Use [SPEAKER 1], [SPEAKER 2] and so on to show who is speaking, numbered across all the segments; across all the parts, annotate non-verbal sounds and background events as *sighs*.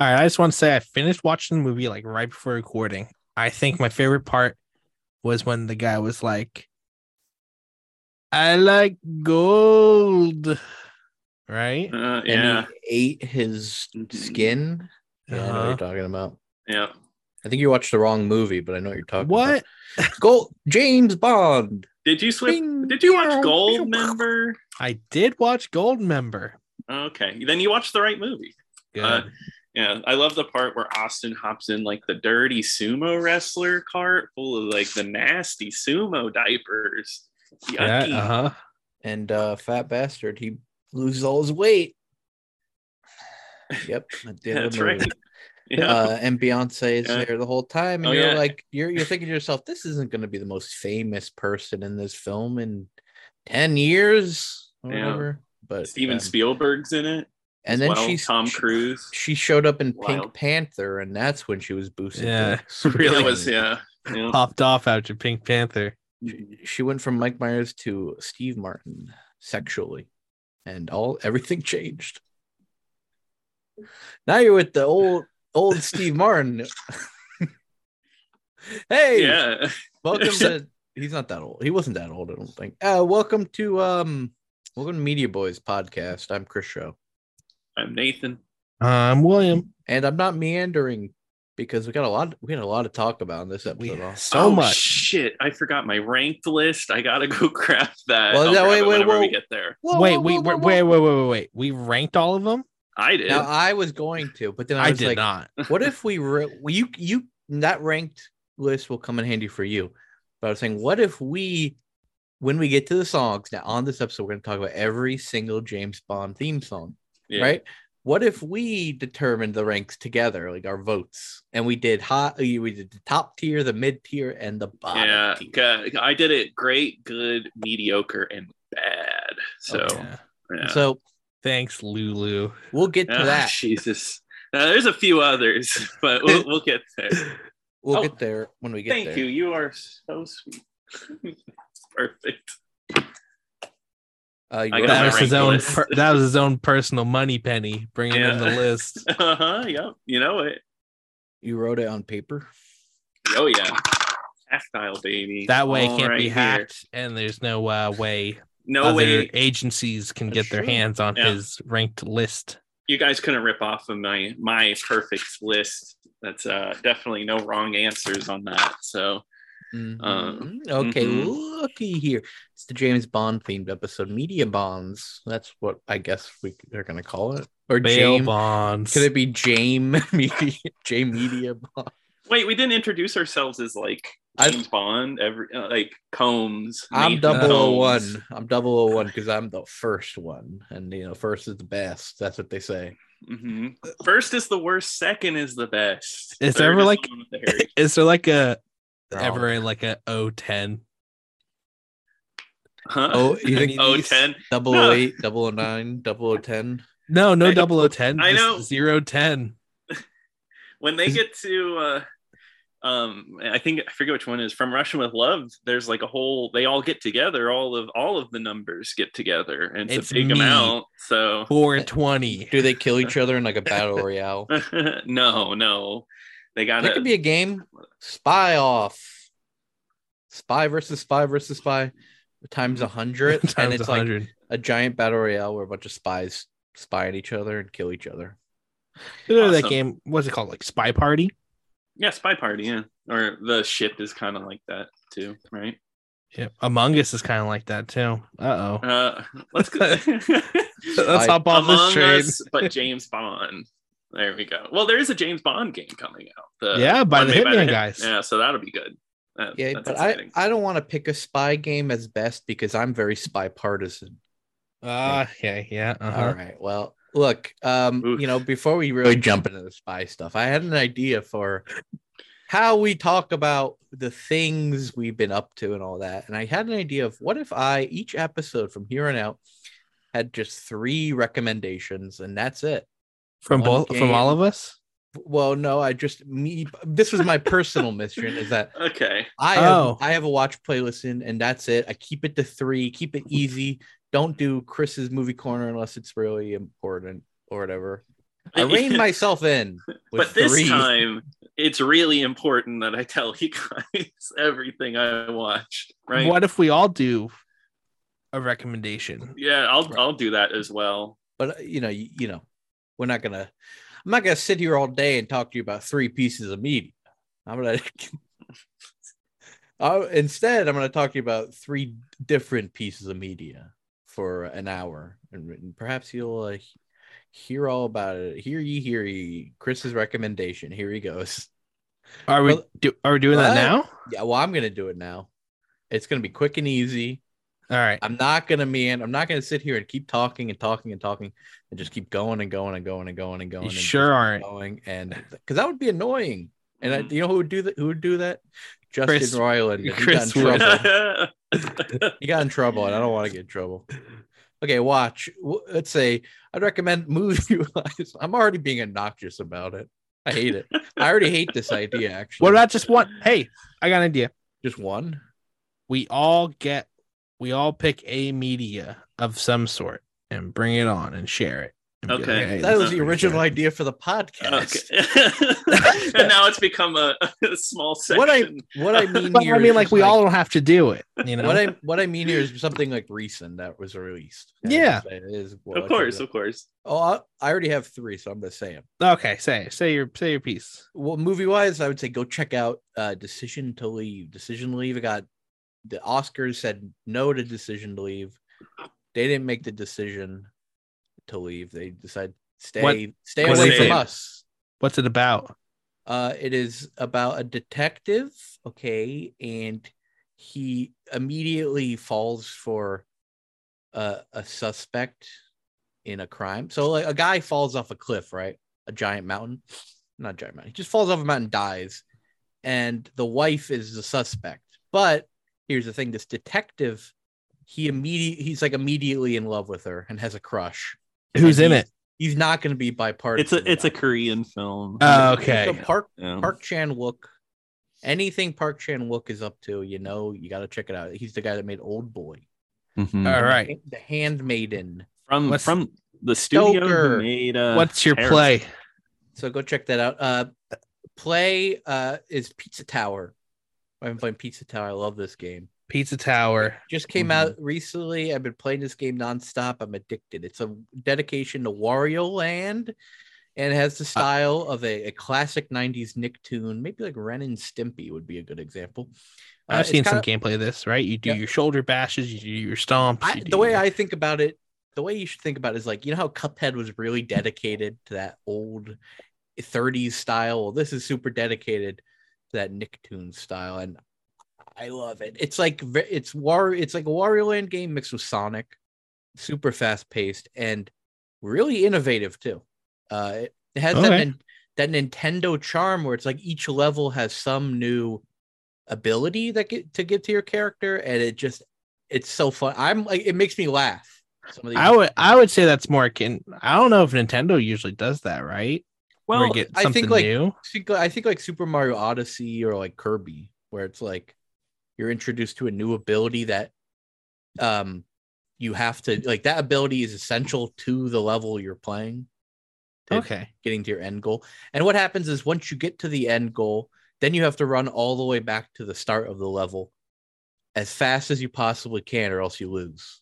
[SPEAKER 1] All right, I just want to say I finished watching the movie like right before recording. I think my favorite part was when the guy was like, "I like gold," right?
[SPEAKER 2] Uh,
[SPEAKER 3] And
[SPEAKER 2] yeah.
[SPEAKER 3] he ate his skin. Yeah, I know what
[SPEAKER 1] Uh-huh.
[SPEAKER 3] you're talking about.
[SPEAKER 2] Yeah.
[SPEAKER 3] I think you watched the wrong movie, but I know what you're talking
[SPEAKER 1] What?
[SPEAKER 3] about. Gold James Bond.
[SPEAKER 2] Did you switch?
[SPEAKER 3] Bing,
[SPEAKER 2] Did you
[SPEAKER 3] meow,
[SPEAKER 2] watch
[SPEAKER 3] *laughs*
[SPEAKER 2] Gold
[SPEAKER 3] meow.
[SPEAKER 2] Member?
[SPEAKER 1] I did watch Goldmember.
[SPEAKER 2] Okay, then you watched the right movie.
[SPEAKER 1] Good.
[SPEAKER 2] Uh, Yeah, I love the part where Austin hops in like the dirty sumo wrestler cart full of like the nasty sumo diapers.
[SPEAKER 1] yeah.
[SPEAKER 2] Yucky.
[SPEAKER 3] uh-huh.
[SPEAKER 1] Uh huh.
[SPEAKER 3] And uh fat bastard, he loses all his weight. Yep. at the end
[SPEAKER 2] *laughs*
[SPEAKER 3] of
[SPEAKER 2] That's
[SPEAKER 3] the movie.
[SPEAKER 2] right. Yeah.
[SPEAKER 3] Uh, and Beyonce is
[SPEAKER 2] Yeah.
[SPEAKER 3] there the whole time, and
[SPEAKER 2] Oh,
[SPEAKER 3] you're
[SPEAKER 2] yeah.
[SPEAKER 3] like, you're you're thinking to yourself, this isn't going to be the most famous person in this film in ten years, or
[SPEAKER 2] Yeah.
[SPEAKER 3] whatever. But
[SPEAKER 2] Steven
[SPEAKER 3] um,
[SPEAKER 2] Spielberg's in it.
[SPEAKER 3] and then
[SPEAKER 2] well,
[SPEAKER 3] she's
[SPEAKER 2] Tom Cruise.
[SPEAKER 3] She showed up in Pink
[SPEAKER 2] Wild.
[SPEAKER 3] Panther, and that's when she was boosted.
[SPEAKER 1] Yeah, *laughs*
[SPEAKER 2] That
[SPEAKER 1] really.
[SPEAKER 2] was yeah. yeah.
[SPEAKER 1] Popped off after Pink Panther.
[SPEAKER 3] She went from Mike Myers to Steve Martin sexually, and all everything *laughs* changed. Now you're with the old
[SPEAKER 2] *laughs*
[SPEAKER 3] old Steve Martin. *laughs* hey,
[SPEAKER 2] yeah. *laughs*
[SPEAKER 3] Welcome to he's not that old. He wasn't that old, I don't think. Uh welcome to um welcome to Media Boys podcast. I'm Chris Show.
[SPEAKER 2] I'm Nathan.
[SPEAKER 1] I'm Um, William.
[SPEAKER 3] And I'm not meandering because we got a lot we had a lot to talk about in this
[SPEAKER 1] We
[SPEAKER 3] episode.
[SPEAKER 1] so
[SPEAKER 2] Oh,
[SPEAKER 1] much.
[SPEAKER 2] shit. I forgot my ranked list. I gotta go *laughs* grab that.
[SPEAKER 3] Well,
[SPEAKER 2] I'll
[SPEAKER 3] no,
[SPEAKER 2] grab
[SPEAKER 3] wait,
[SPEAKER 2] it
[SPEAKER 3] wait,
[SPEAKER 2] whenever we
[SPEAKER 3] whoa.
[SPEAKER 2] get there.
[SPEAKER 3] Whoa,
[SPEAKER 1] wait,
[SPEAKER 3] whoa,
[SPEAKER 1] wait,
[SPEAKER 3] whoa,
[SPEAKER 1] wait,
[SPEAKER 3] whoa,
[SPEAKER 1] wait,
[SPEAKER 3] whoa.
[SPEAKER 1] wait, wait, wait, wait. We ranked all of them.
[SPEAKER 2] I did.
[SPEAKER 3] Now I was going to, but then I
[SPEAKER 1] I,
[SPEAKER 3] was
[SPEAKER 1] did
[SPEAKER 3] like,
[SPEAKER 1] not.
[SPEAKER 3] what if we re- well, you you that ranked list will come in handy for you. But I was saying, what if we when we get to the songs now on this episode, we're gonna talk about every single James Bond theme song.
[SPEAKER 2] Yeah.
[SPEAKER 3] right? What if we determined the ranks together, like our votes, and we did hot, we did the top tier, the mid tier, and the bottom
[SPEAKER 2] Yeah.
[SPEAKER 3] tier.
[SPEAKER 2] g- I did it great, good, mediocre, and bad. So
[SPEAKER 3] Okay.
[SPEAKER 1] Yeah.
[SPEAKER 2] yeah.
[SPEAKER 3] So
[SPEAKER 1] Thanks, Lulu.
[SPEAKER 3] we'll get to
[SPEAKER 2] Ah,
[SPEAKER 3] that.
[SPEAKER 2] Jesus. Uh, there's a few others, *laughs* but we'll, we'll get there.
[SPEAKER 3] We'll
[SPEAKER 2] Oh,
[SPEAKER 3] get there when we get
[SPEAKER 2] Thank
[SPEAKER 3] there.
[SPEAKER 2] you. You are so sweet. *laughs* Perfect.
[SPEAKER 3] Uh, you
[SPEAKER 2] I
[SPEAKER 3] wrote
[SPEAKER 2] got my
[SPEAKER 1] That was his
[SPEAKER 3] down-
[SPEAKER 2] ranked
[SPEAKER 1] own.
[SPEAKER 2] list.
[SPEAKER 1] Per- that was his own personal money penny. Bringing in the
[SPEAKER 2] Yeah.
[SPEAKER 1] list.
[SPEAKER 2] *laughs* Uh huh. Yep. You know it.
[SPEAKER 3] you wrote it on paper.
[SPEAKER 2] Oh yeah. Tactile baby.
[SPEAKER 1] That way
[SPEAKER 2] All
[SPEAKER 1] it can't
[SPEAKER 2] right
[SPEAKER 1] be
[SPEAKER 2] here.
[SPEAKER 1] hacked, and there's no uh, way
[SPEAKER 2] No
[SPEAKER 1] other
[SPEAKER 2] way.
[SPEAKER 1] agencies can
[SPEAKER 3] That's
[SPEAKER 1] get their
[SPEAKER 3] true.
[SPEAKER 1] hands on
[SPEAKER 2] Yeah.
[SPEAKER 1] his ranked list.
[SPEAKER 2] You guys couldn't rip off of my my perfect list. That's uh, definitely no wrong answers on that. So
[SPEAKER 1] Mm-hmm.
[SPEAKER 3] Mhm. okay,
[SPEAKER 2] mhm.
[SPEAKER 3] looky here. It's the James Bond themed episode, Media Bonds. That's what I guess we are going to call it. Or
[SPEAKER 1] Bail
[SPEAKER 3] James.
[SPEAKER 1] bonds.
[SPEAKER 3] Could it be James *laughs* Media? J Media
[SPEAKER 1] *laughs*
[SPEAKER 3] Bond.
[SPEAKER 2] wait, we didn't introduce ourselves as like
[SPEAKER 3] I-
[SPEAKER 2] James Bond. Every uh, like Combs.
[SPEAKER 3] I'm
[SPEAKER 2] Nathan
[SPEAKER 3] double o one.
[SPEAKER 2] Combs.
[SPEAKER 3] I'm double o one because I'm the first one, and you know, first is the best. That's what they say.
[SPEAKER 2] Mhm. First is the worst. Second is the best.
[SPEAKER 1] Is
[SPEAKER 2] Third
[SPEAKER 1] there ever,
[SPEAKER 2] the
[SPEAKER 1] like-
[SPEAKER 2] one with the
[SPEAKER 1] *laughs*
[SPEAKER 2] hairy-
[SPEAKER 1] Is there like a
[SPEAKER 3] Wrong.
[SPEAKER 1] ever like a 010?
[SPEAKER 2] Huh?
[SPEAKER 3] Oh, you think
[SPEAKER 1] Oh,
[SPEAKER 2] Oh,
[SPEAKER 3] these-
[SPEAKER 2] 10.
[SPEAKER 3] double
[SPEAKER 2] No.
[SPEAKER 3] o eight, double o nine, double
[SPEAKER 1] *laughs*
[SPEAKER 3] o ten?
[SPEAKER 1] No, no
[SPEAKER 2] I know.
[SPEAKER 1] 0010.
[SPEAKER 2] I know.
[SPEAKER 1] just 010.
[SPEAKER 2] when they
[SPEAKER 3] Is-
[SPEAKER 2] get to uh um i think i forget which one is from russian with love there's like a whole they all get together all of all of the numbers get together and to
[SPEAKER 1] It's
[SPEAKER 2] take them
[SPEAKER 1] me.
[SPEAKER 2] out so *laughs*
[SPEAKER 1] 420.
[SPEAKER 3] Do they kill each other in like a battle royale?
[SPEAKER 2] no no they
[SPEAKER 3] That
[SPEAKER 2] gotta
[SPEAKER 3] could be a game. Spy off. Spy versus spy versus spy times a *laughs* hundred, and
[SPEAKER 1] *laughs* Times
[SPEAKER 3] it's like
[SPEAKER 1] 100.
[SPEAKER 3] a giant battle royale where a bunch of spies spy at each other and kill each other.
[SPEAKER 1] You know that
[SPEAKER 2] Awesome.
[SPEAKER 1] game, what's it called? Like Spy Party?
[SPEAKER 2] yeah spy party yeah or the ship is kind of like that too right
[SPEAKER 1] Yeah. Among Us is kind of like that too. Uh oh.
[SPEAKER 2] uh let's go
[SPEAKER 1] *laughs*
[SPEAKER 2] *laughs*
[SPEAKER 1] Let's
[SPEAKER 3] Spy-
[SPEAKER 1] hop on this
[SPEAKER 2] among
[SPEAKER 1] train.
[SPEAKER 2] us but james bond there we go well there is a james bond game coming out the
[SPEAKER 1] Yeah, by
[SPEAKER 2] one
[SPEAKER 1] the
[SPEAKER 2] made
[SPEAKER 1] Hitman
[SPEAKER 2] Hit-
[SPEAKER 1] guys.
[SPEAKER 2] yeah so that'll be good That-
[SPEAKER 3] Yeah,
[SPEAKER 2] that's
[SPEAKER 3] but
[SPEAKER 2] exciting.
[SPEAKER 3] I I don't want to pick a spy game as best because I'm very spy partisan.
[SPEAKER 1] Ah, okay. Yeah. Uh-huh.
[SPEAKER 3] All right. Well, look, um,
[SPEAKER 2] Oof.
[SPEAKER 3] you know, before we really jump into the spy stuff, I had an idea for how we talk about the things we've been up to and all that. And I had an idea of what if I each episode from here on out had just three recommendations and that's it.
[SPEAKER 1] From
[SPEAKER 3] One
[SPEAKER 1] both, from all
[SPEAKER 3] game.
[SPEAKER 1] of us?
[SPEAKER 3] Well, no, I just me this was my personal mission
[SPEAKER 2] *laughs*
[SPEAKER 3] is that
[SPEAKER 2] Okay.
[SPEAKER 3] I
[SPEAKER 1] Oh.
[SPEAKER 3] have, I have a watch playlist in, and that's it. I keep it to three. Keep it easy. Don't
[SPEAKER 2] *laughs*
[SPEAKER 3] do Chris's movie corner unless it's really important or whatever. I rein myself in.
[SPEAKER 2] but this time, it's really important that I tell you *laughs* guys everything I watched. Right?
[SPEAKER 1] What if we all do a recommendation?
[SPEAKER 2] Yeah, I'll I'll do that as well.
[SPEAKER 3] but uh, you know, you, you know, we're not gonna. I'm not gonna sit here all day and talk to you about three pieces of meat. I'm gonna. *laughs* Uh, instead, I'm going to talk to you about three different pieces of media for an hour, and, and perhaps you'll uh, he- hear all about it. Hear ye, hear ye. Chris's recommendation. Here he goes.
[SPEAKER 1] Are we
[SPEAKER 3] Well-
[SPEAKER 1] do, are we doing that
[SPEAKER 3] What?
[SPEAKER 1] now?
[SPEAKER 3] Yeah, well, I'm going to do it now. It's going to be quick and easy.
[SPEAKER 1] All right.
[SPEAKER 3] I'm not going to man. I'm not going to sit here and keep talking and talking and talking and just keep going and going and going and going and going.
[SPEAKER 1] You
[SPEAKER 3] and
[SPEAKER 1] sure aren't.
[SPEAKER 3] going and because that would be annoying. And I,
[SPEAKER 2] Mhm.
[SPEAKER 3] you know who would do that? Who would do that? Justin
[SPEAKER 1] Mm-hmm. Chris-
[SPEAKER 3] Roiland. He got in
[SPEAKER 1] Chris would.
[SPEAKER 3] trouble.
[SPEAKER 2] All
[SPEAKER 3] *laughs*
[SPEAKER 1] *laughs*
[SPEAKER 3] He got in trouble, and I don't want to get in trouble. Okay, watch. W- Let's say I'd recommend movie *laughs* wise. I'm already being obnoxious about it. I hate it. I already hate this idea. Actually,
[SPEAKER 1] What about just one? Hey, I got an idea.
[SPEAKER 3] just one?
[SPEAKER 1] We all get we all pick a media of some sort and bring it on and share it. and be like,
[SPEAKER 2] Okay.
[SPEAKER 1] "Hey,
[SPEAKER 3] That
[SPEAKER 1] this
[SPEAKER 3] was
[SPEAKER 1] is
[SPEAKER 3] the
[SPEAKER 1] pretty
[SPEAKER 3] original
[SPEAKER 1] good."
[SPEAKER 3] idea for the podcast.
[SPEAKER 2] *laughs* Okay. *laughs* and now it's become a, *laughs* a small section.
[SPEAKER 3] What I what I mean
[SPEAKER 1] But
[SPEAKER 3] here,
[SPEAKER 1] I
[SPEAKER 3] is
[SPEAKER 1] mean, like
[SPEAKER 3] just
[SPEAKER 1] we all don't have to do it.
[SPEAKER 3] *laughs*
[SPEAKER 1] You know.
[SPEAKER 3] What I what I mean here is something like recent that was released.
[SPEAKER 1] Yeah.
[SPEAKER 3] it is
[SPEAKER 2] of course, of course.
[SPEAKER 3] Oh, I, I already have three, so I'm gonna say them.
[SPEAKER 1] okay. Say say your say your piece.
[SPEAKER 3] well movie wise i would say go check out uh decision to leave decision to leave it got the oscars said no to decision to leave they didn't make the decision to leave they decided stay stay
[SPEAKER 1] what
[SPEAKER 3] away
[SPEAKER 2] is
[SPEAKER 3] from
[SPEAKER 2] it?
[SPEAKER 3] us
[SPEAKER 1] What's it about?
[SPEAKER 3] uh it is about a detective okay and he immediately falls for uh, a suspect in a crime so like a guy falls off a cliff right a giant mountain not giant mountain he just falls off a mountain dies and the wife is the suspect but here's the thing this detective he immediately he's like immediately in love with her and has a crush
[SPEAKER 1] Who's in
[SPEAKER 3] he's-
[SPEAKER 1] it?
[SPEAKER 3] he's not going to be bipartisan
[SPEAKER 2] It's a it's a
[SPEAKER 3] about it.
[SPEAKER 2] Korean film.
[SPEAKER 1] Oh, okay.
[SPEAKER 3] So park
[SPEAKER 2] Yeah.
[SPEAKER 3] Park Chan Wook. Anything Park Chan Wook is up to, you know, you got to check it out. He's the guy that made Old Boy. uh,
[SPEAKER 2] Mhm.
[SPEAKER 1] All right.
[SPEAKER 3] The Handmaiden.
[SPEAKER 2] From
[SPEAKER 1] What's-
[SPEAKER 2] from the studio
[SPEAKER 3] Stoker.
[SPEAKER 2] who made uh,
[SPEAKER 1] What's your
[SPEAKER 2] Harris.
[SPEAKER 1] play?
[SPEAKER 3] So go check that out. Uh, play uh is Pizza Tower. I've been playing Pizza Tower. I love this game.
[SPEAKER 1] Pizza Tower.
[SPEAKER 3] Just came out recently. I've been playing this game nonstop. I'm addicted. It's a dedication to Wario Land, and it has
[SPEAKER 1] Ah.
[SPEAKER 3] the style of a, a classic '90s Nicktoon. Maybe like Ren and Stimpy would be a good example. Uh,
[SPEAKER 1] I've
[SPEAKER 3] it's
[SPEAKER 1] seen some
[SPEAKER 3] kinda-
[SPEAKER 1] gameplay of this, right? You do
[SPEAKER 3] Yeah.
[SPEAKER 1] your shoulder bashes, you do your stomps.
[SPEAKER 3] I,
[SPEAKER 1] you
[SPEAKER 3] the
[SPEAKER 1] do
[SPEAKER 3] way
[SPEAKER 1] your-
[SPEAKER 3] I think about it, the way you should think about it is like, you know how Cuphead was really dedicated to that old 30s style? Well, this is super dedicated to that Nicktoon style. And I love it. It's like, ve- it's war, it's like a Wario Land game mixed with Sonic, super fast paced and really innovative too. Uh, it- it has that,
[SPEAKER 1] Okay.
[SPEAKER 3] nin- that Nintendo charm where it's like each level has some new ability that get to give to your character and it just it's so fun. I'm like, it makes me laugh. Some of these-
[SPEAKER 1] I would I would say that's more akin. I don't know if Nintendo usually does that, right? Where
[SPEAKER 2] Well,
[SPEAKER 1] you get
[SPEAKER 3] I think,
[SPEAKER 1] something
[SPEAKER 3] like-
[SPEAKER 1] new.
[SPEAKER 3] think, I think like Super Mario Odyssey or like Kirby, where it's like you're introduced to a new ability that um you have to like that ability is essential to the level you're playing. to
[SPEAKER 1] Okay.
[SPEAKER 3] Getting to your end goal. And what happens is once you get to the end goal, then you have to run all the way back to the start of the level as fast as you possibly can, or else you lose.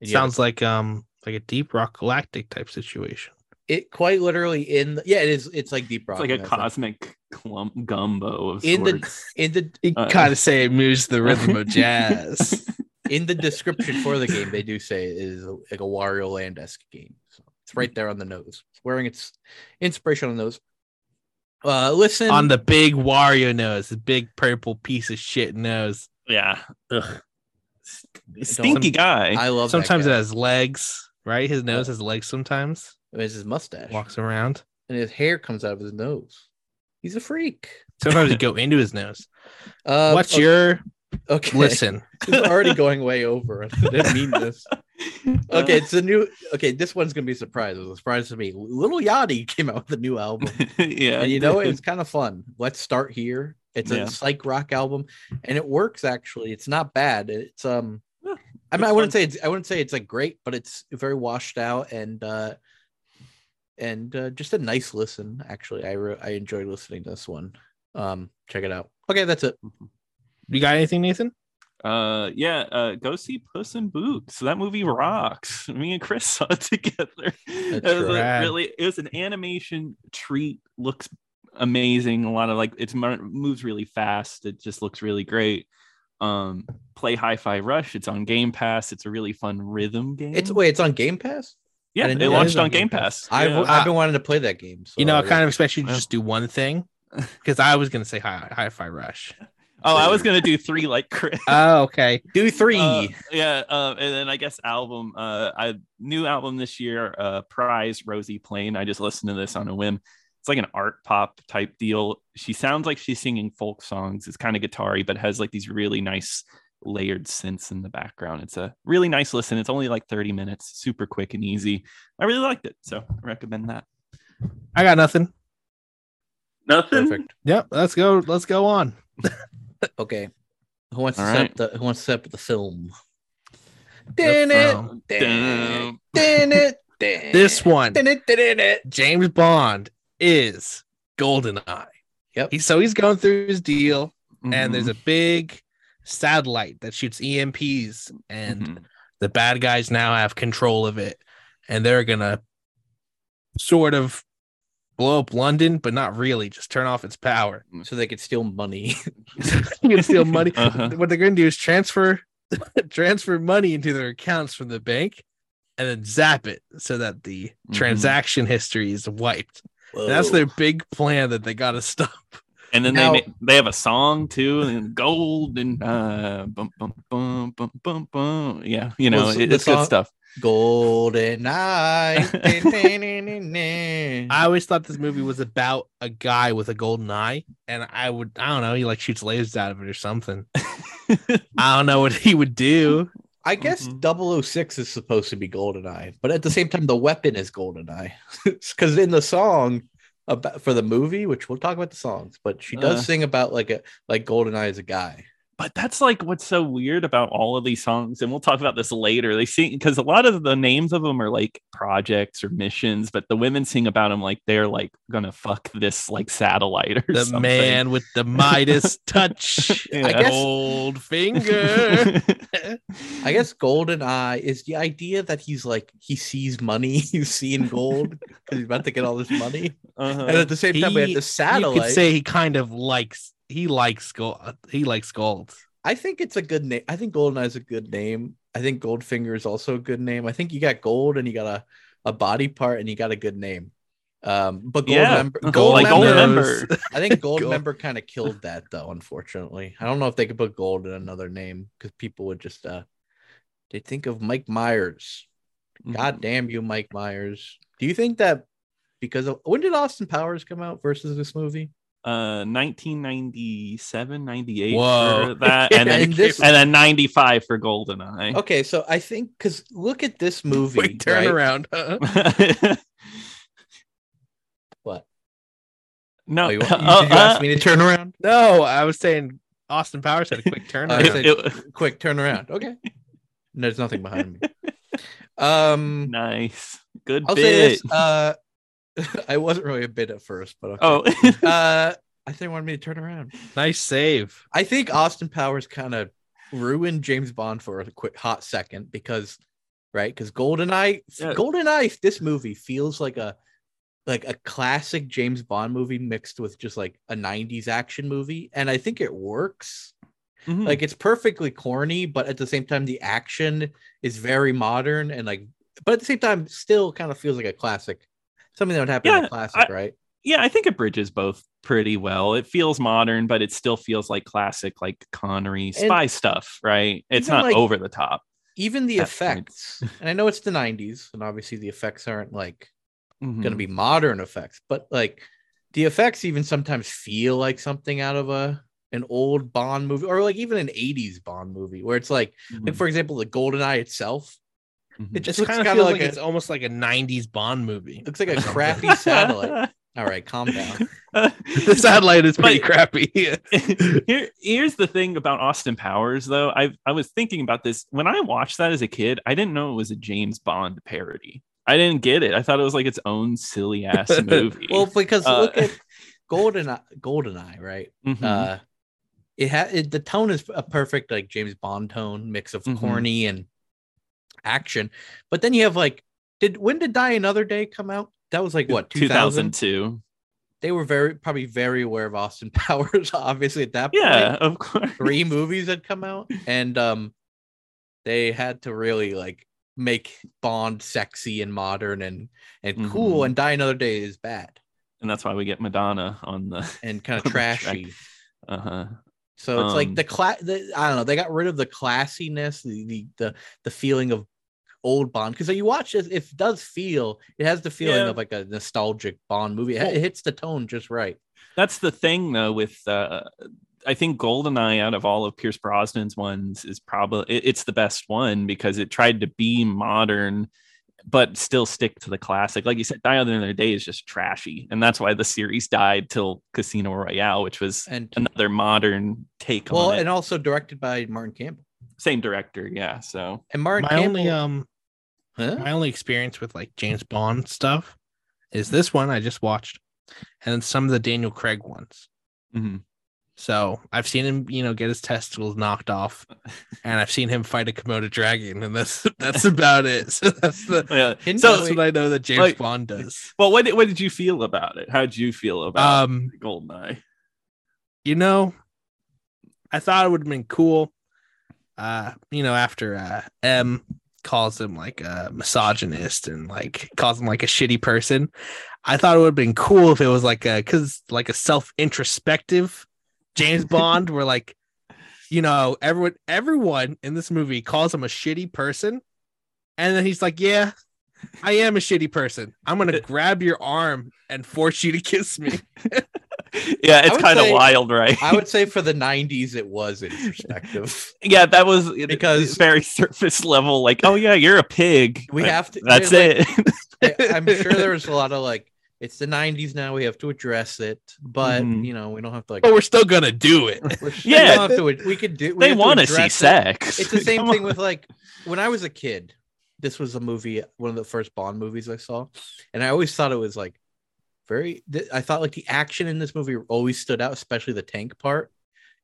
[SPEAKER 3] And you have a
[SPEAKER 1] Sounds like um like a Deep Rock Galactic type situation.
[SPEAKER 3] it quite literally in the, yeah it is it's like deep rock
[SPEAKER 2] It's like a
[SPEAKER 3] and that's all.
[SPEAKER 2] cosmic clump gumbo of
[SPEAKER 3] in
[SPEAKER 2] sorts.
[SPEAKER 3] the
[SPEAKER 2] *laughs*
[SPEAKER 3] in the
[SPEAKER 1] You
[SPEAKER 2] Uh,
[SPEAKER 1] kind of say it moves the rhythm of jazz.
[SPEAKER 3] in the description for the game they do say it is like a wario land esque game so it's right there on the nose it's wearing its inspiration on the nose uh
[SPEAKER 1] *laughs*
[SPEAKER 3] listen
[SPEAKER 1] On the big Wario nose, the big purple piece of shit nose.
[SPEAKER 2] *laughs* yeah. Ugh. Stinky guy.
[SPEAKER 3] i love
[SPEAKER 1] Sometimes
[SPEAKER 3] that
[SPEAKER 1] it
[SPEAKER 3] guy.
[SPEAKER 1] has legs, right? His nose has legs sometimes.
[SPEAKER 3] It has his mustache
[SPEAKER 1] Walks around.
[SPEAKER 3] and his hair comes out of his nose he's a freak
[SPEAKER 1] Sometimes it go into his nose.
[SPEAKER 3] uh
[SPEAKER 1] What's
[SPEAKER 3] o-
[SPEAKER 1] your
[SPEAKER 3] *laughs* okay *laughs*
[SPEAKER 1] listen?
[SPEAKER 3] This is already going way over i didn't mean this okay it's a new okay this one's gonna be a surprise it was a surprise to me little yachty *laughs* came out with a new album
[SPEAKER 2] *laughs* yeah.
[SPEAKER 3] and you know it's kind of fun let's start here it's
[SPEAKER 2] Yeah.
[SPEAKER 3] a psych rock album and it works actually it's not bad it's um
[SPEAKER 2] Yeah,
[SPEAKER 3] i mean
[SPEAKER 2] it's
[SPEAKER 3] i wouldn't
[SPEAKER 2] fun.
[SPEAKER 3] say it's i wouldn't say it's like great but it's very washed out and uh and uh, just a nice listen. Actually, I re- I enjoy listening to this one. Um, check it out. Okay, that's it.
[SPEAKER 1] You got anything, Nathan?
[SPEAKER 2] Uh, yeah, uh, go see Puss in Boots. That movie rocks. *laughs* Me and Chris saw it together. It was a
[SPEAKER 1] rad.
[SPEAKER 2] really, it was an animation treat. Looks amazing. A lot of like, it's mo- moves really fast. It just looks really great. Um, play Hi-Fi Rush. It's on Game Pass. It's a really fun rhythm game.
[SPEAKER 3] It's wait, it's on Game Pass.
[SPEAKER 2] yeah,
[SPEAKER 3] I didn't
[SPEAKER 2] it
[SPEAKER 3] know that.
[SPEAKER 1] It
[SPEAKER 2] launched
[SPEAKER 1] is on
[SPEAKER 2] on
[SPEAKER 1] Game
[SPEAKER 2] Game Pass.
[SPEAKER 3] I've
[SPEAKER 2] Yeah.
[SPEAKER 3] I've been wanting to play that game. So
[SPEAKER 1] You know, I kind
[SPEAKER 3] like-
[SPEAKER 1] of expect you to
[SPEAKER 2] Wow.
[SPEAKER 1] just do one thing because I was gonna say hi hi-fi rush.
[SPEAKER 2] oh, I was gonna do three like Chris.
[SPEAKER 1] Oh, okay.
[SPEAKER 3] do three.
[SPEAKER 2] *laughs* Uh, yeah, um, and then I guess album. Uh, I new album this year. Uh, Prize Rosie Plain. I just listened to this on a whim. It's like an art pop type deal. She sounds like she's singing folk songs. It's kind of guitar-y, but has like these really nice layered synths in the background. It's a really nice listen. It's only like 30 minutes, super quick and easy. I really liked it, so I recommend that.
[SPEAKER 1] I got nothing.
[SPEAKER 2] Nothing.
[SPEAKER 3] Perfect.
[SPEAKER 1] Yep. Let's go. Let's go on.
[SPEAKER 3] Okay. Who wants
[SPEAKER 2] All
[SPEAKER 3] to set
[SPEAKER 2] right.
[SPEAKER 3] up the Who wants to set up the film?
[SPEAKER 1] The
[SPEAKER 3] Dun it,
[SPEAKER 1] film.
[SPEAKER 3] dun,
[SPEAKER 2] Dun.
[SPEAKER 3] dun it, dun.
[SPEAKER 1] Uh-huh.
[SPEAKER 3] *laughs*
[SPEAKER 1] This one,
[SPEAKER 3] Dun it, dun it, dun.
[SPEAKER 1] James Bond is GoldenEye.
[SPEAKER 3] Yep.
[SPEAKER 1] He, so he's going through his deal, and there's
[SPEAKER 2] Mhm.
[SPEAKER 1] a big satellite that shoots EMPs, and
[SPEAKER 2] *laughs* Mhm.
[SPEAKER 1] the bad guys now have control of it, and they're gonna sort of blow up London, but not really, just turn off its power.
[SPEAKER 3] So they could steal money. *laughs*
[SPEAKER 1] you can *laughs* steal money.
[SPEAKER 2] Uh-huh.
[SPEAKER 1] What they're gonna do is transfer *laughs* transfer money into their accounts from the bank and then zap it so that the
[SPEAKER 2] Mhm.
[SPEAKER 1] transaction history is wiped. And that's their big plan that they gotta stop.
[SPEAKER 2] And then
[SPEAKER 3] Now-
[SPEAKER 2] they ma- they have a song too, and gold and uh, bum bum bum bum bum bum. Yeah, you know,
[SPEAKER 3] Was
[SPEAKER 2] it,
[SPEAKER 3] the
[SPEAKER 2] it's good
[SPEAKER 3] song-
[SPEAKER 2] stuff.
[SPEAKER 1] *laughs*
[SPEAKER 3] golden eye. Dun, dun, dun, dun, dun.
[SPEAKER 1] I always thought this movie was about a guy with a golden eye, and I would I don't know, he like shoots lasers out of it or
[SPEAKER 2] *laughs*
[SPEAKER 1] something. I don't know what he would do.
[SPEAKER 3] I guess
[SPEAKER 1] Mm-hmm.
[SPEAKER 2] Mhm.
[SPEAKER 3] 006 is supposed to be Goldeneye, but at the same time, the weapon is Goldeneye. *laughs* Because in the song about for the movie, which we'll talk about the songs, but she does
[SPEAKER 2] Uh.
[SPEAKER 3] sing about like a like Goldeneye is a guy.
[SPEAKER 2] But that's like what's so weird about all of these songs, and we'll talk about this later. They sing because a lot of the names of them are like projects or missions, but the women sing about them like they're like gonna fuck this like satellite or
[SPEAKER 1] The
[SPEAKER 2] something. *laughs*
[SPEAKER 1] man with the Midas touch,
[SPEAKER 2] Yeah.
[SPEAKER 1] I
[SPEAKER 2] I
[SPEAKER 1] guess,
[SPEAKER 3] guess-
[SPEAKER 1] gold finger.
[SPEAKER 3] *laughs*
[SPEAKER 2] *laughs*
[SPEAKER 3] I guess Goldeneye is the idea that he's like he sees money, *laughs* he's seeing gold because he's about to get all this
[SPEAKER 1] *laughs*
[SPEAKER 3] money, and
[SPEAKER 2] uh
[SPEAKER 3] at the same time, we have
[SPEAKER 1] He-
[SPEAKER 3] the
[SPEAKER 1] You
[SPEAKER 3] satellite.
[SPEAKER 1] could say he kind of likes he likes gold. He likes gold.
[SPEAKER 3] I think it's a good name. I think Goldeneye is a good name. I think Goldfinger is also a good name. I think you got gold and you got a, a body part and you got a good name. Um, but gold
[SPEAKER 2] Yeah. Uh-huh.
[SPEAKER 3] member,
[SPEAKER 2] Like
[SPEAKER 3] gold
[SPEAKER 2] Gold
[SPEAKER 3] member,
[SPEAKER 2] Member.
[SPEAKER 3] *laughs* I
[SPEAKER 2] *laughs*
[SPEAKER 3] think gold,
[SPEAKER 1] Gold.
[SPEAKER 3] member kind of killed that though. Unfortunately, I don't know if they could put gold in another name because people would just uh, they think of Mike Myers. God damn you, Mike Myers. Do you think that because of when did Austin Powers come out versus this movie?
[SPEAKER 2] Uh, 1997, 98
[SPEAKER 1] Whoa.
[SPEAKER 2] for that,
[SPEAKER 3] *laughs*
[SPEAKER 2] and then
[SPEAKER 3] And this-
[SPEAKER 2] and then 95 for Goldeneye.
[SPEAKER 3] Okay, so I think because look
[SPEAKER 2] *laughs*
[SPEAKER 3] at this
[SPEAKER 1] *laughs*
[SPEAKER 3] movie.
[SPEAKER 1] Quick
[SPEAKER 3] right?
[SPEAKER 1] turnaround. huh?
[SPEAKER 3] What?
[SPEAKER 2] no,
[SPEAKER 3] Oh, you,
[SPEAKER 2] *laughs*
[SPEAKER 3] want-
[SPEAKER 2] uh,
[SPEAKER 3] you- did you
[SPEAKER 2] uh,
[SPEAKER 3] ask me to turn around?
[SPEAKER 1] No, I was saying Austin Powers had a quick turnaround.
[SPEAKER 3] said-
[SPEAKER 2] it- it-
[SPEAKER 3] Quick turn around. Okay. There's nothing behind me.
[SPEAKER 2] *laughs*
[SPEAKER 3] Um
[SPEAKER 2] *laughs* nice, good
[SPEAKER 3] I'll say
[SPEAKER 2] bit.
[SPEAKER 3] this. Uh *laughs* I wasn't really a bit at first, but okay.
[SPEAKER 2] oh, *laughs*
[SPEAKER 3] uh I think they wanted me to turn around.
[SPEAKER 1] nice save.
[SPEAKER 3] I think Austin Powers kind of ruined James Bond for a quick hot second because right because Goldeneye
[SPEAKER 2] Yeah.
[SPEAKER 3] Goldeneye this movie feels like a like a classic James Bond movie mixed with just like a 90s action movie and I think it works
[SPEAKER 2] Mhm.
[SPEAKER 3] like it's perfectly corny but at the same time the action is very modern and like but at the same time still kind of feels like a classic something that would happen in
[SPEAKER 2] Yeah,
[SPEAKER 3] a classic right
[SPEAKER 2] yeah, I think it bridges both pretty well. It feels modern, but it still feels like classic, like Connery spy stuff, right? It's
[SPEAKER 3] even,
[SPEAKER 2] not
[SPEAKER 3] like-
[SPEAKER 2] over the top.
[SPEAKER 3] even the
[SPEAKER 2] At points.
[SPEAKER 3] effects and i know it's the 90s and obviously the effects aren't like
[SPEAKER 2] Mhm.
[SPEAKER 3] going to be modern effects but like the effects even sometimes feel like something out of a an old bond movie or like even an 80s bond movie where it's like like
[SPEAKER 2] Mhm.
[SPEAKER 3] for example the golden eye itself
[SPEAKER 2] Mhm.
[SPEAKER 3] it just
[SPEAKER 1] It
[SPEAKER 3] looks
[SPEAKER 1] kind
[SPEAKER 3] kind
[SPEAKER 1] of feels
[SPEAKER 3] like,
[SPEAKER 1] like
[SPEAKER 3] a,
[SPEAKER 1] it's almost like a '90s Bond movie.
[SPEAKER 3] looks like
[SPEAKER 1] *laughs*
[SPEAKER 3] a crappy satellite
[SPEAKER 2] *laughs*
[SPEAKER 3] all right calm down
[SPEAKER 1] The satellite is pretty
[SPEAKER 2] But-
[SPEAKER 1] crappy. Yeah.
[SPEAKER 3] *laughs*
[SPEAKER 2] Here, here's the thing about Austin Powers, though. I I was thinking about this when I watched that as a kid. I didn't know it was a James Bond parody. I didn't get it. I thought it was like its own silly ass
[SPEAKER 3] *laughs*
[SPEAKER 2] movie. *laughs*
[SPEAKER 3] well, because
[SPEAKER 2] Uh,
[SPEAKER 3] look at Golden Goldeneye, right?
[SPEAKER 2] Mhm.
[SPEAKER 3] Uh, it had the tone is a perfect like James Bond tone mix of
[SPEAKER 2] Mhm.
[SPEAKER 3] corny and action, but then you have like did when did Die Another Day come out? That was like what 2000?
[SPEAKER 2] 2002.
[SPEAKER 3] They were very probably very aware of Austin *laughs* Powers, obviously at that point.
[SPEAKER 2] Yeah, of course. *laughs*
[SPEAKER 3] three movies had come out and um they had to really like make bond sexy and modern and and cool
[SPEAKER 2] Mhm.
[SPEAKER 3] and die another day is bad
[SPEAKER 2] And that's why we get Madonna on the.
[SPEAKER 3] and kind
[SPEAKER 2] *laughs*
[SPEAKER 3] of
[SPEAKER 2] On the track.
[SPEAKER 3] trashy
[SPEAKER 2] Uh huh.
[SPEAKER 3] so it's like
[SPEAKER 2] Um,
[SPEAKER 3] the class the, i don't know they got rid of the classiness the the the, the feeling of old bond because you watch this it does feel it has the feeling
[SPEAKER 2] Yeah.
[SPEAKER 3] of like a nostalgic bond movie it, it hits the tone just right
[SPEAKER 2] That's the thing, though, with. Uh, I think Goldeneye, out of all of Pierce Brosnan's ones, is probably it- it's the best one because it tried to be modern, but still stick to the classic. Like you said, Die Another Day is just trashy, and that's why the series died till Casino Royale, which was
[SPEAKER 3] and
[SPEAKER 2] another modern take
[SPEAKER 3] well
[SPEAKER 2] on it.
[SPEAKER 3] and also directed by martin campbell
[SPEAKER 2] Same director, yeah. So
[SPEAKER 3] and martin
[SPEAKER 1] my
[SPEAKER 3] campbell
[SPEAKER 1] only um
[SPEAKER 3] huh?
[SPEAKER 1] my only experience with like James Bond stuff is this one I just watched, and then some of the Daniel Craig ones.
[SPEAKER 2] mhm.
[SPEAKER 1] So I've seen him, you know, get his testicles knocked off, and I've seen him fight a Komodo dragon, and that's *laughs* that's about it. So that's the
[SPEAKER 2] Yeah.
[SPEAKER 3] Didn't
[SPEAKER 2] So-
[SPEAKER 1] that's what I know that James
[SPEAKER 2] like-
[SPEAKER 1] Bond does.
[SPEAKER 2] Well, what did, what did you feel about it? How did you feel about
[SPEAKER 1] Um,
[SPEAKER 2] Goldeneye? *laughs*
[SPEAKER 1] you know, I thought it would have been cool. Uh, you know, after uh, M calls him like a misogynist and like calls him like a shitty person, I thought it would have been cool if it was like a because like a self introspective James Bond, where like you know everyone everyone in this movie calls him a shitty person, and then he's like, yeah. I am a shitty person. I'm gonna grab your arm and force you to kiss me. *laughs*
[SPEAKER 2] yeah,
[SPEAKER 3] I
[SPEAKER 2] it's
[SPEAKER 3] would
[SPEAKER 2] kind of
[SPEAKER 3] say-
[SPEAKER 2] wild, right?
[SPEAKER 3] I would say for the 90s, it
[SPEAKER 2] *laughs*
[SPEAKER 3] was introspective.
[SPEAKER 2] yeah, that was it-
[SPEAKER 3] Because-
[SPEAKER 2] very *laughs* surface level. Like, oh yeah, you're a pig.
[SPEAKER 3] We
[SPEAKER 2] Like,
[SPEAKER 3] have to.
[SPEAKER 2] That's
[SPEAKER 3] like,
[SPEAKER 2] *laughs* it.
[SPEAKER 3] I- I'm sure there was a lot of like, it's the 90s now. We have to address it, but
[SPEAKER 2] Mhm.
[SPEAKER 3] you know, we don't have to like.
[SPEAKER 1] but we're still gonna do it.
[SPEAKER 3] we're-
[SPEAKER 2] yeah.
[SPEAKER 3] we don't have to. We could do. we
[SPEAKER 2] they
[SPEAKER 3] have
[SPEAKER 2] want to see
[SPEAKER 3] address it.
[SPEAKER 2] sex.
[SPEAKER 3] It's
[SPEAKER 2] *laughs*
[SPEAKER 3] the same
[SPEAKER 2] Come
[SPEAKER 3] thing
[SPEAKER 2] on.
[SPEAKER 3] with like when I was a kid. This was a movie, one of the first Bond movies I saw, and I always thought it was like very. th- I thought like the action in this movie always stood out, especially the tank part.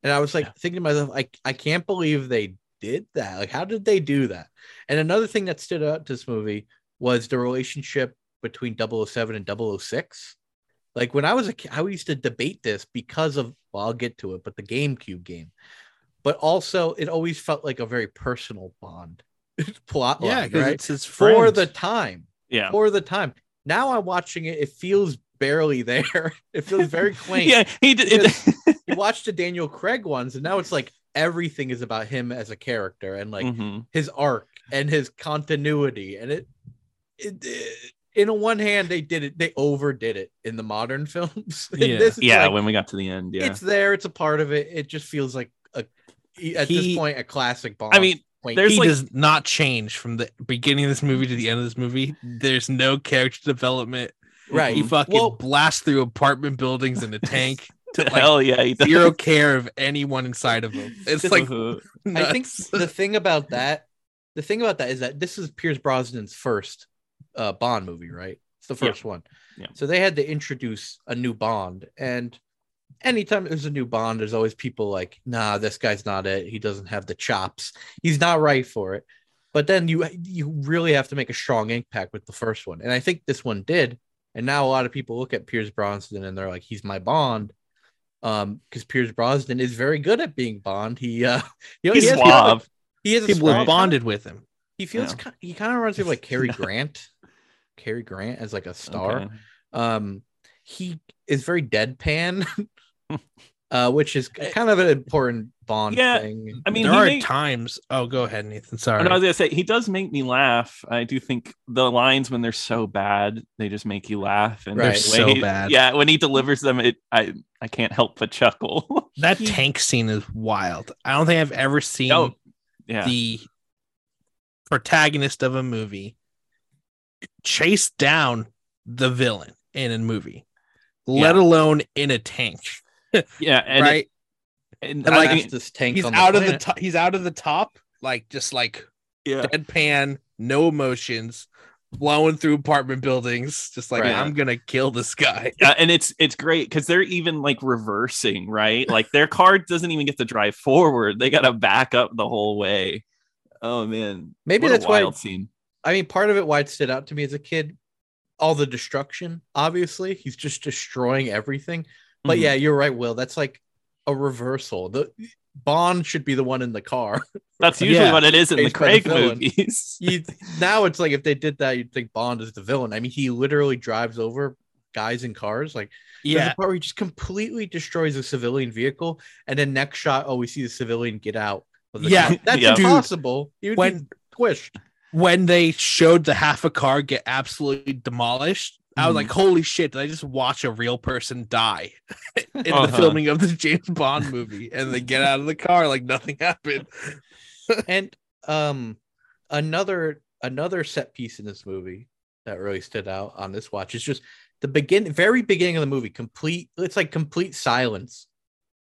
[SPEAKER 3] And I was like thinking to myself, I I can't believe they did that. Like, how did they do that? And another thing that stood out to this movie was the relationship between 007 and 006. Like when I was a kid, I used to debate this because of well, I'll get to it, but the GameCube game. But also it always felt like a very personal bond *laughs* plot
[SPEAKER 1] Yeah,
[SPEAKER 3] line,
[SPEAKER 1] because
[SPEAKER 3] right?
[SPEAKER 1] it's his friend.
[SPEAKER 3] For the time.
[SPEAKER 2] yeah.
[SPEAKER 3] For the time. Now I'm watching it, it feels barely *laughs* there. It
[SPEAKER 1] *laughs*
[SPEAKER 3] feels very
[SPEAKER 2] *laughs*
[SPEAKER 3] quaint.
[SPEAKER 2] Yeah, he did. It, *laughs*
[SPEAKER 3] You watch the Daniel Craig ones, and now it's like everything is about him as a character and like
[SPEAKER 2] Mhm.
[SPEAKER 3] his arc and his continuity and it, it, it- in a one hand they did it they overdid it in the modern *laughs* films And
[SPEAKER 1] Yeah.
[SPEAKER 3] this is
[SPEAKER 2] yeah.
[SPEAKER 3] like,
[SPEAKER 2] when we got to the end, yeah.
[SPEAKER 3] it's there it's a part of it it just feels like a at
[SPEAKER 1] He-
[SPEAKER 3] this point a classic bond
[SPEAKER 2] I mean,
[SPEAKER 3] quaint-
[SPEAKER 2] there's
[SPEAKER 1] he
[SPEAKER 2] like-
[SPEAKER 1] does not change from the beginning of this movie to the end of this movie. There's no character development.
[SPEAKER 3] right
[SPEAKER 1] He fucking
[SPEAKER 3] Mm. Well-
[SPEAKER 1] blasts through apartment buildings in a tank. to like
[SPEAKER 2] Hell yeah, he does. *laughs*
[SPEAKER 1] zero care of anyone inside of him. It's like
[SPEAKER 2] Uh-huh.
[SPEAKER 3] i think
[SPEAKER 1] nuts.
[SPEAKER 3] the thing about that the thing about that is that this is pierce brosnan's first uh bond movie right it's the
[SPEAKER 2] Yeah.
[SPEAKER 3] first one
[SPEAKER 2] Yeah.
[SPEAKER 3] so they had to introduce a new bond and anytime there's a new bond there's always people like nah this guy's not it he doesn't have the chops he's not right for it but then you you really have to make a strong impact with the first one and i think this one did and now a lot of people look at pierce brosnan and they're like he's my bond um because pierce brosnan is very good at being bond he uh *laughs* you know, he
[SPEAKER 2] He's
[SPEAKER 3] has kind of a-
[SPEAKER 2] suave.
[SPEAKER 3] he is a
[SPEAKER 1] people
[SPEAKER 3] suave-
[SPEAKER 1] have bonded with him.
[SPEAKER 3] he feels
[SPEAKER 2] Yeah.
[SPEAKER 3] ki- he kind of reminds me of
[SPEAKER 2] *laughs*
[SPEAKER 3] like Cary Grant, Cary Grant as like a star.
[SPEAKER 2] Okay.
[SPEAKER 3] Um, he is
[SPEAKER 2] *laughs*
[SPEAKER 3] very deadpan, uh, which is kind of an important Bond
[SPEAKER 2] Eh. Yeah,
[SPEAKER 3] thing.
[SPEAKER 2] I mean,
[SPEAKER 1] there
[SPEAKER 2] he
[SPEAKER 1] are
[SPEAKER 2] may-
[SPEAKER 1] times. Oh, go ahead, Nathan. Sorry.
[SPEAKER 2] And I was gonna say he does make me laugh. I do think the lines when they're so bad, they just make you laugh. And
[SPEAKER 3] They're
[SPEAKER 2] when
[SPEAKER 1] so
[SPEAKER 2] he-
[SPEAKER 1] bad.
[SPEAKER 2] Yeah, when he delivers them, it I I can't help but chuckle. *laughs*
[SPEAKER 1] that
[SPEAKER 3] he-
[SPEAKER 1] tank scene is wild. I don't think I've ever seen
[SPEAKER 2] oh, yeah,
[SPEAKER 1] the protagonist of a movie chase down the villain in a movie, let alone in a tank.
[SPEAKER 2] yeah, and
[SPEAKER 1] right?
[SPEAKER 2] and,
[SPEAKER 1] and,
[SPEAKER 2] I
[SPEAKER 1] like,
[SPEAKER 2] think-
[SPEAKER 3] fastest tank
[SPEAKER 1] he's
[SPEAKER 3] on
[SPEAKER 1] out of the
[SPEAKER 3] planet.
[SPEAKER 1] top. He's out of the top, like just like
[SPEAKER 2] yeah,
[SPEAKER 1] deadpan, no emotions, blowing through apartment buildings, just like
[SPEAKER 3] Right.
[SPEAKER 1] I'm gonna kill this guy.
[SPEAKER 2] Yeah, and it's it's great because they're even like reversing, right? Like their car doesn't even get to drive forward; they got to back up the whole way. Oh man,
[SPEAKER 3] Maybe
[SPEAKER 2] What a
[SPEAKER 3] that's why-
[SPEAKER 2] wild scene.
[SPEAKER 3] I mean, part of it why it stood out to me as a kid, all the destruction. Obviously, he's just destroying everything. But
[SPEAKER 2] Mhm.
[SPEAKER 3] yeah, you're right, Will. That's like a reversal. The Bond should be the one in the car. *laughs*
[SPEAKER 2] that's usually
[SPEAKER 1] Yeah.
[SPEAKER 2] what it is in the
[SPEAKER 3] Raised by the
[SPEAKER 2] Craig
[SPEAKER 3] villain.
[SPEAKER 2] movies.
[SPEAKER 3] You now it's like if they did that, you'd think Bond is the villain. I mean, he literally drives over guys in cars. Like there's
[SPEAKER 1] Yeah,
[SPEAKER 3] a part where he just completely destroys a civilian vehicle, and then next shot, oh, we see the civilian get out. of the
[SPEAKER 1] Yeah,
[SPEAKER 3] car. that's
[SPEAKER 2] yeah.
[SPEAKER 1] Dude,
[SPEAKER 3] impossible. Even if
[SPEAKER 1] when-
[SPEAKER 3] he's squished.
[SPEAKER 1] when they showed the half a car get absolutely demolished, I was
[SPEAKER 2] Mhm.
[SPEAKER 1] like, "Holy shit!" Did I just watch a real person die *laughs* in the
[SPEAKER 2] Uh-huh.
[SPEAKER 1] filming of the James Bond movie? And they get out of the car like nothing *laughs* happened.
[SPEAKER 3] and um another another set piece in this movie that really stood out on this watch is just the begin very beginning of the movie complete it's like complete silence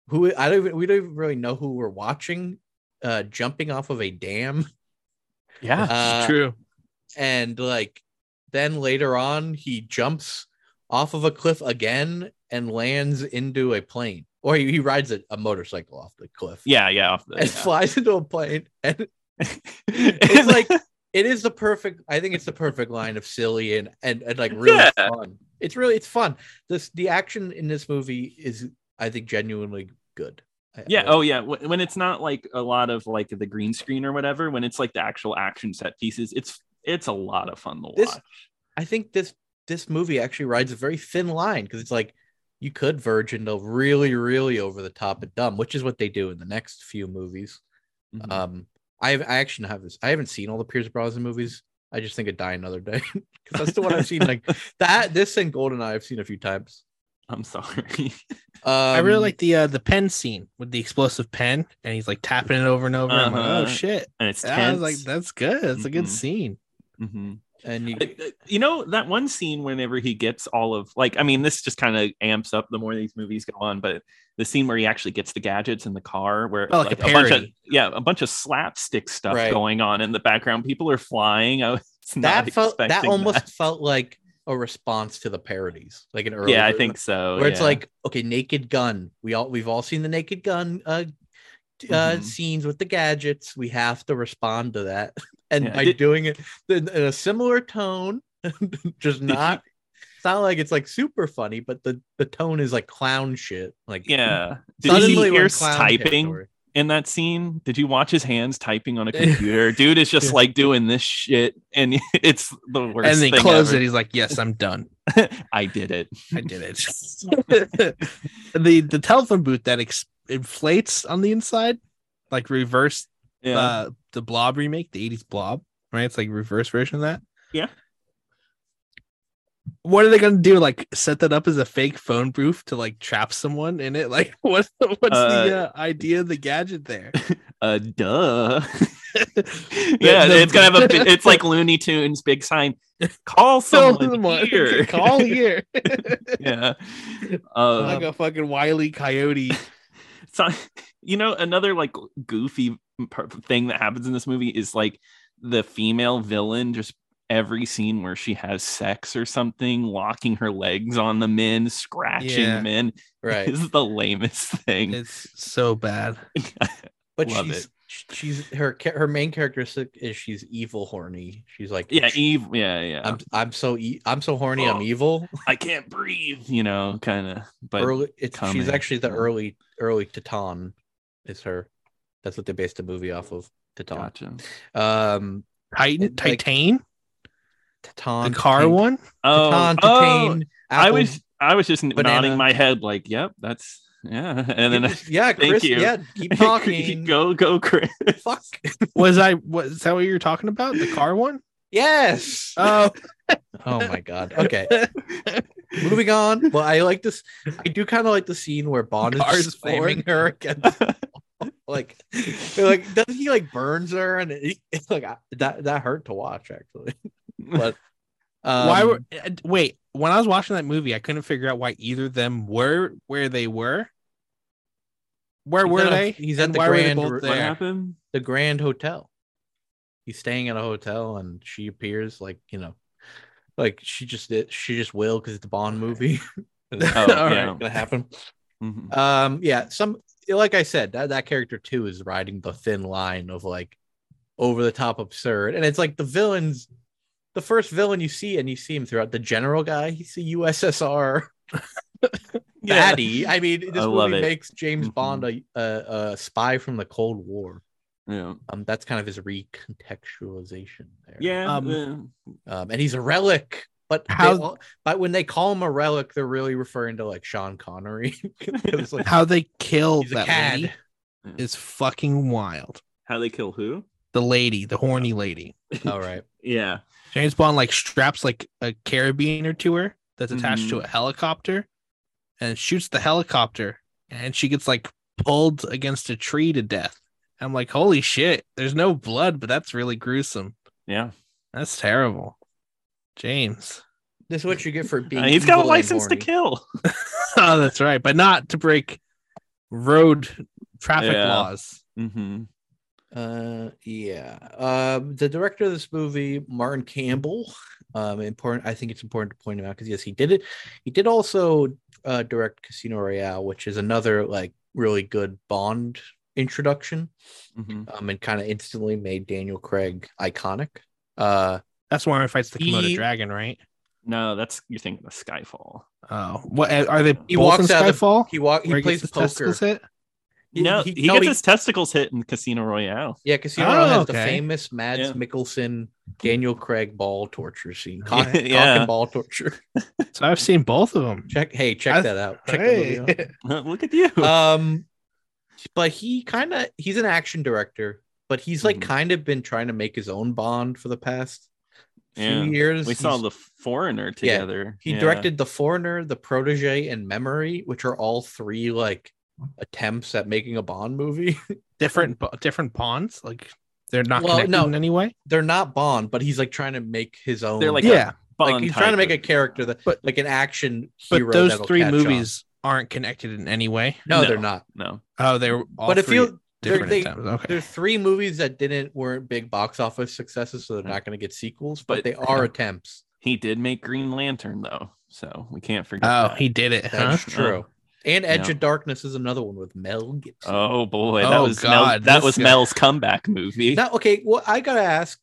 [SPEAKER 3] who i don't even we don't even really know who we're watching uh jumping off of a dam *laughs*
[SPEAKER 2] Yeah,
[SPEAKER 3] Uh,
[SPEAKER 1] True.
[SPEAKER 3] and like then later on he jumps off of a cliff again and lands into a plane or he, he rides a, a motorcycle off the cliff
[SPEAKER 2] yeah, yeah. off the-
[SPEAKER 3] *laughs*
[SPEAKER 2] *laughs*
[SPEAKER 3] and
[SPEAKER 2] yeah.
[SPEAKER 3] flies into a plane and
[SPEAKER 2] it's *laughs*
[SPEAKER 3] it's like it is the perfect i think it's the perfect line of silly and and, and like really
[SPEAKER 2] Yeah.
[SPEAKER 3] fun it's really it's fun this the action in this movie is i think genuinely good I- I
[SPEAKER 2] yeah,
[SPEAKER 3] really-
[SPEAKER 2] oh yeah. Wh- When it's not like a lot of like the green screen or whatever, when it's like the actual action set pieces, it's it's a lot of fun to watch.
[SPEAKER 3] This- i think this this movie actually rides a very thin line because it's like you could verge into really really over the top and dumb which is what they do in the next few movies
[SPEAKER 2] Mhm.
[SPEAKER 3] um i have i actually have this i haven't seen all the pierce brosnan movies i just think of die another day *laughs* because that's the one i've seen like that this and goldeneye i've seen a few times
[SPEAKER 2] I'm sorry. *laughs*
[SPEAKER 3] um,
[SPEAKER 1] I really like the uh, the pen scene with the explosive pen, and he's like tapping it over and over. I'm like,
[SPEAKER 2] Uh-huh.
[SPEAKER 1] "Oh shit!"
[SPEAKER 2] and it's
[SPEAKER 1] And I was like,
[SPEAKER 2] tense.
[SPEAKER 1] "That's good. That's a
[SPEAKER 2] Mhm.
[SPEAKER 1] good scene."
[SPEAKER 2] Mhm.
[SPEAKER 3] and you,
[SPEAKER 2] It- it- you know that one scene whenever he gets all of like i mean this just kind of amps up the more these movies go on but the scene where he actually gets the gadgets in the car where
[SPEAKER 1] Oh, like a
[SPEAKER 2] bunch of
[SPEAKER 1] parody.
[SPEAKER 2] yeah a bunch of slapstick stuff
[SPEAKER 3] Right.
[SPEAKER 2] going on in the background people are flying i was *laughs* not
[SPEAKER 3] that felt that
[SPEAKER 2] expecting
[SPEAKER 3] almost felt like a response to the parodies, like an early.
[SPEAKER 2] yeah i
[SPEAKER 3] version,
[SPEAKER 2] think so
[SPEAKER 3] where it's
[SPEAKER 2] yeah.
[SPEAKER 3] like okay, Naked Gun. We all we've all seen the Naked Gun uh, t- uh
[SPEAKER 2] Mhm.
[SPEAKER 3] scenes with the gadgets. We have to respond to that, *laughs* and
[SPEAKER 2] Yeah.
[SPEAKER 3] by
[SPEAKER 2] Did-
[SPEAKER 3] doing it in, in a similar tone, *laughs* just
[SPEAKER 2] you-
[SPEAKER 3] not. It's not like it's like super funny, but the the tone is like clown shit. Like *laughs*
[SPEAKER 2] yeah did you
[SPEAKER 3] suddenly
[SPEAKER 2] see
[SPEAKER 3] we're in
[SPEAKER 2] pierce
[SPEAKER 3] clown
[SPEAKER 2] typing
[SPEAKER 3] territory.
[SPEAKER 2] in that scene did you watch his hands typing
[SPEAKER 3] *laughs*
[SPEAKER 2] on a computer dude is just
[SPEAKER 1] Yeah.
[SPEAKER 2] like doing this shit and *laughs* it's the worst
[SPEAKER 1] and then
[SPEAKER 2] thing
[SPEAKER 1] he closes it.
[SPEAKER 2] ever.
[SPEAKER 1] He's like, "Yes, I'm done.
[SPEAKER 2] *laughs* i did
[SPEAKER 3] Uh,
[SPEAKER 2] it
[SPEAKER 1] I did
[SPEAKER 2] *laughs*
[SPEAKER 1] it." *laughs* the the telephone booth that ex- inflates on the inside, like reverse
[SPEAKER 2] yeah
[SPEAKER 1] uh, the Blob remake, the '80s Blob, right? It's like reverse version of that.
[SPEAKER 2] Yeah.
[SPEAKER 1] What are they gonna do? Like set that up as a fake phone booth to like trap someone in it? *laughs* Like what's the, what's the uh, idea of the gadget there?
[SPEAKER 2] uh duh yeah
[SPEAKER 1] the-
[SPEAKER 2] it's gonna have a bi- it's like looney tunes big sign call
[SPEAKER 1] Fill *laughs*
[SPEAKER 2] *laughs* someone
[SPEAKER 1] them on-
[SPEAKER 2] here *laughs*
[SPEAKER 1] Call here. *laughs*
[SPEAKER 2] yeah
[SPEAKER 1] like
[SPEAKER 2] uh,
[SPEAKER 1] a fucking wily
[SPEAKER 2] *laughs*
[SPEAKER 1] coyote.
[SPEAKER 2] so, you know another like goofy par- thing that happens in this movie is like the female villain just every scene where she has sex or something locking her legs on the men scratching
[SPEAKER 1] Yeah.
[SPEAKER 2] men
[SPEAKER 3] right.
[SPEAKER 2] is the lamest *laughs* thing
[SPEAKER 1] It's so bad.
[SPEAKER 3] But
[SPEAKER 2] Love
[SPEAKER 3] she's
[SPEAKER 2] it.
[SPEAKER 3] she's her cha- her main characteristic is she's evil horny. She's like
[SPEAKER 2] yeah eve yeah yeah
[SPEAKER 3] I'm I'm so e- I'm so horny.
[SPEAKER 2] Oh.
[SPEAKER 3] I'm evil.
[SPEAKER 2] i can't breathe you know kind of but
[SPEAKER 3] *laughs* early, it's she's
[SPEAKER 2] comedy,
[SPEAKER 3] actually the
[SPEAKER 2] yeah.
[SPEAKER 3] early early Titan, is her. That's what they based the movie off of. Titan.
[SPEAKER 2] gotcha
[SPEAKER 3] Um,
[SPEAKER 1] Titan,
[SPEAKER 3] It's like-
[SPEAKER 1] Titan,
[SPEAKER 3] Titan.
[SPEAKER 1] the car
[SPEAKER 2] *laughs*
[SPEAKER 3] Titan,
[SPEAKER 1] one.
[SPEAKER 2] oh,
[SPEAKER 3] Titan.
[SPEAKER 2] oh,
[SPEAKER 3] Titan.
[SPEAKER 2] I
[SPEAKER 3] Apple.
[SPEAKER 2] was I was just
[SPEAKER 3] banana.
[SPEAKER 2] nodding my head like, yep, that's yeah. *laughs* And then
[SPEAKER 3] yeah,
[SPEAKER 2] thank
[SPEAKER 3] Chris.
[SPEAKER 2] you.
[SPEAKER 3] Yeah,
[SPEAKER 2] *laughs*
[SPEAKER 3] keep talking.
[SPEAKER 2] go go Chris.
[SPEAKER 3] Fuck.
[SPEAKER 1] Was I? Was is that what you were talking about? The car
[SPEAKER 2] *laughs*
[SPEAKER 1] one?
[SPEAKER 3] Yes.
[SPEAKER 1] Oh,
[SPEAKER 3] oh my god. Okay. Moving on. Well, I like this. I do kind of like the scene where Bond is
[SPEAKER 1] Cars
[SPEAKER 3] just slamming her against the wall. like, like does he like burns her and it, it's like I- that that hurt to watch actually. But um,
[SPEAKER 1] why were uh, wait when i was watching that movie i couldn't figure out why either of them were where they were where
[SPEAKER 3] He's
[SPEAKER 1] were
[SPEAKER 3] at a-
[SPEAKER 1] they
[SPEAKER 3] he's
[SPEAKER 1] and
[SPEAKER 3] at the
[SPEAKER 1] why were they
[SPEAKER 3] Grand
[SPEAKER 1] both
[SPEAKER 3] Ru-
[SPEAKER 2] what
[SPEAKER 1] there?
[SPEAKER 3] *laughs*
[SPEAKER 2] happened?
[SPEAKER 3] the Grand Hotel? He's staying at a hotel and she appears like you know Like she just did, she just will because it's a Bond movie. *laughs* oh,
[SPEAKER 2] yeah.
[SPEAKER 3] gonna happen.
[SPEAKER 2] Mhm.
[SPEAKER 3] Um, yeah, some like I said, that, that character too is riding the thin line of like over the top absurd, and it's like the villains. The first villain you see, and you see him throughout the general guy, he's a USSR
[SPEAKER 2] *laughs* Yeah.
[SPEAKER 3] baddie. I mean, this
[SPEAKER 2] I love
[SPEAKER 3] movie
[SPEAKER 2] it.
[SPEAKER 3] makes James
[SPEAKER 2] Mhm.
[SPEAKER 3] Bond a, a, a spy from the Cold War.
[SPEAKER 2] Yeah.
[SPEAKER 3] Um, that's kind of his recontextualization there.
[SPEAKER 2] Yeah.
[SPEAKER 1] Um,
[SPEAKER 2] uh,
[SPEAKER 3] um, and he's a relic. But they
[SPEAKER 1] How-
[SPEAKER 3] all- but when they call him a relic, they're really referring to like Sean Connery. *laughs* 'Cause, like,
[SPEAKER 1] *laughs* How they killed
[SPEAKER 3] he's a
[SPEAKER 1] that
[SPEAKER 3] cad.
[SPEAKER 1] lady is fucking wild.
[SPEAKER 2] How they kill who?
[SPEAKER 1] The lady, the horny lady.
[SPEAKER 3] All right.
[SPEAKER 2] Yeah.
[SPEAKER 1] James Bond like straps like a carabiner to her that's attached to a helicopter and shoots the helicopter and she gets like pulled against a tree to death. I'm like, holy shit, there's no blood, but that's really gruesome.
[SPEAKER 2] Yeah.
[SPEAKER 1] That's terrible. James. *laughs*
[SPEAKER 3] This is what you get for being.
[SPEAKER 2] *laughs* Uh, he's got a
[SPEAKER 3] evil and
[SPEAKER 2] license to
[SPEAKER 3] horny. *laughs*
[SPEAKER 2] kill.
[SPEAKER 1] oh, that's right. But not to break road traffic
[SPEAKER 2] Yeah.
[SPEAKER 1] laws.
[SPEAKER 2] Mm-hmm.
[SPEAKER 3] Uh, yeah. Um, the director of this movie, Martin Campbell. Um, important. I think it's important to point him out because yes, he did it. He did also uh, direct Casino Royale, which is another like really good Bond introduction.
[SPEAKER 2] hmm
[SPEAKER 3] Um, and kind of instantly made Daniel Craig iconic. Uh,
[SPEAKER 1] That's why he fights the Komodo
[SPEAKER 3] He-
[SPEAKER 1] dragon, right?
[SPEAKER 2] No, that's you're thinking of Skyfall.
[SPEAKER 1] Oh, what are they?
[SPEAKER 2] He
[SPEAKER 1] both
[SPEAKER 3] walks
[SPEAKER 1] in
[SPEAKER 3] out of the-
[SPEAKER 1] Skyfall.
[SPEAKER 3] he walk. He
[SPEAKER 1] Where gets
[SPEAKER 3] plays
[SPEAKER 1] his
[SPEAKER 3] poker.
[SPEAKER 1] testicles hit?
[SPEAKER 2] No, he,
[SPEAKER 3] no,
[SPEAKER 2] gets his testicles hit in Casino Royale. *laughs*
[SPEAKER 3] Yeah, Casino
[SPEAKER 1] Oh,
[SPEAKER 3] Royale has the
[SPEAKER 1] okay.
[SPEAKER 3] famous Mads
[SPEAKER 2] Yeah.
[SPEAKER 3] Mikkelsen, Daniel Craig ball torture scene. Cock,
[SPEAKER 2] *laughs*
[SPEAKER 3] cock
[SPEAKER 2] Yeah.
[SPEAKER 3] and ball torture.
[SPEAKER 1] So I've seen both of them.
[SPEAKER 3] Check. Hey, check
[SPEAKER 1] I-
[SPEAKER 3] that out. Check
[SPEAKER 1] Hey.
[SPEAKER 3] the movie
[SPEAKER 2] Look at you.
[SPEAKER 3] out. Um, but he kind of he's an action director, but he's like
[SPEAKER 2] Mhm.
[SPEAKER 3] kind of been trying to make his own Bond for the past
[SPEAKER 2] Yeah.
[SPEAKER 3] few years.
[SPEAKER 2] we saw
[SPEAKER 3] He's-
[SPEAKER 2] the Foreigner together.
[SPEAKER 3] He
[SPEAKER 2] Yeah.
[SPEAKER 3] directed The Foreigner, The Protege, and Memory, which are all three like attempts at making a Bond movie.
[SPEAKER 1] *laughs*
[SPEAKER 3] *laughs*
[SPEAKER 1] Different, bo- different bonds. Like they're not
[SPEAKER 3] Well,
[SPEAKER 1] connected
[SPEAKER 3] no.
[SPEAKER 1] in any way.
[SPEAKER 3] They're not Bond, but he's like trying to make his own.
[SPEAKER 2] They're like
[SPEAKER 1] yeah,
[SPEAKER 2] Bond
[SPEAKER 3] like he's trying to
[SPEAKER 2] type
[SPEAKER 3] make a
[SPEAKER 2] of-
[SPEAKER 3] character that
[SPEAKER 1] But-
[SPEAKER 3] like an action hero.
[SPEAKER 1] but those
[SPEAKER 3] that'll
[SPEAKER 1] three
[SPEAKER 3] catch on.
[SPEAKER 1] movies aren't connected in any way.
[SPEAKER 3] No,
[SPEAKER 2] No.
[SPEAKER 3] they're not.
[SPEAKER 2] No.
[SPEAKER 1] Oh, they were all
[SPEAKER 3] but if
[SPEAKER 1] three
[SPEAKER 3] you they're-
[SPEAKER 1] different
[SPEAKER 3] they-
[SPEAKER 1] attempts. Okay,
[SPEAKER 3] there's three movies that didn't weren't big box office successes, so they're not going to get sequels, but,
[SPEAKER 2] But-
[SPEAKER 3] they are
[SPEAKER 1] yeah.
[SPEAKER 3] attempts.
[SPEAKER 2] He did make Green Lantern though, so we can't forget.
[SPEAKER 1] oh,
[SPEAKER 2] that.
[SPEAKER 1] he did it, huh?
[SPEAKER 3] That's true. And Edge
[SPEAKER 2] Yeah.
[SPEAKER 3] of Darkness is another one with Mel Gibson.
[SPEAKER 2] Oh boy, that
[SPEAKER 1] Oh,
[SPEAKER 2] was
[SPEAKER 1] God,
[SPEAKER 2] Mel, that
[SPEAKER 1] this
[SPEAKER 2] was
[SPEAKER 1] guy.
[SPEAKER 2] Mel's comeback movie.
[SPEAKER 3] Now, okay, well, I gotta ask.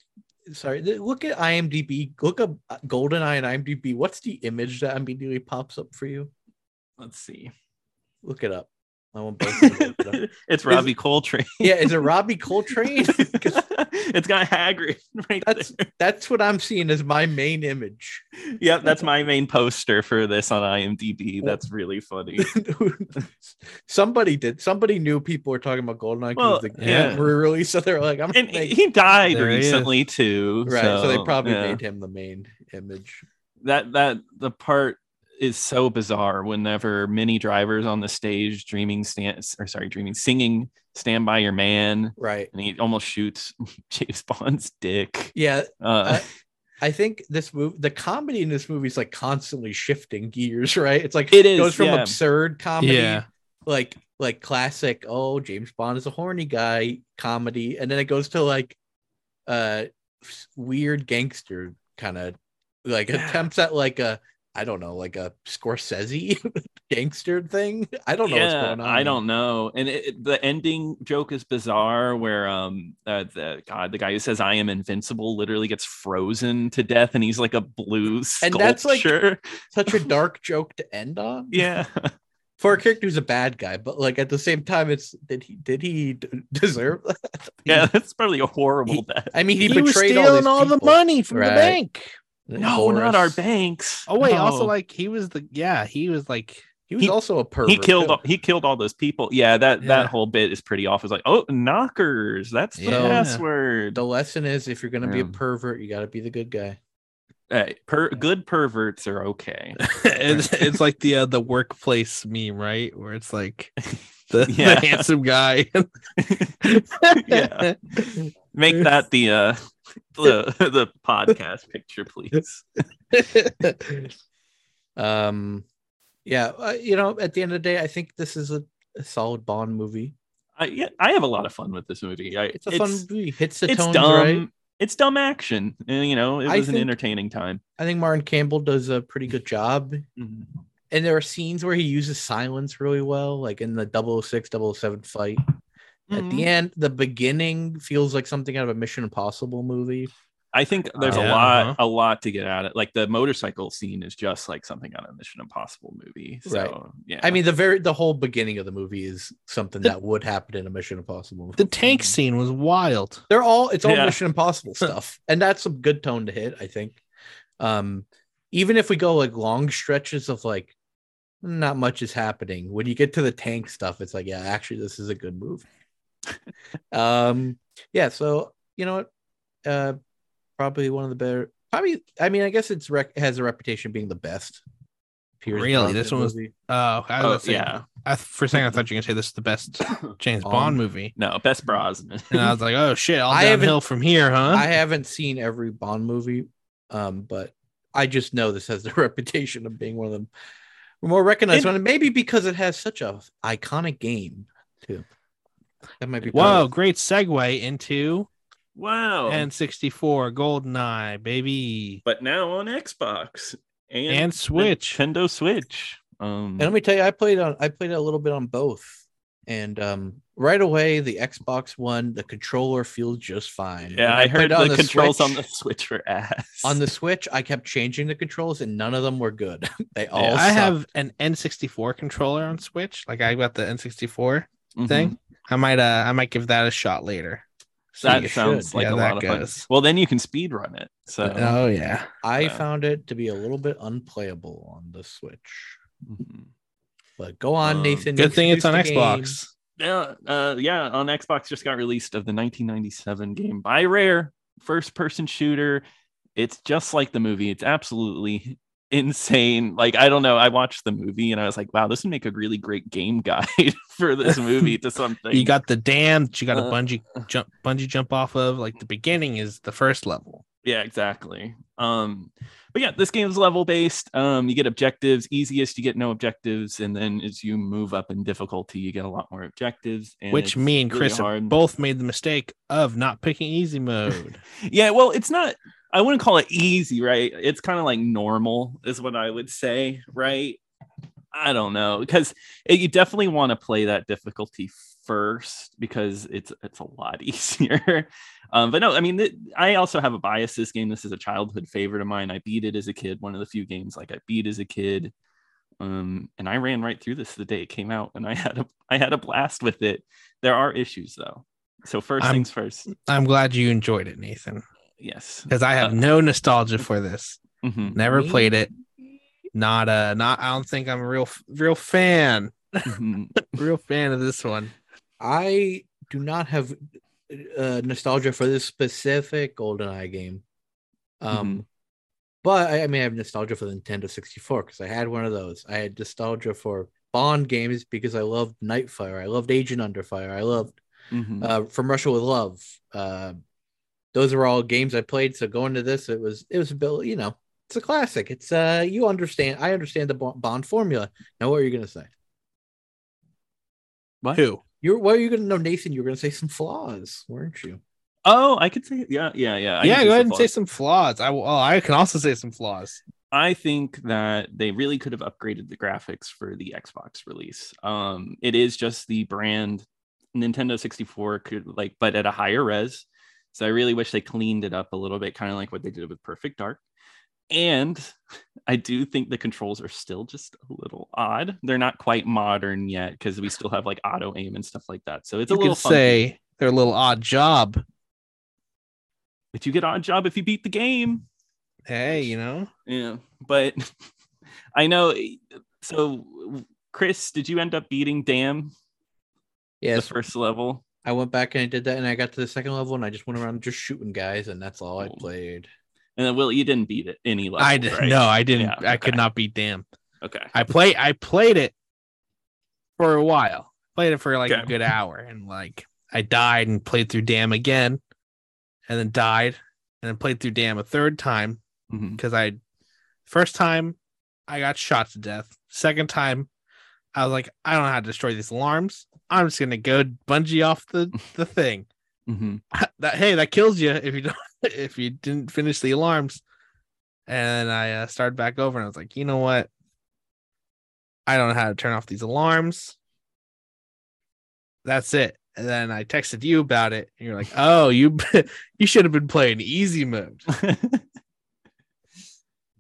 [SPEAKER 3] Sorry, th- look at IMDb. Look up uh, GoldenEye and IMDb. What's the image that immediately pops up for you?
[SPEAKER 2] *laughs*
[SPEAKER 1] *laughs*
[SPEAKER 2] Let's see.
[SPEAKER 3] Look it up. I want both. of you to
[SPEAKER 2] *laughs*
[SPEAKER 3] look it up.
[SPEAKER 2] it's Robbie Coltrane.
[SPEAKER 1] *laughs*
[SPEAKER 3] yeah, is it
[SPEAKER 2] *laughs*
[SPEAKER 3] Robbie Coltrane? *laughs* 'Cause
[SPEAKER 2] it's got Hagrid *laughs* right
[SPEAKER 3] That's-
[SPEAKER 2] there.
[SPEAKER 3] That's what I'm seeing as my main image.
[SPEAKER 2] Yep, that's my main poster for this on IMDb. That's
[SPEAKER 1] *laughs*
[SPEAKER 2] really funny.
[SPEAKER 3] *laughs* somebody did. Somebody knew people were talking about GoldenEye
[SPEAKER 2] Well,
[SPEAKER 3] because the
[SPEAKER 1] yeah.
[SPEAKER 3] game re-release, *laughs* so they're like, "I'm
[SPEAKER 2] And
[SPEAKER 3] gonna make-
[SPEAKER 2] he died
[SPEAKER 1] There he is.
[SPEAKER 2] recently too.
[SPEAKER 3] right." So, they probably
[SPEAKER 2] yeah.
[SPEAKER 3] made him the main image.
[SPEAKER 2] that that the part is so bizarre whenever many drivers on the stage dreaming stand or sorry dreaming singing stand by your man
[SPEAKER 3] Right.
[SPEAKER 2] and he almost shoots *laughs* james bond's dick
[SPEAKER 3] Yeah,
[SPEAKER 2] uh,
[SPEAKER 3] I think this movie, the comedy in this movie is like constantly shifting gears, *laughs* right? It's like
[SPEAKER 2] It is,
[SPEAKER 3] goes from
[SPEAKER 2] yeah.
[SPEAKER 3] absurd comedy,
[SPEAKER 1] Yeah.
[SPEAKER 3] like like classic, oh James Bond is a horny guy comedy, and then it goes to like uh s- weird gangster kind of like attempts at like a I don't know like a Scorsese *laughs* gangster thing. I don't know what's
[SPEAKER 2] yeah,
[SPEAKER 3] going on.
[SPEAKER 2] i don't know and it, it- the ending joke is bizarre where um uh, the god the guy who says i am invincible literally gets frozen to death and he's like a blue
[SPEAKER 3] And
[SPEAKER 2] sculpture
[SPEAKER 3] that's, like-
[SPEAKER 2] *laughs*
[SPEAKER 3] Such a dark joke to end on. *laughs*
[SPEAKER 2] yeah
[SPEAKER 3] for a character who's a bad guy, but like at the same time, it's did he did he d- *laughs* deserve that?
[SPEAKER 2] yeah that's probably a horrible
[SPEAKER 3] He-
[SPEAKER 2] death
[SPEAKER 3] I mean, he,
[SPEAKER 1] He, was
[SPEAKER 3] betrayed
[SPEAKER 1] stealing all,
[SPEAKER 3] all,
[SPEAKER 1] the money from
[SPEAKER 3] Right.
[SPEAKER 1] the bank.
[SPEAKER 2] no not our banks
[SPEAKER 1] Oh wait,
[SPEAKER 2] No.
[SPEAKER 1] also like he was the yeah, he was *laughs* like
[SPEAKER 3] He was
[SPEAKER 2] He-
[SPEAKER 3] also a pervert.
[SPEAKER 2] he killed
[SPEAKER 3] too.
[SPEAKER 2] all, he killed all those people yeah that
[SPEAKER 1] Yeah.
[SPEAKER 2] that whole bit is pretty off it's like oh knockers that's the
[SPEAKER 1] Yeah.
[SPEAKER 2] password
[SPEAKER 3] The lesson is, if you're gonna be a
[SPEAKER 2] Yeah.
[SPEAKER 3] pervert, you got to be the
[SPEAKER 2] *laughs*
[SPEAKER 3] good guy.
[SPEAKER 2] Hey, per, good perverts are okay
[SPEAKER 1] it's, it's like the uh, the workplace meme, right? Where it's *laughs* like the,
[SPEAKER 2] Yeah.
[SPEAKER 1] the handsome
[SPEAKER 2] *laughs*
[SPEAKER 1] guy.
[SPEAKER 2] Yeah.
[SPEAKER 3] Mm.
[SPEAKER 2] make that the
[SPEAKER 3] *laughs*
[SPEAKER 2] uh the, the podcast picture please
[SPEAKER 3] um, yeah, uh, you know, at the end of the day, I think this is a, a solid Bond movie.
[SPEAKER 2] i yeah, i have a lot of fun with this movie I,
[SPEAKER 3] It's a fun movie. Hits the
[SPEAKER 2] it's
[SPEAKER 3] tones
[SPEAKER 2] dumb
[SPEAKER 3] right.
[SPEAKER 2] it's dumb action, and you know it
[SPEAKER 3] I
[SPEAKER 2] was an
[SPEAKER 3] think-
[SPEAKER 2] entertaining time.
[SPEAKER 3] I think Martin Campbell does a pretty good job. And there are scenes where he uses silence really well, like in the 006, 007 fight. At
[SPEAKER 2] Mm-hmm.
[SPEAKER 3] the end, the beginning feels like something out of a Mission Impossible movie.
[SPEAKER 2] I think there's a
[SPEAKER 1] Yeah,
[SPEAKER 2] lot,
[SPEAKER 1] uh-huh.
[SPEAKER 2] a lot to get out of. Like the motorcycle scene is just like something out of Mission Impossible movie. So
[SPEAKER 3] Right.
[SPEAKER 2] yeah,
[SPEAKER 3] I mean, the very the whole beginning of the movie is something
[SPEAKER 1] The-
[SPEAKER 3] that would happen in a Mission Impossible.
[SPEAKER 1] The tank
[SPEAKER 2] Mhm.
[SPEAKER 1] scene was wild.
[SPEAKER 3] They're all it's all
[SPEAKER 2] Yeah.
[SPEAKER 1] *laughs*
[SPEAKER 3] Mission Impossible stuff, and that's a good tone to hit, I think. Um, even if we go like long stretches of like not much is happening, when you get to the tank stuff, it's like yeah, actually this is a
[SPEAKER 1] *laughs*
[SPEAKER 3] good movie. um, yeah, so you know what, uh, probably one of the better. Probably, I mean, I guess it's rec- has a reputation being the best. Pierce
[SPEAKER 1] Really?
[SPEAKER 3] Brosnan
[SPEAKER 1] This one was-
[SPEAKER 3] movie.
[SPEAKER 1] Oh, I
[SPEAKER 2] Oh,
[SPEAKER 1] was saying,
[SPEAKER 2] yeah,
[SPEAKER 1] I, for a second I thought you were gonna say this is the
[SPEAKER 2] *coughs*
[SPEAKER 1] best James
[SPEAKER 3] Um,
[SPEAKER 1] Bond movie,
[SPEAKER 2] no, best *laughs* Brosnan.
[SPEAKER 1] and I was like, oh shit, all
[SPEAKER 3] I haven't-
[SPEAKER 1] downhill from here, huh?
[SPEAKER 3] I haven't seen every Bond movie, um, but I just know this has the *laughs* reputation of being one of them more recognized
[SPEAKER 2] And-
[SPEAKER 3] one, and maybe because it has such a iconic game too. That might be part
[SPEAKER 1] Whoa,
[SPEAKER 3] of it.
[SPEAKER 1] great segue into
[SPEAKER 2] wow.
[SPEAKER 1] N64, GoldenEye, baby,
[SPEAKER 2] but now on Xbox and,
[SPEAKER 1] and Switch.
[SPEAKER 2] Nintendo Switch. Um,
[SPEAKER 3] And let me tell you, I played on I played a little bit on both, and um, right away the Xbox One, the controller feels just fine. And
[SPEAKER 2] yeah, I,
[SPEAKER 3] played
[SPEAKER 2] heard
[SPEAKER 3] it
[SPEAKER 2] the, controls on
[SPEAKER 3] Switch.
[SPEAKER 2] the Switch were *laughs* ass.
[SPEAKER 3] on the Switch. I kept changing the controls, and none of them were good. *laughs* they all.
[SPEAKER 1] I
[SPEAKER 3] sucked.
[SPEAKER 1] have an N64 controller on Switch. Like I got the N64
[SPEAKER 2] Mhm.
[SPEAKER 1] thing. I might uh I might give that a shot later.
[SPEAKER 3] So
[SPEAKER 2] That
[SPEAKER 3] you
[SPEAKER 2] sounds
[SPEAKER 3] should.
[SPEAKER 2] like
[SPEAKER 1] Yeah,
[SPEAKER 2] a
[SPEAKER 1] that
[SPEAKER 2] lot of fun.
[SPEAKER 1] goes.
[SPEAKER 2] Well, then you can speed run it. So
[SPEAKER 1] oh yeah.
[SPEAKER 3] I
[SPEAKER 2] uh,
[SPEAKER 3] found it to be a little bit unplayable on the Switch.
[SPEAKER 2] mhm.
[SPEAKER 3] But go on,
[SPEAKER 2] Um,
[SPEAKER 3] Nathan.
[SPEAKER 1] Good thing it's on
[SPEAKER 3] Introduce the game.
[SPEAKER 1] Xbox.
[SPEAKER 2] yeah, uh, yeah, on Xbox just got released of the 1997 game by Rare, first person shooter. It's just like the movie. It's absolutely *laughs* insane. Like I don't know. I watched the movie and I was like, wow, this would make a really great game *laughs* guide for this movie to
[SPEAKER 1] *laughs*
[SPEAKER 2] something.
[SPEAKER 1] You got the dam that you got to
[SPEAKER 2] Uh,
[SPEAKER 1] bungee jump bungee jump off of. Like the beginning is the first level.
[SPEAKER 2] Yeah, exactly. Um, but yeah, this game's level based. Um, you get objectives. Easiest, you get no objectives, and then as you move up in difficulty, you get a lot more objectives. And
[SPEAKER 1] which
[SPEAKER 2] it's
[SPEAKER 1] me and
[SPEAKER 2] really
[SPEAKER 1] Chris
[SPEAKER 2] hard.
[SPEAKER 1] both made the mistake of not picking easy
[SPEAKER 2] *laughs*
[SPEAKER 1] mode.
[SPEAKER 2] Yeah, well, it's not. I wouldn't call it easy, right? It's kind of like normal, is what I would say, right? I don't know because you definitely want to play that difficulty first because it's it's a lot *laughs* easier. Um, but no, I mean, th- I also have a bias this game. This is a childhood favorite of mine. I beat it as a kid. One of the few games like I beat as a kid. Um, and I ran right through this the day it came out, and I had a I had a blast with it. There are issues though. So 1st
[SPEAKER 1] I'm-
[SPEAKER 2] things first.
[SPEAKER 1] I'm glad you enjoyed it, Nathan,
[SPEAKER 2] Yes.
[SPEAKER 1] because I have no nostalgia for this.
[SPEAKER 2] Mhm.
[SPEAKER 1] Never
[SPEAKER 3] Me?
[SPEAKER 1] played it. Not uh not I don't think I'm a real real fan. Mm-hmm.
[SPEAKER 2] Mhm.
[SPEAKER 1] Real fan of this one.
[SPEAKER 3] I do not have uh, nostalgia for this specific GoldenEye game. Um, but I, I mean, I have nostalgia for the Nintendo 64 because I had one of those. I had nostalgia for Bond games because I loved Nightfire. I loved Agent Under Fire. I loved
[SPEAKER 1] Mm-hmm.
[SPEAKER 2] *laughs* Mhm.
[SPEAKER 3] uh, from Russia with Love. Uh, those are all games I played. So going to this, it was it was a bill. You know, it's a classic. It's uh, you understand. I understand the Bo- Bond formula. Now, what are you gonna say?
[SPEAKER 2] What?
[SPEAKER 1] Who?
[SPEAKER 3] You're what are you gonna know, Nathan? You're gonna say some flaws, weren't you?
[SPEAKER 2] Oh, I could say yeah, yeah, yeah. I
[SPEAKER 1] yeah, go
[SPEAKER 2] could do
[SPEAKER 1] ahead and
[SPEAKER 2] some
[SPEAKER 1] say
[SPEAKER 2] flaws.
[SPEAKER 1] some flaws. I will. oh, I can also say some flaws.
[SPEAKER 2] I think that they really could have upgraded the graphics for the Xbox release. Um, it is just the brand Nintendo 64 could like, but at a higher res. So I really wish they cleaned it up a little bit, kind of like what they did with Perfect Dark. And *laughs* I do think the controls are still just a little odd. They're not quite modern yet because we still have like auto aim and stuff like that. So it's
[SPEAKER 1] you
[SPEAKER 2] a little
[SPEAKER 1] could
[SPEAKER 2] funky.
[SPEAKER 1] say they're a little odd job.
[SPEAKER 2] but you get odd job if you beat the game.
[SPEAKER 1] Hey, you know,
[SPEAKER 2] Yeah, but *laughs* I know. So, Chris, did you end up beating Dam
[SPEAKER 3] Yes,
[SPEAKER 2] the first level?
[SPEAKER 3] I went back and I did that, and I got to the second level, and I just went around just shooting guys, and that's all I
[SPEAKER 2] Cool.
[SPEAKER 3] played.
[SPEAKER 2] And then Will, you didn't beat it any level.
[SPEAKER 1] I did
[SPEAKER 2] right?
[SPEAKER 1] no, I didn't.
[SPEAKER 2] Yeah,
[SPEAKER 1] I could
[SPEAKER 2] okay.
[SPEAKER 1] not be damn.
[SPEAKER 2] Okay.
[SPEAKER 1] I play. I played it for a while. Played it for like a
[SPEAKER 2] Okay.
[SPEAKER 1] good hour, and like I died and played through Dam again, and then died, and then played through Dam a third time
[SPEAKER 2] Mhm.
[SPEAKER 1] because I first time I got shot to death. Second time I was like, I don't know how to destroy these alarms. I'm just gonna go bungee off the the thing. *laughs*
[SPEAKER 2] Mhm.
[SPEAKER 1] that hey, that kills you if you don't *laughs* if you didn't finish the alarms. And I uh, started back over and I was like, you know what? I don't know how to turn off these alarms. That's it. And then I texted you about it, and you're like, "Oh, you *laughs* you should have been playing easy mode."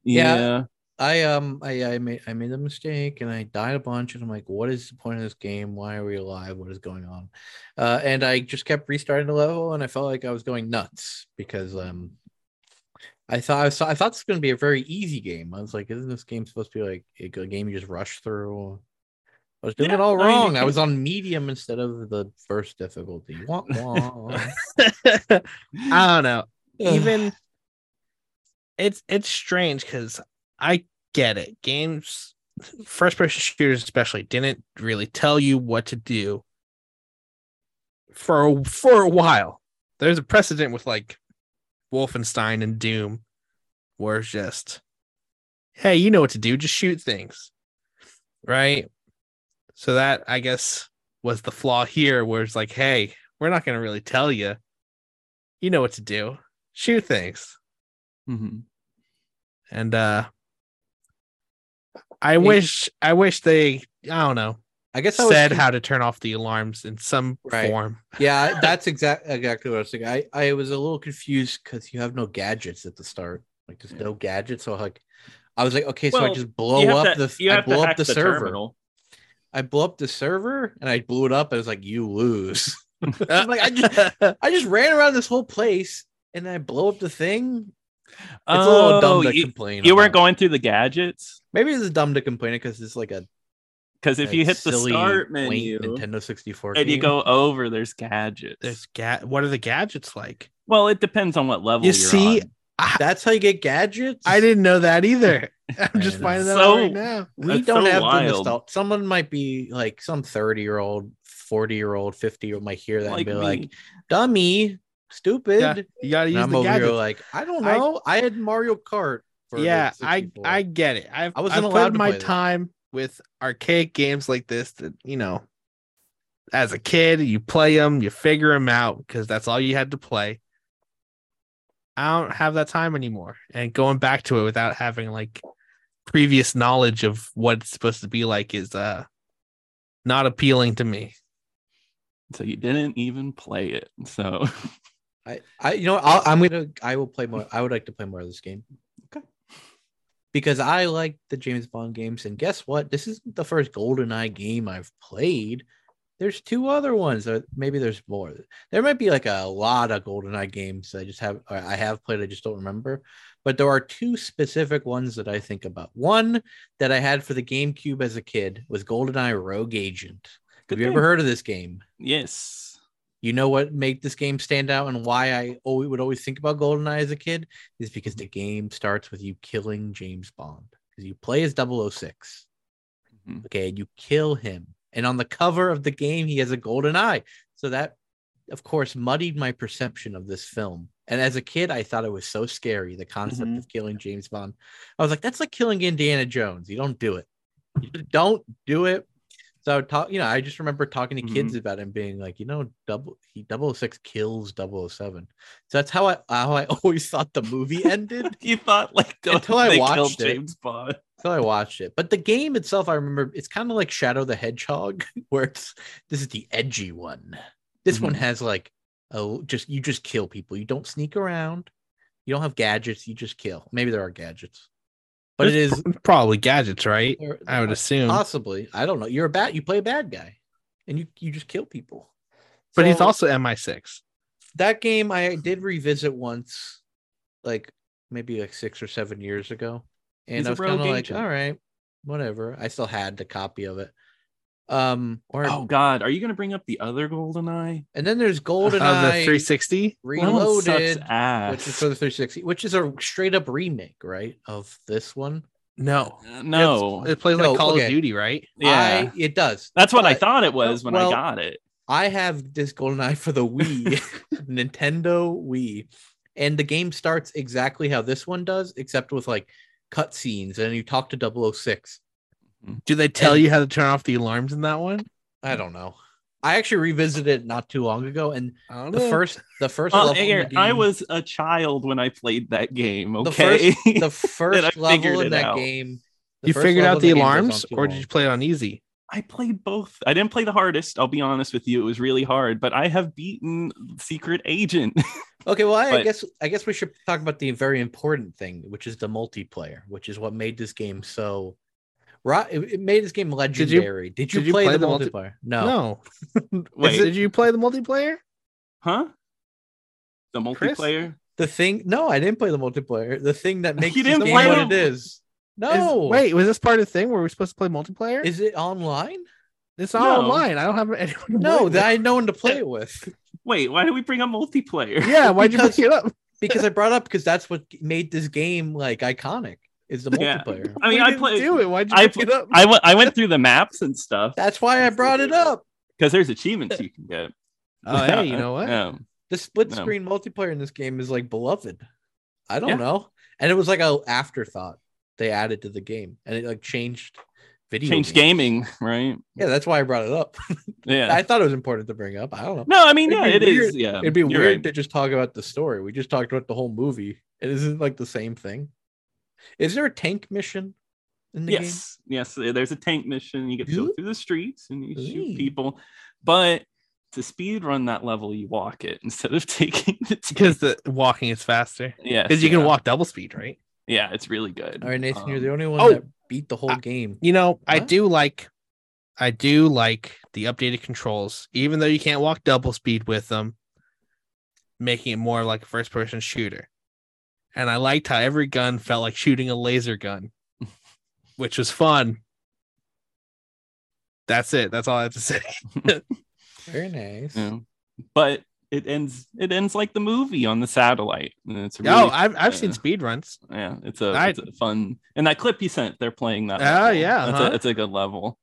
[SPEAKER 2] yeah.
[SPEAKER 3] I um I I made I made a mistake and I died a bunch and I'm like, what is the point of this game? Why are we alive? What is going on? Uh, and I just kept restarting the level and I felt like I was going nuts because um I thought I, was, I thought this was going to be a very easy game. I was like, isn't this game supposed to be like a good game you just rush through? I was doing
[SPEAKER 2] Yeah,
[SPEAKER 3] it all
[SPEAKER 2] I mean, you
[SPEAKER 3] wrong. I
[SPEAKER 2] can-
[SPEAKER 3] was on medium instead of the first difficulty. Wah,
[SPEAKER 2] *laughs*
[SPEAKER 3] wah.
[SPEAKER 1] *laughs* I don't know. Even it's it's strange because I get it. Games, first person shooters especially, didn't really tell you what to do for a- for a while. There's a precedent with like Wolfenstein and Doom, where it's just, hey, you know what to do, just shoot things, right? So that I guess was the flaw here, where it's like, hey, we're not gonna really tell you. You know what to do. Shoot things
[SPEAKER 3] Mm-hmm.
[SPEAKER 2] Mhm.
[SPEAKER 1] and uh i wish i wish they i don't know
[SPEAKER 3] I guess I was
[SPEAKER 1] said
[SPEAKER 3] con-
[SPEAKER 1] how to turn off the alarms in some
[SPEAKER 3] Right.
[SPEAKER 1] form
[SPEAKER 3] yeah, that's exact exactly what I was thinking. I, I was a little confused because you have no gadgets at the start. Like there's no gadgets. So like I was like, okay, so I
[SPEAKER 2] Well,
[SPEAKER 3] just blow
[SPEAKER 2] You have
[SPEAKER 3] up
[SPEAKER 2] to-
[SPEAKER 3] the
[SPEAKER 2] you
[SPEAKER 3] I
[SPEAKER 2] have to
[SPEAKER 3] blow
[SPEAKER 2] hack
[SPEAKER 3] up the, server.
[SPEAKER 2] terminal.
[SPEAKER 3] I blow up the server and I blew it up. I was like, you lose. *laughs* I'm like,
[SPEAKER 2] *laughs*
[SPEAKER 3] I just I just ran around this whole place and I blow up the thing. It's a little dumb
[SPEAKER 2] Oh,
[SPEAKER 3] to
[SPEAKER 2] you,
[SPEAKER 3] complain.
[SPEAKER 2] you weren't
[SPEAKER 3] about.
[SPEAKER 2] going through the gadgets
[SPEAKER 3] Maybe it's dumb to complain because it's like a
[SPEAKER 2] because if
[SPEAKER 3] a
[SPEAKER 2] you hit the
[SPEAKER 3] silly,
[SPEAKER 2] start
[SPEAKER 3] quaint
[SPEAKER 2] menu
[SPEAKER 3] Nintendo 64
[SPEAKER 2] and you
[SPEAKER 3] game.
[SPEAKER 2] go over, there's gadgets.
[SPEAKER 1] there's ga- what are the gadgets
[SPEAKER 3] *laughs*
[SPEAKER 1] like
[SPEAKER 2] well, it depends on what level
[SPEAKER 1] You
[SPEAKER 2] you are
[SPEAKER 1] see,
[SPEAKER 2] on.
[SPEAKER 3] That's how you get gadgets.
[SPEAKER 1] i didn't know that either *laughs* i'm
[SPEAKER 3] I
[SPEAKER 1] just
[SPEAKER 3] know.
[SPEAKER 1] finding that out
[SPEAKER 2] So-
[SPEAKER 1] right now
[SPEAKER 3] we
[SPEAKER 2] That's
[SPEAKER 3] don't
[SPEAKER 2] so
[SPEAKER 3] have the
[SPEAKER 2] wild.
[SPEAKER 3] nostalgia. Someone might be like some 30 year old, 40 year old, 50 year old might hear that
[SPEAKER 2] Like
[SPEAKER 3] and be
[SPEAKER 2] me.
[SPEAKER 3] like, dummy, stupid.
[SPEAKER 1] Yeah, you gotta
[SPEAKER 3] and
[SPEAKER 1] use
[SPEAKER 3] I'm
[SPEAKER 1] the
[SPEAKER 3] over here
[SPEAKER 1] gadgets
[SPEAKER 3] like, I don't
[SPEAKER 1] I-
[SPEAKER 3] know. I, had Mario Kart. the
[SPEAKER 1] yeah i
[SPEAKER 3] 64.
[SPEAKER 1] i get it i've
[SPEAKER 3] I
[SPEAKER 1] i
[SPEAKER 3] wasn't
[SPEAKER 1] wasn't
[SPEAKER 3] allowed to
[SPEAKER 1] my
[SPEAKER 3] play that.
[SPEAKER 1] time with archaic games like this that you know as a kid you play them you figure them out because that's all you had to play i don't have that time anymore and going back to it without having like previous knowledge of what it's supposed to be like is uh not appealing to me
[SPEAKER 2] so you didn't even play it. So
[SPEAKER 3] I, I you know, what, I'll, I'm gonna, I will play more. I would like to play more of this game.
[SPEAKER 2] Okay.
[SPEAKER 3] Because I like the James Bond games, and guess what? This isn't the first GoldenEye game I've played. There's two other ones, or maybe there's more. There might be like a lot of GoldenEye games that I just have, or I have played, I just don't remember. But there are two specific ones that I think about. One that I had for the GameCube as a kid was GoldenEye Rogue Agent.
[SPEAKER 2] Good
[SPEAKER 3] have you
[SPEAKER 2] *laughs* game.
[SPEAKER 3] ever heard of this game?
[SPEAKER 2] yes.
[SPEAKER 3] You know what made this game stand out and why I always would always think about GoldenEye as a kid is because the game starts with you killing James Bond because you play as 006.
[SPEAKER 2] Mhm.
[SPEAKER 3] Okay, and you kill him. And on the cover of the game, he has a golden eye. So that, of course, muddied my perception of this film. And as a kid, I thought it was so scary the concept
[SPEAKER 2] Mhm.
[SPEAKER 3] of killing James Bond. I was like, that's like killing Indiana Jones. You don't do it. You just don't do it. So I would talk, you know, I just remember talking to
[SPEAKER 1] Mm-hmm.
[SPEAKER 3] kids about him being like, you know, double he 006 kills 007. So that's how I how I *laughs* always thought the movie ended
[SPEAKER 2] you thought like *laughs*
[SPEAKER 3] Until I
[SPEAKER 2] they
[SPEAKER 3] watched
[SPEAKER 2] killed
[SPEAKER 3] it.
[SPEAKER 2] James Bond.
[SPEAKER 3] until I watched it. But the game itself, I remember it's kind of like Shadow the Hedgehog, *laughs* where it's this is the edgy one. This one
[SPEAKER 1] Mm-hmm.
[SPEAKER 2] Mhm.
[SPEAKER 3] has like oh just you just kill people. You don't sneak around. You don't have gadgets, you just kill. Maybe there are gadgets. But it
[SPEAKER 1] There's
[SPEAKER 3] is
[SPEAKER 1] pr- probably gadgets right
[SPEAKER 3] or-
[SPEAKER 1] i would assume
[SPEAKER 3] possibly. I don't know. You're a bat, you play a bad guy and you you just kill people.
[SPEAKER 1] but he's
[SPEAKER 3] So-
[SPEAKER 1] also mi6
[SPEAKER 3] that game I did revisit once, like maybe like six or seven years ago, and
[SPEAKER 2] He's a
[SPEAKER 3] I was kind of
[SPEAKER 2] rogue
[SPEAKER 3] like,
[SPEAKER 2] agent.
[SPEAKER 3] all right, whatever. I still had the copy of it. Um, or
[SPEAKER 2] Oh God, are you gonna bring up the other Golden Eye?
[SPEAKER 3] and
[SPEAKER 2] *laughs*
[SPEAKER 3] then there's
[SPEAKER 1] of the
[SPEAKER 3] GoldenEye
[SPEAKER 1] 360
[SPEAKER 3] Reloaded,
[SPEAKER 2] sucks ass.
[SPEAKER 3] which is for the 360, which is a straight up remake, right, of this one.
[SPEAKER 1] no
[SPEAKER 2] Uh, no,
[SPEAKER 1] it plays
[SPEAKER 3] No,
[SPEAKER 1] like call
[SPEAKER 3] okay.
[SPEAKER 1] of duty right
[SPEAKER 2] yeah,
[SPEAKER 3] I, it does.
[SPEAKER 2] that's what I
[SPEAKER 3] but-
[SPEAKER 2] thought it was when
[SPEAKER 3] well,
[SPEAKER 2] I got it.
[SPEAKER 3] I have this GoldenEye for
[SPEAKER 2] *laughs*
[SPEAKER 3] the Wii, *laughs* Nintendo Wii, and the game starts exactly how this one does, except with like cutscenes and you talk to 006.
[SPEAKER 1] do they tell
[SPEAKER 3] And-
[SPEAKER 1] you how to turn off the alarms in that one
[SPEAKER 3] I don't know. I actually revisited it not too long ago, and
[SPEAKER 1] I don't
[SPEAKER 3] the
[SPEAKER 1] know.
[SPEAKER 3] first the first
[SPEAKER 2] Well,
[SPEAKER 3] level in
[SPEAKER 2] Aaron,
[SPEAKER 3] the
[SPEAKER 2] Uh, I
[SPEAKER 3] game-
[SPEAKER 2] was a child when I played that game.
[SPEAKER 3] The
[SPEAKER 2] Okay, *laughs*
[SPEAKER 3] the
[SPEAKER 2] I
[SPEAKER 3] first
[SPEAKER 2] figured
[SPEAKER 3] level
[SPEAKER 2] it
[SPEAKER 3] in that
[SPEAKER 2] out.
[SPEAKER 3] game. the
[SPEAKER 1] you
[SPEAKER 3] first
[SPEAKER 1] figured
[SPEAKER 3] level
[SPEAKER 1] out
[SPEAKER 3] in
[SPEAKER 1] the
[SPEAKER 3] game goes on
[SPEAKER 1] alarms,
[SPEAKER 3] too
[SPEAKER 1] or did
[SPEAKER 3] long.
[SPEAKER 1] you play it on easy?
[SPEAKER 2] I played both. I didn't play the hardest. I'll be honest with you; it was really hard. But I have beaten Secret Agent. *laughs*
[SPEAKER 3] Okay, well, I, I
[SPEAKER 2] But-
[SPEAKER 3] guess I guess we should talk about the very important thing, which is the multiplayer, which is what made this game so. Ro- It it made this game legendary. Did you,
[SPEAKER 1] did you
[SPEAKER 3] play,
[SPEAKER 1] play
[SPEAKER 3] the,
[SPEAKER 1] the multi-
[SPEAKER 3] multiplayer? no.
[SPEAKER 1] No.
[SPEAKER 2] Wait,
[SPEAKER 1] Is it- did you play the multiplayer?
[SPEAKER 2] huh? The
[SPEAKER 1] Chris?
[SPEAKER 2] multiplayer.
[SPEAKER 3] The thing, no, I didn't play the multiplayer. The thing
[SPEAKER 1] *laughs*
[SPEAKER 3] that makes
[SPEAKER 2] You
[SPEAKER 3] this
[SPEAKER 2] didn't
[SPEAKER 3] game
[SPEAKER 1] play
[SPEAKER 3] what
[SPEAKER 1] the-
[SPEAKER 3] it is.
[SPEAKER 1] Is-
[SPEAKER 3] No,
[SPEAKER 1] wait, was this part of the thing where we're supposed to play multiplayer?
[SPEAKER 3] is it online?
[SPEAKER 1] it's all
[SPEAKER 2] No.
[SPEAKER 1] online. I don't have anyone. to play
[SPEAKER 3] No,
[SPEAKER 1] with.
[SPEAKER 3] that I had no one
[SPEAKER 1] *laughs*
[SPEAKER 3] to play it with
[SPEAKER 2] Wait, why did we bring up multiplayer?
[SPEAKER 1] Yeah, why'd you
[SPEAKER 3] because-
[SPEAKER 1] pick it up?
[SPEAKER 3] because I brought up because that's what made this game like iconic is the
[SPEAKER 2] Yeah.
[SPEAKER 3] multiplayer.
[SPEAKER 2] *laughs* I mean,
[SPEAKER 1] We
[SPEAKER 2] I
[SPEAKER 1] didn't
[SPEAKER 2] played.
[SPEAKER 1] Do it. Why'd you
[SPEAKER 2] I
[SPEAKER 1] pick it *laughs* up?
[SPEAKER 2] I went. I went through the maps and stuff
[SPEAKER 3] That's why I brought it up.
[SPEAKER 2] because there's achievements you can get.
[SPEAKER 1] oh, hey,
[SPEAKER 2] *laughs*
[SPEAKER 1] you know *laughs* what?
[SPEAKER 2] Um,
[SPEAKER 3] The split
[SPEAKER 2] No.
[SPEAKER 3] screen multiplayer in this game is like beloved. I don't
[SPEAKER 2] Yeah.
[SPEAKER 3] know. And it was like a afterthought they added to the game and it like changed video.
[SPEAKER 2] changed
[SPEAKER 3] games.
[SPEAKER 2] gaming, right?
[SPEAKER 3] Yeah, that's why I brought it up.
[SPEAKER 2] Yeah.
[SPEAKER 3] *laughs* I thought it was important to bring up. I don't know.
[SPEAKER 2] no, I mean,
[SPEAKER 3] It'd
[SPEAKER 2] yeah,
[SPEAKER 3] be
[SPEAKER 2] it is.
[SPEAKER 3] weird-
[SPEAKER 2] Yeah,
[SPEAKER 3] It'd be
[SPEAKER 2] you're
[SPEAKER 3] weird
[SPEAKER 2] right.
[SPEAKER 3] to just talk about the story. We just talked about the whole movie. It isn't like the same thing. Is there a tank mission in the game?
[SPEAKER 2] yes yes eh, there's a tank mission you get to go
[SPEAKER 3] Ooh.
[SPEAKER 2] through the streets and you
[SPEAKER 3] Ooh.
[SPEAKER 2] shoot people but to speed run that level you walk it *laughs* instead of taking
[SPEAKER 1] *laughs*
[SPEAKER 2] the tank.
[SPEAKER 1] Because the walking is faster.
[SPEAKER 2] yeah
[SPEAKER 1] Because you
[SPEAKER 2] yeah.
[SPEAKER 1] can walk double speed, right?
[SPEAKER 2] yeah it's really good
[SPEAKER 3] All right, Nathan, you're the
[SPEAKER 2] Um,
[SPEAKER 3] only one
[SPEAKER 1] oh.
[SPEAKER 3] that beat the whole
[SPEAKER 1] Ah.
[SPEAKER 3] game.
[SPEAKER 1] You know, I
[SPEAKER 3] What?
[SPEAKER 1] do like, I do like the updated controls, even though you can't walk double speed with them, making it more like a first person shooter. And I liked how every gun felt like shooting a laser
[SPEAKER 2] *laughs*
[SPEAKER 1] gun, which was fun. That's it. That's all I have to *laughs*
[SPEAKER 2] *laughs*
[SPEAKER 1] say.
[SPEAKER 3] Very nice.
[SPEAKER 2] yeah. but it ends it ends like the movie on the satellite and it's a really,
[SPEAKER 1] oh, I've I've seen
[SPEAKER 2] uh,
[SPEAKER 1] speed runs.
[SPEAKER 2] yeah it's a,
[SPEAKER 1] I-
[SPEAKER 2] it's a fun and that clip you sent they're playing that
[SPEAKER 1] Oh,
[SPEAKER 2] level.
[SPEAKER 1] yeah,
[SPEAKER 2] it's,
[SPEAKER 1] huh?
[SPEAKER 2] a, it's a good level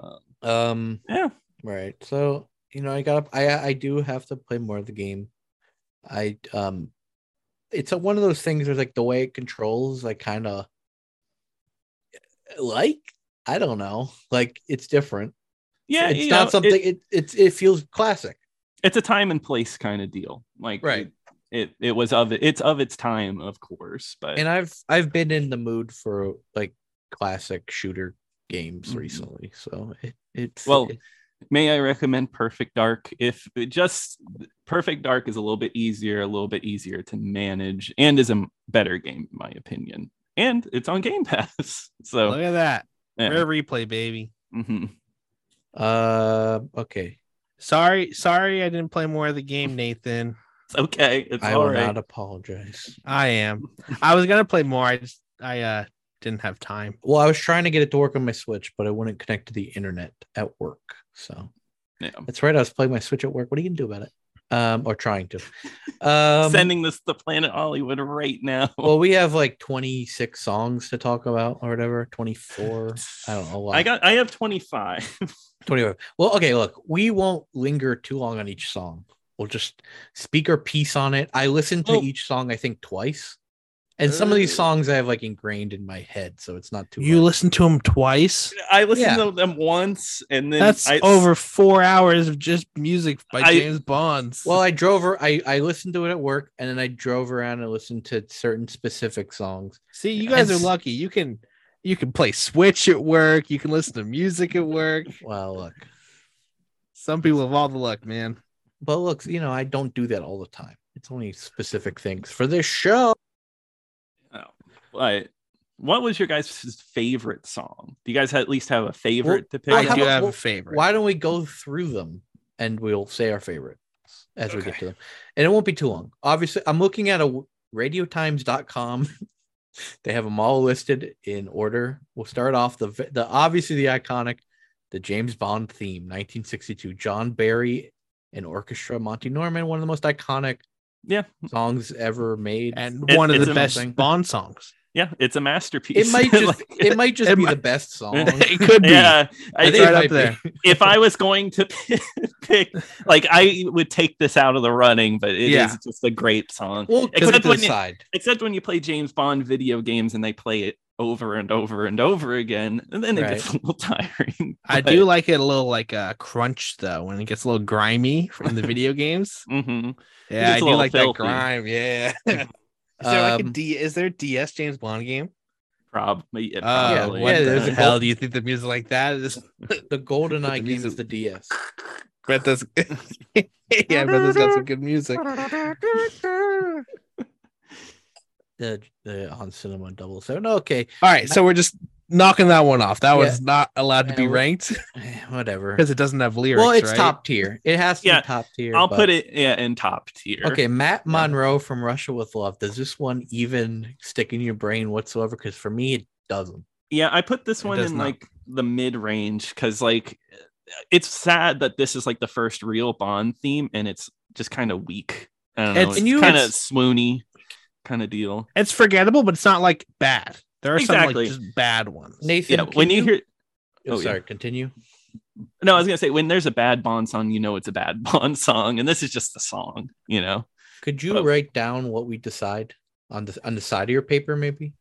[SPEAKER 2] Um,
[SPEAKER 3] Um
[SPEAKER 2] yeah
[SPEAKER 3] Right. So, you know, I got up I I do have to play more of the game. I um it's a, one of those things where like the way it controls I kind of like I don't know. Like it's different.
[SPEAKER 2] yeah
[SPEAKER 3] it's
[SPEAKER 2] you
[SPEAKER 3] not
[SPEAKER 2] know, it-
[SPEAKER 3] something it, it's it feels classic.
[SPEAKER 2] it's a time and place kind of deal. Like
[SPEAKER 3] Right.
[SPEAKER 2] It, it it was of it's of its time, of course, but
[SPEAKER 3] And I've I've been in the mood for like classic shooter games
[SPEAKER 2] Mhm.
[SPEAKER 3] recently. So, it it's
[SPEAKER 2] Well,
[SPEAKER 3] it-
[SPEAKER 2] may I recommend Perfect Dark? If it just Perfect Dark is a little bit easier, a little bit easier to manage, and is a m- better game in my opinion. And it's on Game Pass, *laughs* so
[SPEAKER 1] Look at that.
[SPEAKER 2] yeah.
[SPEAKER 1] Rare replay, baby.
[SPEAKER 2] Mhm.
[SPEAKER 3] uh okay.
[SPEAKER 1] Sorry, sorry, I didn't play more of the game, Nathan.
[SPEAKER 2] it's okay. It's
[SPEAKER 3] I
[SPEAKER 2] all
[SPEAKER 3] will
[SPEAKER 2] right.
[SPEAKER 3] not apologize.
[SPEAKER 1] I
[SPEAKER 2] *laughs*
[SPEAKER 1] am. I was gonna play more. I just I uh didn't have time.
[SPEAKER 3] Well, I was trying to get it to work on my Switch, but I wouldn't connect to the internet at work. So
[SPEAKER 2] Yeah.
[SPEAKER 3] that's right. I was playing my Switch at work. What are you gonna do about it? Um, or trying to. Um,
[SPEAKER 2] Sending this to Planet Hollywood right now. *laughs*
[SPEAKER 3] well, we have like 26 songs to talk about or whatever. 24. I don't know. a lot.
[SPEAKER 2] I got. I have twenty five.
[SPEAKER 3] 24. Well, okay, look, we won't linger too long on each song. We'll just speak our piece on it. I listen to
[SPEAKER 2] Well-
[SPEAKER 3] each song, I think, twice. And some of these
[SPEAKER 2] Ooh.
[SPEAKER 3] songs I have like ingrained in my head, so it's not too
[SPEAKER 1] You
[SPEAKER 3] hard.
[SPEAKER 1] listened to him twice.
[SPEAKER 2] *laughs* I listened
[SPEAKER 3] Yeah.
[SPEAKER 2] to them once, and then
[SPEAKER 1] That's
[SPEAKER 2] I,
[SPEAKER 1] over four hours of just music by
[SPEAKER 2] I-
[SPEAKER 1] James Bonds.
[SPEAKER 3] Well, I drove her. I, I listened to it at work, and then I drove around and listened to certain specific songs.
[SPEAKER 1] see, you guys are
[SPEAKER 3] it's-
[SPEAKER 1] lucky. You can you can play Switch at work. You can listen to music at work.
[SPEAKER 3] Well, look,
[SPEAKER 1] Some people have all the luck, man.
[SPEAKER 3] but look, you know, I don't do that all the time. It's only specific things for this show.
[SPEAKER 2] But what was your guys' favorite song? Do you guys at least have a favorite to pick?
[SPEAKER 3] Well,
[SPEAKER 1] I
[SPEAKER 3] how
[SPEAKER 1] do
[SPEAKER 3] about-
[SPEAKER 1] have
[SPEAKER 3] well,
[SPEAKER 1] a favorite.
[SPEAKER 3] Why don't we go through them and we'll say our favorites as we get
[SPEAKER 2] Okay.
[SPEAKER 3] to them, and it won't be too long. Obviously, I'm looking at a radiotimes.com. *laughs* they have them all listed in order. We'll start off the v- the obviously the iconic, the James Bond theme, 1962, John Barry and orchestra, Monty Norman, one of the most iconic
[SPEAKER 2] Yeah.
[SPEAKER 3] songs ever made.
[SPEAKER 1] And
[SPEAKER 2] It-
[SPEAKER 1] one of
[SPEAKER 2] it's
[SPEAKER 1] the best
[SPEAKER 3] amazing.
[SPEAKER 1] Bond songs.
[SPEAKER 2] Yeah, it's a masterpiece.
[SPEAKER 3] it
[SPEAKER 2] *laughs*
[SPEAKER 3] might just
[SPEAKER 2] Like,
[SPEAKER 3] it might just
[SPEAKER 1] it
[SPEAKER 3] be
[SPEAKER 1] might-
[SPEAKER 3] the best
[SPEAKER 1] *laughs*
[SPEAKER 3] song.
[SPEAKER 1] it could be.
[SPEAKER 2] yeah. I
[SPEAKER 1] It's
[SPEAKER 3] think it
[SPEAKER 1] right
[SPEAKER 3] might
[SPEAKER 1] up
[SPEAKER 3] be.
[SPEAKER 1] there.
[SPEAKER 2] if I was going to *laughs* pick, like, I would take this out of the running, but it is
[SPEAKER 1] Yeah.
[SPEAKER 2] just a great song.
[SPEAKER 3] We'll
[SPEAKER 2] Except
[SPEAKER 3] except to
[SPEAKER 2] when
[SPEAKER 3] the
[SPEAKER 2] you-
[SPEAKER 3] side.
[SPEAKER 2] Except when you play James Bond video games and they play it over and over and over again, and then it gets a little *laughs* tiring.
[SPEAKER 1] I do like it a little like a crunch though when it gets a little grimy from the video
[SPEAKER 2] *laughs*
[SPEAKER 1] games.
[SPEAKER 2] hmm
[SPEAKER 1] Yeah,
[SPEAKER 2] gets
[SPEAKER 1] I
[SPEAKER 2] a
[SPEAKER 1] do
[SPEAKER 2] little
[SPEAKER 1] like
[SPEAKER 2] filthy.
[SPEAKER 1] that grime. Yeah. is there like a
[SPEAKER 3] Um,
[SPEAKER 1] D? Is there a DS James Bond game?
[SPEAKER 2] Prob- yeah,
[SPEAKER 1] Oh,
[SPEAKER 2] probably.
[SPEAKER 1] what
[SPEAKER 3] Yeah, there's
[SPEAKER 1] the
[SPEAKER 2] *laughs*
[SPEAKER 3] a
[SPEAKER 1] hell
[SPEAKER 3] gold-
[SPEAKER 1] do you think the music like that is?
[SPEAKER 3] The golden eye
[SPEAKER 1] The
[SPEAKER 3] game is
[SPEAKER 1] music-
[SPEAKER 3] the DS.
[SPEAKER 1] Brett does. *laughs* yeah, Brett has got some good
[SPEAKER 2] *laughs*
[SPEAKER 1] music. All
[SPEAKER 3] The, the on cinema double seven. Okay, *sighs*
[SPEAKER 1] right, so we're just knocking that one off. That
[SPEAKER 3] Yeah.
[SPEAKER 1] one's not allowed to
[SPEAKER 3] Yeah,
[SPEAKER 1] be *laughs*
[SPEAKER 3] we're-
[SPEAKER 1] ranked
[SPEAKER 3] Eh, whatever.
[SPEAKER 1] because it doesn't have lyrics.
[SPEAKER 3] well, it's
[SPEAKER 1] right?
[SPEAKER 3] top tier. It has to
[SPEAKER 2] Yeah,
[SPEAKER 3] be top tier.
[SPEAKER 2] I'll
[SPEAKER 3] but-
[SPEAKER 2] put it yeah in top tier.
[SPEAKER 3] Okay, Matt
[SPEAKER 2] Yeah.
[SPEAKER 3] Monroe from Russia with Love. Does this one even stick in your brain whatsoever? Because for me, it doesn't.
[SPEAKER 2] Yeah, I put this
[SPEAKER 1] It
[SPEAKER 2] one
[SPEAKER 1] does
[SPEAKER 2] in
[SPEAKER 1] not.
[SPEAKER 2] like the mid range because like it's sad that this is like the first real Bond theme and it's just kind of weak. I don't know.
[SPEAKER 1] It's-
[SPEAKER 2] It's,
[SPEAKER 1] and you-
[SPEAKER 2] kind of
[SPEAKER 1] it's-
[SPEAKER 2] swoony kind of deal.
[SPEAKER 1] It's forgettable, but it's not like bad. There are
[SPEAKER 2] Exactly.
[SPEAKER 1] some like just bad ones.
[SPEAKER 3] Nathan,
[SPEAKER 2] Yeah, when
[SPEAKER 3] can
[SPEAKER 2] you, hear
[SPEAKER 3] oh,
[SPEAKER 2] oh, yeah.
[SPEAKER 3] sorry, continue.
[SPEAKER 2] no, I was gonna say when there's a bad Bond song, you know it's a bad *laughs* Bond song, and this is just the song, you know.
[SPEAKER 3] Could you
[SPEAKER 2] Oh.
[SPEAKER 3] write down what we decide on the on the side of your paper, maybe?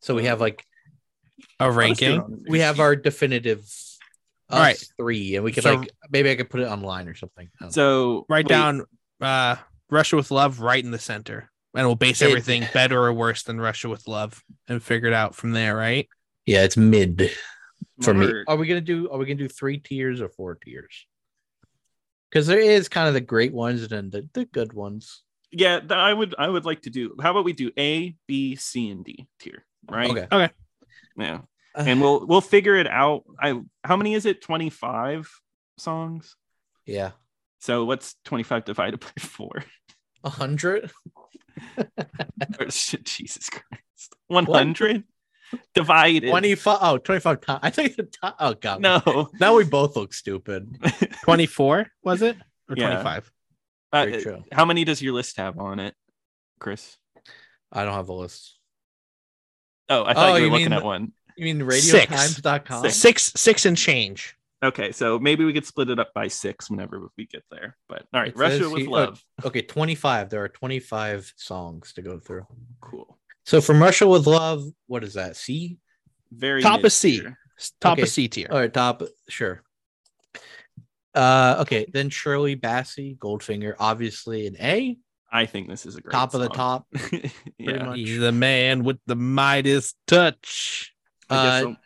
[SPEAKER 3] So
[SPEAKER 2] Uh,
[SPEAKER 3] we have like
[SPEAKER 1] A
[SPEAKER 2] I'll just do it
[SPEAKER 1] ranking.
[SPEAKER 2] on the-
[SPEAKER 3] we have our definitive us
[SPEAKER 1] All right.
[SPEAKER 3] three, and we could
[SPEAKER 1] So-
[SPEAKER 3] like maybe I could put it online or something. I don't know.
[SPEAKER 2] So
[SPEAKER 1] Write
[SPEAKER 2] wait,
[SPEAKER 1] down uh, Russia with Love right in the center, and we'll base
[SPEAKER 3] It-
[SPEAKER 1] *laughs* everything better or worse than Russia with Love and figure it out from there, right?
[SPEAKER 3] yeah, it's mid for me.
[SPEAKER 2] smart.
[SPEAKER 3] Are we gonna do are we gonna do three tiers or four tiers? Because there is kind of the great ones and then the, the good ones.
[SPEAKER 2] Yeah, th- I would I would like to do. How about we do A, B, C, and D tier, right?
[SPEAKER 3] Okay.
[SPEAKER 2] Yeah. and we'll we'll figure it out. I how many is it? Twenty five songs.
[SPEAKER 3] Yeah.
[SPEAKER 2] So what's twenty five divided *laughs* by four?
[SPEAKER 3] A hundred?
[SPEAKER 2] Or shit, Jesus Christ, one hundred divided.
[SPEAKER 3] 25 oh 25 times. I think the top oh god. *laughs*
[SPEAKER 2] No,
[SPEAKER 3] Now we both look stupid.
[SPEAKER 1] Twenty four was it or
[SPEAKER 2] Yeah.
[SPEAKER 1] twenty five?
[SPEAKER 2] Uh,
[SPEAKER 3] Very true.
[SPEAKER 2] how many does your list have on it, Chris?
[SPEAKER 3] I don't have a list.
[SPEAKER 2] Oh, I thought you
[SPEAKER 3] Oh,
[SPEAKER 2] were
[SPEAKER 3] you
[SPEAKER 2] looking
[SPEAKER 3] mean-
[SPEAKER 2] at one.
[SPEAKER 3] You mean
[SPEAKER 1] Six.
[SPEAKER 3] radiotimes.com?
[SPEAKER 1] Six, six and change.
[SPEAKER 2] Okay, so maybe we could split it up by six whenever we get there. But all right,
[SPEAKER 3] It
[SPEAKER 2] Russia
[SPEAKER 3] says
[SPEAKER 2] with
[SPEAKER 3] he- oh.
[SPEAKER 2] love.
[SPEAKER 3] Okay, 25. There are 25 songs to go through.
[SPEAKER 2] Cool.
[SPEAKER 3] So from Russia with Love, what is that? C?
[SPEAKER 2] Very
[SPEAKER 1] Top is C.
[SPEAKER 2] mid-tier.
[SPEAKER 1] S- Top
[SPEAKER 3] Okay.
[SPEAKER 1] of C tier.
[SPEAKER 3] Or top, sure. Uh okay, then Shirley Bassey, Goldfinger, obviously an A,
[SPEAKER 2] I think this is a great
[SPEAKER 3] top of the
[SPEAKER 2] song. *laughs*
[SPEAKER 3] top.
[SPEAKER 2] yeah.
[SPEAKER 3] much.
[SPEAKER 1] He's the man with the Midas touch.
[SPEAKER 2] I guess
[SPEAKER 3] Uh,
[SPEAKER 2] so. gonna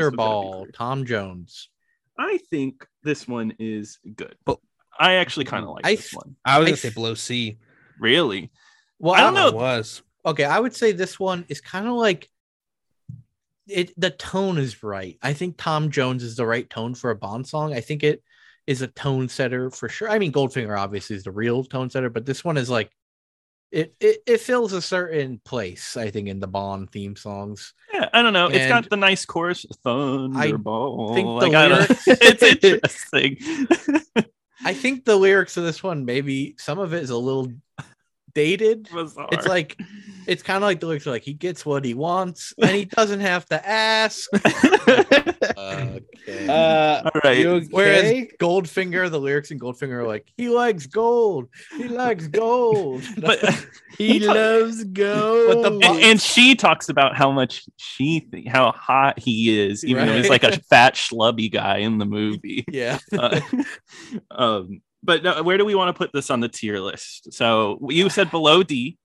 [SPEAKER 2] be
[SPEAKER 3] Thunderball,
[SPEAKER 2] great.
[SPEAKER 3] Tom Jones.
[SPEAKER 2] I think this one is good.
[SPEAKER 1] But-
[SPEAKER 2] I actually kind of like
[SPEAKER 3] I
[SPEAKER 2] this
[SPEAKER 3] th-
[SPEAKER 2] one.
[SPEAKER 1] I was
[SPEAKER 3] I
[SPEAKER 1] gonna say
[SPEAKER 3] f-
[SPEAKER 1] below C.
[SPEAKER 2] Really?
[SPEAKER 3] Well,
[SPEAKER 2] I don't
[SPEAKER 1] It
[SPEAKER 2] know.
[SPEAKER 1] was
[SPEAKER 3] okay i would say this one is kind of like it the tone is right i think tom jones is the right tone for a bond song i think it is a tone setter for sure i mean goldfinger obviously is the real tone setter but this one is like it it, it fills a certain place i think in the bond theme songs
[SPEAKER 2] Yeah, I don't know. it's got
[SPEAKER 3] And-
[SPEAKER 2] the nice chorus, Thunderball.
[SPEAKER 3] think the
[SPEAKER 2] Like, I don't-
[SPEAKER 3] lyrics-
[SPEAKER 2] *laughs* it's
[SPEAKER 3] *laughs*
[SPEAKER 2] interesting.
[SPEAKER 3] i think the lyrics of this one maybe some of it is a little dated
[SPEAKER 2] Bizarre.
[SPEAKER 3] it's like it's kind of like the lyrics are like he gets what he wants and he doesn't have to ask okay.
[SPEAKER 1] uh,
[SPEAKER 2] all right.
[SPEAKER 3] Whereas Goldfinger, the lyrics in Goldfinger are like, he likes gold. He likes gold.
[SPEAKER 2] but
[SPEAKER 1] he
[SPEAKER 2] talk-
[SPEAKER 1] loves go.
[SPEAKER 3] But the bo-
[SPEAKER 2] and, and she talks about how much she thi- how hot he is, even though he's
[SPEAKER 3] Right. *laughs*
[SPEAKER 2] like a fat schlubby guy in the movie.
[SPEAKER 3] *laughs* yeah. *laughs*
[SPEAKER 2] Uh, um, but no, where do we want to put this on the tier list? So you said below D.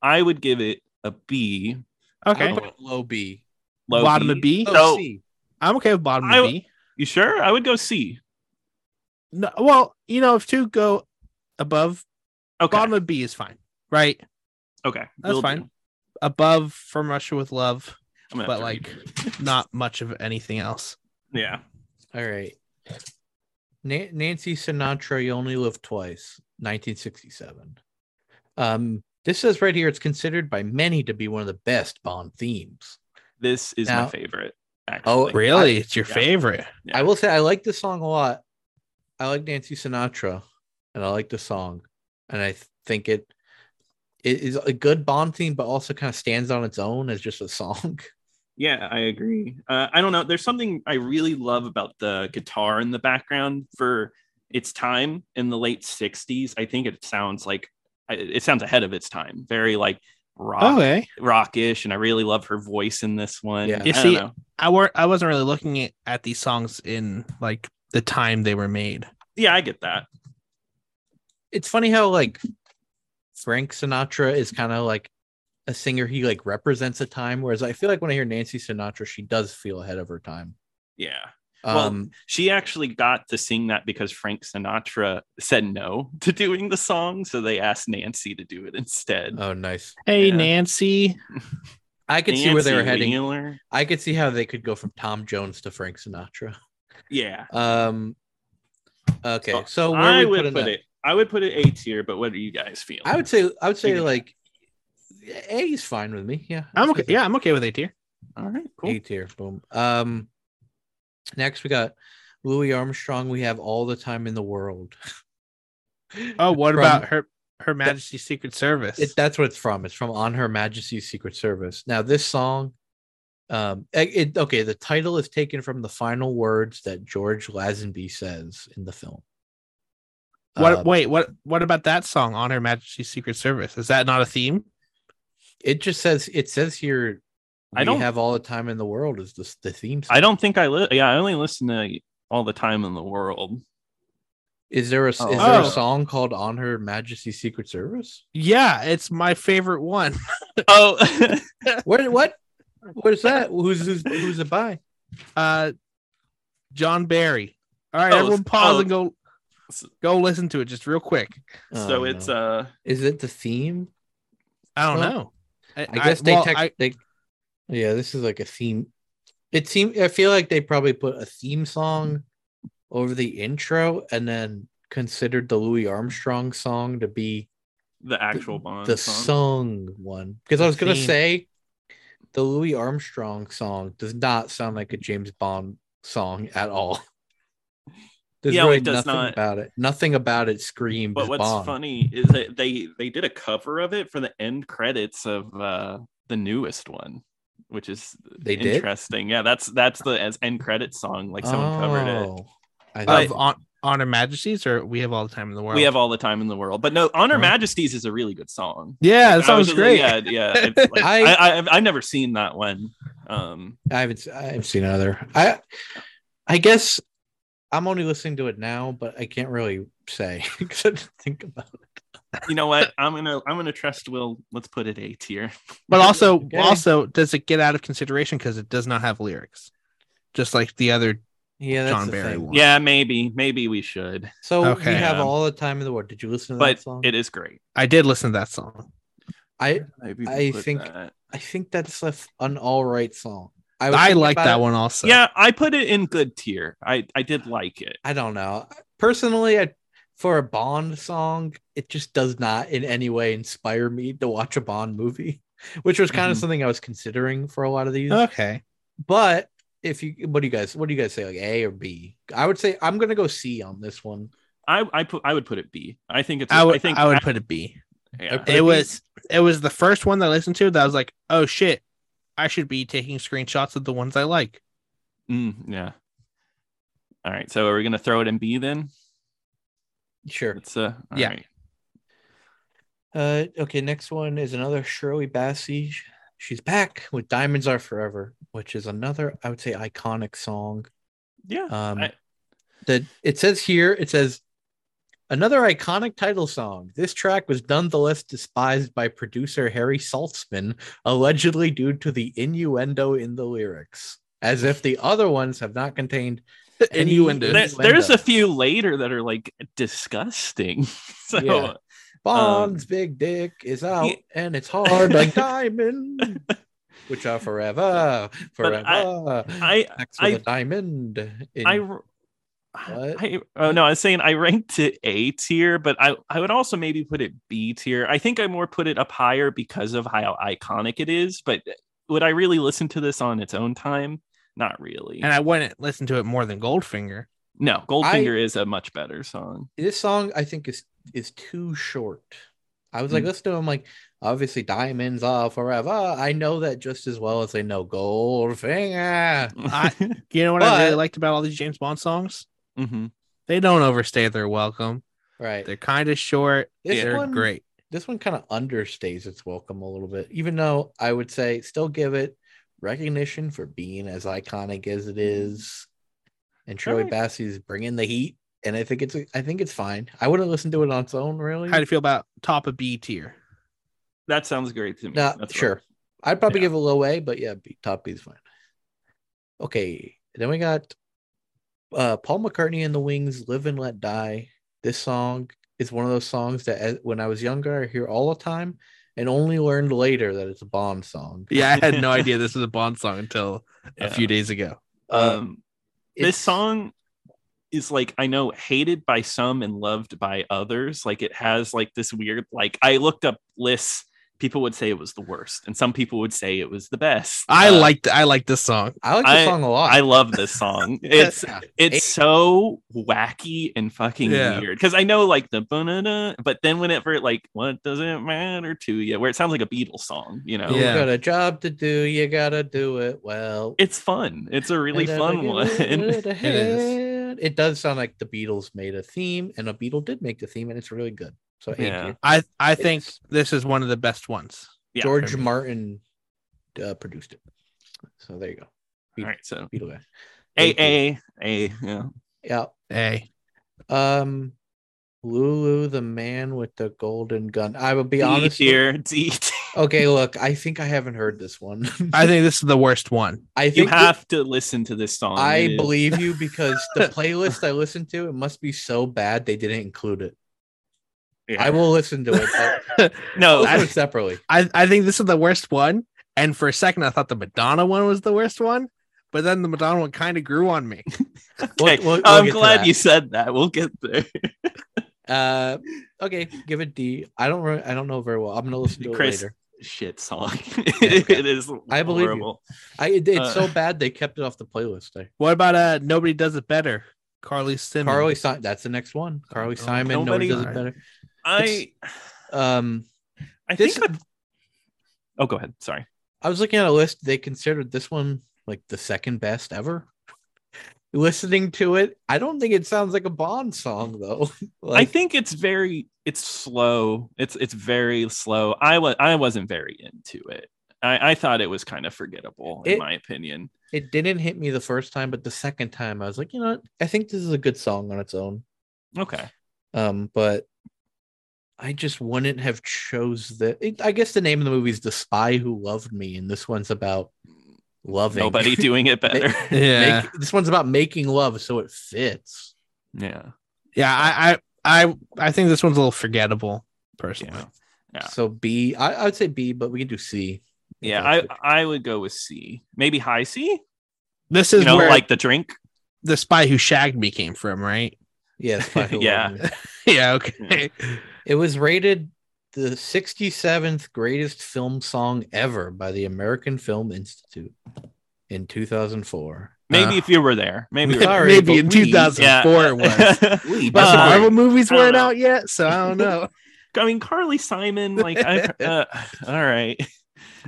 [SPEAKER 2] I would give it a B.
[SPEAKER 1] okay,
[SPEAKER 3] I'll put Low B.
[SPEAKER 2] Low E.
[SPEAKER 1] bottom
[SPEAKER 2] B.
[SPEAKER 1] of B.
[SPEAKER 3] Low
[SPEAKER 2] So-
[SPEAKER 3] C.
[SPEAKER 1] I'm okay with bottom
[SPEAKER 2] I-
[SPEAKER 1] of B.
[SPEAKER 2] You sure? I would go C.
[SPEAKER 1] No, well, you know, if two go above,
[SPEAKER 2] Okay.
[SPEAKER 1] bottom of B is fine, right?
[SPEAKER 2] okay.
[SPEAKER 1] That's
[SPEAKER 2] will do.
[SPEAKER 1] fine. Above from Russia with love,
[SPEAKER 2] I'm gonna
[SPEAKER 1] but
[SPEAKER 2] have to
[SPEAKER 1] like
[SPEAKER 2] read it.
[SPEAKER 1] not much of anything else.
[SPEAKER 2] yeah.
[SPEAKER 3] All right. Na- Nancy Sinatra, You Only Live Twice, 1967. Um, this says right here, it's considered by many to be one of the best Bond themes.
[SPEAKER 2] This is
[SPEAKER 3] Now-
[SPEAKER 2] my favorite.
[SPEAKER 3] Oh,
[SPEAKER 2] Actually.
[SPEAKER 1] Really, it's your
[SPEAKER 2] yeah.
[SPEAKER 1] favorite.
[SPEAKER 2] Yeah.
[SPEAKER 3] I will say I like this song a lot. I like Nancy Sinatra, and I like the song, and I th- think it it is a good Bond theme, but also kind of stands on its own as just a *laughs* song.
[SPEAKER 2] yeah, I agree. Uh, I don't know. There's something I really love about the guitar in the background for its time in the late 60s. I think it sounds like I- it sounds ahead of its time. Very like rock
[SPEAKER 1] okay.
[SPEAKER 2] rockish, and I really love her voice in this one.
[SPEAKER 3] Yeah.
[SPEAKER 2] I
[SPEAKER 1] You
[SPEAKER 2] don't
[SPEAKER 1] see-
[SPEAKER 2] know.
[SPEAKER 1] I were I wasn't really looking at, at these songs in like the time they were made.
[SPEAKER 2] yeah, I get that.
[SPEAKER 3] it's funny how like Frank Sinatra is kind of like a singer he like represents a time, whereas I feel like when I hear Nancy Sinatra, she does feel ahead of her time.
[SPEAKER 2] Yeah. Well,
[SPEAKER 3] Um,
[SPEAKER 2] she actually got to sing that because Frank Sinatra said no to doing the song, so they asked Nancy to do it instead.
[SPEAKER 3] oh, nice.
[SPEAKER 1] Hey
[SPEAKER 2] Yeah.
[SPEAKER 1] Nancy,
[SPEAKER 3] I could see where they were
[SPEAKER 2] Nancy
[SPEAKER 3] heading.
[SPEAKER 2] Wheeler?
[SPEAKER 3] I could see how they could go from Tom Jones to Frank Sinatra.
[SPEAKER 2] Yeah,
[SPEAKER 3] Um, okay,
[SPEAKER 2] So,
[SPEAKER 3] so, where
[SPEAKER 2] I
[SPEAKER 3] we
[SPEAKER 2] would
[SPEAKER 3] putting
[SPEAKER 2] put,
[SPEAKER 3] that?
[SPEAKER 2] it. I would put it A tier, but what do you guys feel?
[SPEAKER 3] I would say I would say
[SPEAKER 2] Yeah.
[SPEAKER 3] like A is fine with me. Yeah,
[SPEAKER 1] I'm
[SPEAKER 3] I'd
[SPEAKER 1] okay.
[SPEAKER 3] say
[SPEAKER 1] Yeah, I'm okay with A tier.
[SPEAKER 2] All right, cool.
[SPEAKER 3] A tier. Boom. Um, next we got Louis Armstrong. We have all the time in the world.
[SPEAKER 1] Oh, what
[SPEAKER 3] From-
[SPEAKER 1] about her Her Majesty's Secret Service?
[SPEAKER 3] *laughs* It, that's what it's from. It's from On Her Majesty's Secret Service. Now this song, um, it, it- okay. The title is taken from the final words that George Lazenby says in the film.
[SPEAKER 1] what?
[SPEAKER 3] Uh,
[SPEAKER 1] wait, what? What about that song on Her Majesty's Secret Service? Is that not a theme?
[SPEAKER 3] it just says it says here.
[SPEAKER 2] I
[SPEAKER 3] I
[SPEAKER 2] don't-
[SPEAKER 3] don't have all the time in the world. Is this the theme? Song.
[SPEAKER 2] I don't think I li- yeah, I only listen to all the time in the
[SPEAKER 3] *laughs*
[SPEAKER 2] world. *laughs*
[SPEAKER 3] Is there a is there
[SPEAKER 1] Oh.
[SPEAKER 3] a song called On Her Majesty's Secret Service?
[SPEAKER 1] Yeah, it's my favorite one.
[SPEAKER 2] oh, *laughs*
[SPEAKER 3] What what? What is that? Who's who's, who's it by?
[SPEAKER 1] Uh, John Barry. All right,
[SPEAKER 2] Oh,
[SPEAKER 1] everyone, pause
[SPEAKER 2] oh.
[SPEAKER 1] and go. Go listen to it just real quick.
[SPEAKER 2] so it's
[SPEAKER 3] uh
[SPEAKER 2] uh
[SPEAKER 3] is it the theme?
[SPEAKER 1] I don't
[SPEAKER 3] Well,
[SPEAKER 1] know.
[SPEAKER 3] I guess they,
[SPEAKER 1] well,
[SPEAKER 3] tec-
[SPEAKER 1] I-
[SPEAKER 3] they yeah, this is like a theme. It seems I feel like they probably put a theme song over the intro and then considered the Louis Armstrong song to be
[SPEAKER 2] the actual Bond
[SPEAKER 3] the
[SPEAKER 2] song.
[SPEAKER 3] sung one because I was gonna
[SPEAKER 1] theme.
[SPEAKER 3] say the Louis Armstrong song does not sound like a James Bond song at all. *laughs* There's
[SPEAKER 2] Yeah, well,
[SPEAKER 3] really
[SPEAKER 2] it does
[SPEAKER 3] nothing
[SPEAKER 2] not.
[SPEAKER 3] about it. Nothing about it screams
[SPEAKER 2] but what's
[SPEAKER 3] Bond.
[SPEAKER 2] funny is that they they did a cover of it for the end credits of uh the newest one which is
[SPEAKER 3] They did?
[SPEAKER 2] interesting yeah that's that's the as end credit song like someone covered it
[SPEAKER 3] Oh, I
[SPEAKER 1] of
[SPEAKER 3] thought,
[SPEAKER 1] on, on Her Majesty's, or we have all the time in the world.
[SPEAKER 2] we have all the time in the world but no honor
[SPEAKER 3] Huh.
[SPEAKER 2] majesties is a really good song
[SPEAKER 1] Yeah, that
[SPEAKER 2] I was
[SPEAKER 1] sounds
[SPEAKER 2] just like,
[SPEAKER 1] great.
[SPEAKER 3] *laughs*
[SPEAKER 2] yeah yeah it's like, I,
[SPEAKER 3] I-
[SPEAKER 2] I, I i've never seen that one um
[SPEAKER 3] I haven't. s- I haven't seen another. I, I guess I'm only listening to it now, but I can't really say *laughs* because I didn't think about it.
[SPEAKER 2] you know what i'm gonna i'm gonna trust will let's put it a tier
[SPEAKER 1] But also,
[SPEAKER 3] Okay.
[SPEAKER 1] also, does it get out of consideration because it does not have lyrics, just like the other?
[SPEAKER 3] Yeah, that's
[SPEAKER 1] John
[SPEAKER 3] the
[SPEAKER 1] Barry
[SPEAKER 3] thing.
[SPEAKER 1] one.
[SPEAKER 2] yeah maybe maybe we should
[SPEAKER 3] So
[SPEAKER 1] Okay.
[SPEAKER 3] we have
[SPEAKER 2] Yeah.
[SPEAKER 3] all the time in the world. Did you listen to
[SPEAKER 2] but
[SPEAKER 3] that song?
[SPEAKER 2] it is great
[SPEAKER 1] I did listen to that song.
[SPEAKER 3] I
[SPEAKER 2] maybe we
[SPEAKER 3] I
[SPEAKER 2] put
[SPEAKER 3] think-
[SPEAKER 2] that.
[SPEAKER 3] I think that's a f- an all right song. was
[SPEAKER 1] I,
[SPEAKER 3] thinking
[SPEAKER 1] like
[SPEAKER 3] about
[SPEAKER 1] that
[SPEAKER 3] it.
[SPEAKER 1] one also.
[SPEAKER 2] yeah i put it in good tier i i did like it
[SPEAKER 3] I don't know. Personally, I, for a Bond song, it just does not in any way inspire me to watch a Bond movie, *laughs* which was kind of
[SPEAKER 2] Mhm.
[SPEAKER 3] something I was considering for a lot of these.
[SPEAKER 1] Okay.
[SPEAKER 3] but if you, what do you guys, what do you guys say, like A or B? I would say I'm gonna go C on this one.
[SPEAKER 2] I I put I would put it B. I think it's
[SPEAKER 1] I would. I,
[SPEAKER 2] think
[SPEAKER 1] would put a B.
[SPEAKER 2] yeah.
[SPEAKER 3] okay. Put
[SPEAKER 1] It
[SPEAKER 3] a B?
[SPEAKER 1] was. It was the first one that I listened to that I was like, oh shit, I should be taking screenshots of the ones I like.
[SPEAKER 2] Mm, yeah. All right. So are we gonna throw it in B then?
[SPEAKER 3] Sure.
[SPEAKER 2] It's uh all
[SPEAKER 1] Yeah.
[SPEAKER 2] right.
[SPEAKER 3] Uh, okay. Next one is another Shirley Bassey. She's back with "Diamonds Are Forever," which is another, I would say, iconic song.
[SPEAKER 2] Yeah.
[SPEAKER 1] Uh,
[SPEAKER 3] Um,
[SPEAKER 2] I-
[SPEAKER 3] that it says here, it says another iconic title song. This track was nonetheless despised by producer Harry Saltzman, allegedly due to the innuendo in the lyrics, as if the other ones have not contained any
[SPEAKER 1] Innuendos.
[SPEAKER 2] There-
[SPEAKER 3] innuendo.
[SPEAKER 2] there's a few later that are like disgusting. *laughs* so
[SPEAKER 3] Yeah.
[SPEAKER 2] um,
[SPEAKER 3] Bond's big dick is out
[SPEAKER 2] Yeah.
[SPEAKER 3] and it's hard like diamond,
[SPEAKER 2] *laughs*
[SPEAKER 3] which are forever,
[SPEAKER 2] But
[SPEAKER 3] forever.
[SPEAKER 2] I- I
[SPEAKER 3] Sex with
[SPEAKER 2] I-
[SPEAKER 3] a diamond. in-
[SPEAKER 2] I I, oh no, I was saying I ranked it A tier, but I, I would also maybe put it B tier. I think I more put it up higher because of how iconic it is. But uh, would I really listen to this on its own time? Not really.
[SPEAKER 1] And I wouldn't listen to it more than Goldfinger.
[SPEAKER 2] no, Goldfinger is a much better song.
[SPEAKER 3] this song I think is is too short. I was like,
[SPEAKER 2] Mm.
[SPEAKER 3] listen to him like obviously diamonds are forever. I know that just as well as I know Goldfinger.
[SPEAKER 2] *laughs*
[SPEAKER 1] I- You know what I really
[SPEAKER 3] But-
[SPEAKER 1] liked about all these James Bond songs?
[SPEAKER 2] Mhm.
[SPEAKER 1] They don't overstay their welcome.
[SPEAKER 3] Right.
[SPEAKER 1] They're kind of short.
[SPEAKER 3] This
[SPEAKER 1] They're
[SPEAKER 3] one-
[SPEAKER 1] great.
[SPEAKER 3] this one kind of understays its welcome a little bit, even though I would say still give it recognition for being as iconic as it is. And Troy
[SPEAKER 2] Mm-hmm. Alright.
[SPEAKER 3] Bassey's bringing the heat, and I think it's I think it's fine. I wouldn't listen to it on its own, really.
[SPEAKER 1] How do you feel about top of B tier?
[SPEAKER 2] That sounds great to me.
[SPEAKER 3] Nah,
[SPEAKER 2] That's what-
[SPEAKER 3] sure. I'd probably
[SPEAKER 2] Yeah.
[SPEAKER 3] give a low A, but yeah, B, top B is fine. Okay, then we got uh, Paul McCartney and the Wings, "Live and Let Die." This song is one of those songs that, as, when I was younger, I hear all the time, and only learned later that it's a Bond song.
[SPEAKER 1] Yeah, I
[SPEAKER 2] *laughs*
[SPEAKER 1] had no idea this was a Bond song until a
[SPEAKER 2] Yeah.
[SPEAKER 1] few days ago.
[SPEAKER 2] Um, this
[SPEAKER 3] Uh, it's-
[SPEAKER 2] song is like I know hated by some and loved by others. Like it has like this weird like I looked up lists. People would say it was the worst, and some people would say it was the best.
[SPEAKER 1] I
[SPEAKER 2] Uh,
[SPEAKER 1] liked I liked this song.
[SPEAKER 3] I like the
[SPEAKER 2] I-
[SPEAKER 3] song a lot.
[SPEAKER 2] I love this
[SPEAKER 3] *laughs*
[SPEAKER 2] song. It's
[SPEAKER 3] Yeah.
[SPEAKER 2] it's so wacky and fucking
[SPEAKER 1] Yeah.
[SPEAKER 2] weird because I know like the banana, but then whenever it like what does it matter to you, where it sounds like a Beatles song, you know,
[SPEAKER 3] You
[SPEAKER 1] Yeah.
[SPEAKER 3] got a job to do. You gotta do it well.
[SPEAKER 2] it's fun. It's a really
[SPEAKER 3] And then
[SPEAKER 2] fun
[SPEAKER 3] I
[SPEAKER 2] *laughs*
[SPEAKER 3] get
[SPEAKER 2] one.
[SPEAKER 3] it
[SPEAKER 1] It is.
[SPEAKER 3] ahead. It does sound like the Beatles made a theme, and a Beatle did make the theme, and it's really good. So thank
[SPEAKER 2] Yeah.
[SPEAKER 3] you.
[SPEAKER 1] I I think
[SPEAKER 3] It's-
[SPEAKER 1] this is one of the best ones.
[SPEAKER 2] Yeah,
[SPEAKER 3] George
[SPEAKER 1] fair.
[SPEAKER 3] Martin uh, produced it. So there you go,
[SPEAKER 2] All right, so
[SPEAKER 3] Beatle guy.
[SPEAKER 2] a
[SPEAKER 3] Thank you.
[SPEAKER 2] a a yeah.
[SPEAKER 3] Yeah.
[SPEAKER 1] Hey,
[SPEAKER 3] Um, Lulu, the man with the golden gun. I will be
[SPEAKER 2] D
[SPEAKER 3] honest. with-
[SPEAKER 2] tier, D tier.
[SPEAKER 3] Okay, look, I think I haven't heard this one. *laughs*
[SPEAKER 1] I think this is the worst one.
[SPEAKER 3] I
[SPEAKER 2] You
[SPEAKER 3] think
[SPEAKER 2] have to listen to this song.
[SPEAKER 3] I
[SPEAKER 2] It is-
[SPEAKER 3] believe you because
[SPEAKER 2] *laughs*
[SPEAKER 3] the playlist I listened to it must be so bad they didn't include it.
[SPEAKER 2] Yeah.
[SPEAKER 3] I will listen to it.
[SPEAKER 2] *laughs*
[SPEAKER 3] but I'll
[SPEAKER 2] no.
[SPEAKER 3] listen to
[SPEAKER 2] I-
[SPEAKER 3] it separately.
[SPEAKER 1] I I think this is the worst one. And for a second, I thought the Madonna one was the worst one, but then the Madonna one kind of grew on me.
[SPEAKER 3] We'll-
[SPEAKER 2] okay,
[SPEAKER 3] we'll- we'll
[SPEAKER 2] I'm
[SPEAKER 3] get to
[SPEAKER 2] glad
[SPEAKER 3] that.
[SPEAKER 2] you said that. We'll get there. *laughs*
[SPEAKER 3] Uh, okay, give it D. I don't. Re- I don't know very well. I'm gonna listen to
[SPEAKER 2] Chris.
[SPEAKER 3] it later.
[SPEAKER 2] Shit song. *laughs*
[SPEAKER 3] okay.
[SPEAKER 2] it is.
[SPEAKER 3] I believe you.
[SPEAKER 2] horrible.
[SPEAKER 3] I it, it's
[SPEAKER 2] Uh,
[SPEAKER 3] so bad they kept it off the playlist. I,
[SPEAKER 1] What about uh Nobody Does It Better? Carly Simon. *laughs*
[SPEAKER 3] Carly Simon. That's the next one. Carly
[SPEAKER 1] Oh,
[SPEAKER 3] Simon.
[SPEAKER 2] Hmm. nobody-
[SPEAKER 3] Nobody does it better.
[SPEAKER 2] I.
[SPEAKER 3] Um,
[SPEAKER 2] I
[SPEAKER 3] this-
[SPEAKER 2] think. I- oh, go ahead. Sorry.
[SPEAKER 3] I was looking at a list. They considered this one like the second best ever. Listening to it, I don't think it sounds like a Bond song though. *laughs*
[SPEAKER 2] I
[SPEAKER 3] like,
[SPEAKER 2] think it's very. It's slow. It's it's very slow. I was I wasn't very into it. I, I thought it was kind of forgettable in
[SPEAKER 3] It-
[SPEAKER 2] my opinion.
[SPEAKER 3] it didn't hit me the first time, but the second time I was like, you know, what? I think this is a good song on its own.
[SPEAKER 2] Okay.
[SPEAKER 3] um but i just wouldn't have chose the it, i guess the name of the movie is the spy who loved me and this one's about loving *laughs*
[SPEAKER 2] Nobody doing it better.
[SPEAKER 1] Yeah.
[SPEAKER 3] Make, this one's about making love so it fits
[SPEAKER 2] yeah.
[SPEAKER 1] yeah, I, I I I think this one's a little forgettable personally.
[SPEAKER 2] Yeah. Yeah.
[SPEAKER 3] so b I, I would say b but we can do c if
[SPEAKER 2] Yeah.
[SPEAKER 3] that's
[SPEAKER 2] I I would go with C. Maybe high C.
[SPEAKER 1] This is
[SPEAKER 2] You know,
[SPEAKER 1] where
[SPEAKER 2] like the drink.
[SPEAKER 1] the spy who shagged me came from, right? *laughs*
[SPEAKER 3] yeah, Spy
[SPEAKER 2] *laughs*
[SPEAKER 3] Who Loved
[SPEAKER 2] Yeah.
[SPEAKER 3] Me.
[SPEAKER 1] yeah, okay.
[SPEAKER 3] it was rated the 67th greatest film song ever by the american film institute in 2004
[SPEAKER 2] Maybe
[SPEAKER 1] Uh,
[SPEAKER 2] if you were there. Maybe.
[SPEAKER 1] *laughs*
[SPEAKER 2] you were
[SPEAKER 3] Sorry,
[SPEAKER 1] Maybe
[SPEAKER 3] but
[SPEAKER 1] in
[SPEAKER 3] we-
[SPEAKER 1] 2004
[SPEAKER 2] there.
[SPEAKER 1] it
[SPEAKER 2] *laughs*
[SPEAKER 1] was.
[SPEAKER 3] we
[SPEAKER 1] But
[SPEAKER 2] Uh,
[SPEAKER 1] Marvel movies
[SPEAKER 2] I don't
[SPEAKER 1] weren't
[SPEAKER 2] know.
[SPEAKER 1] out yet, so I don't
[SPEAKER 2] *laughs*
[SPEAKER 1] know.
[SPEAKER 2] I mean, Carly Simon, like, I, uh, *laughs* all right.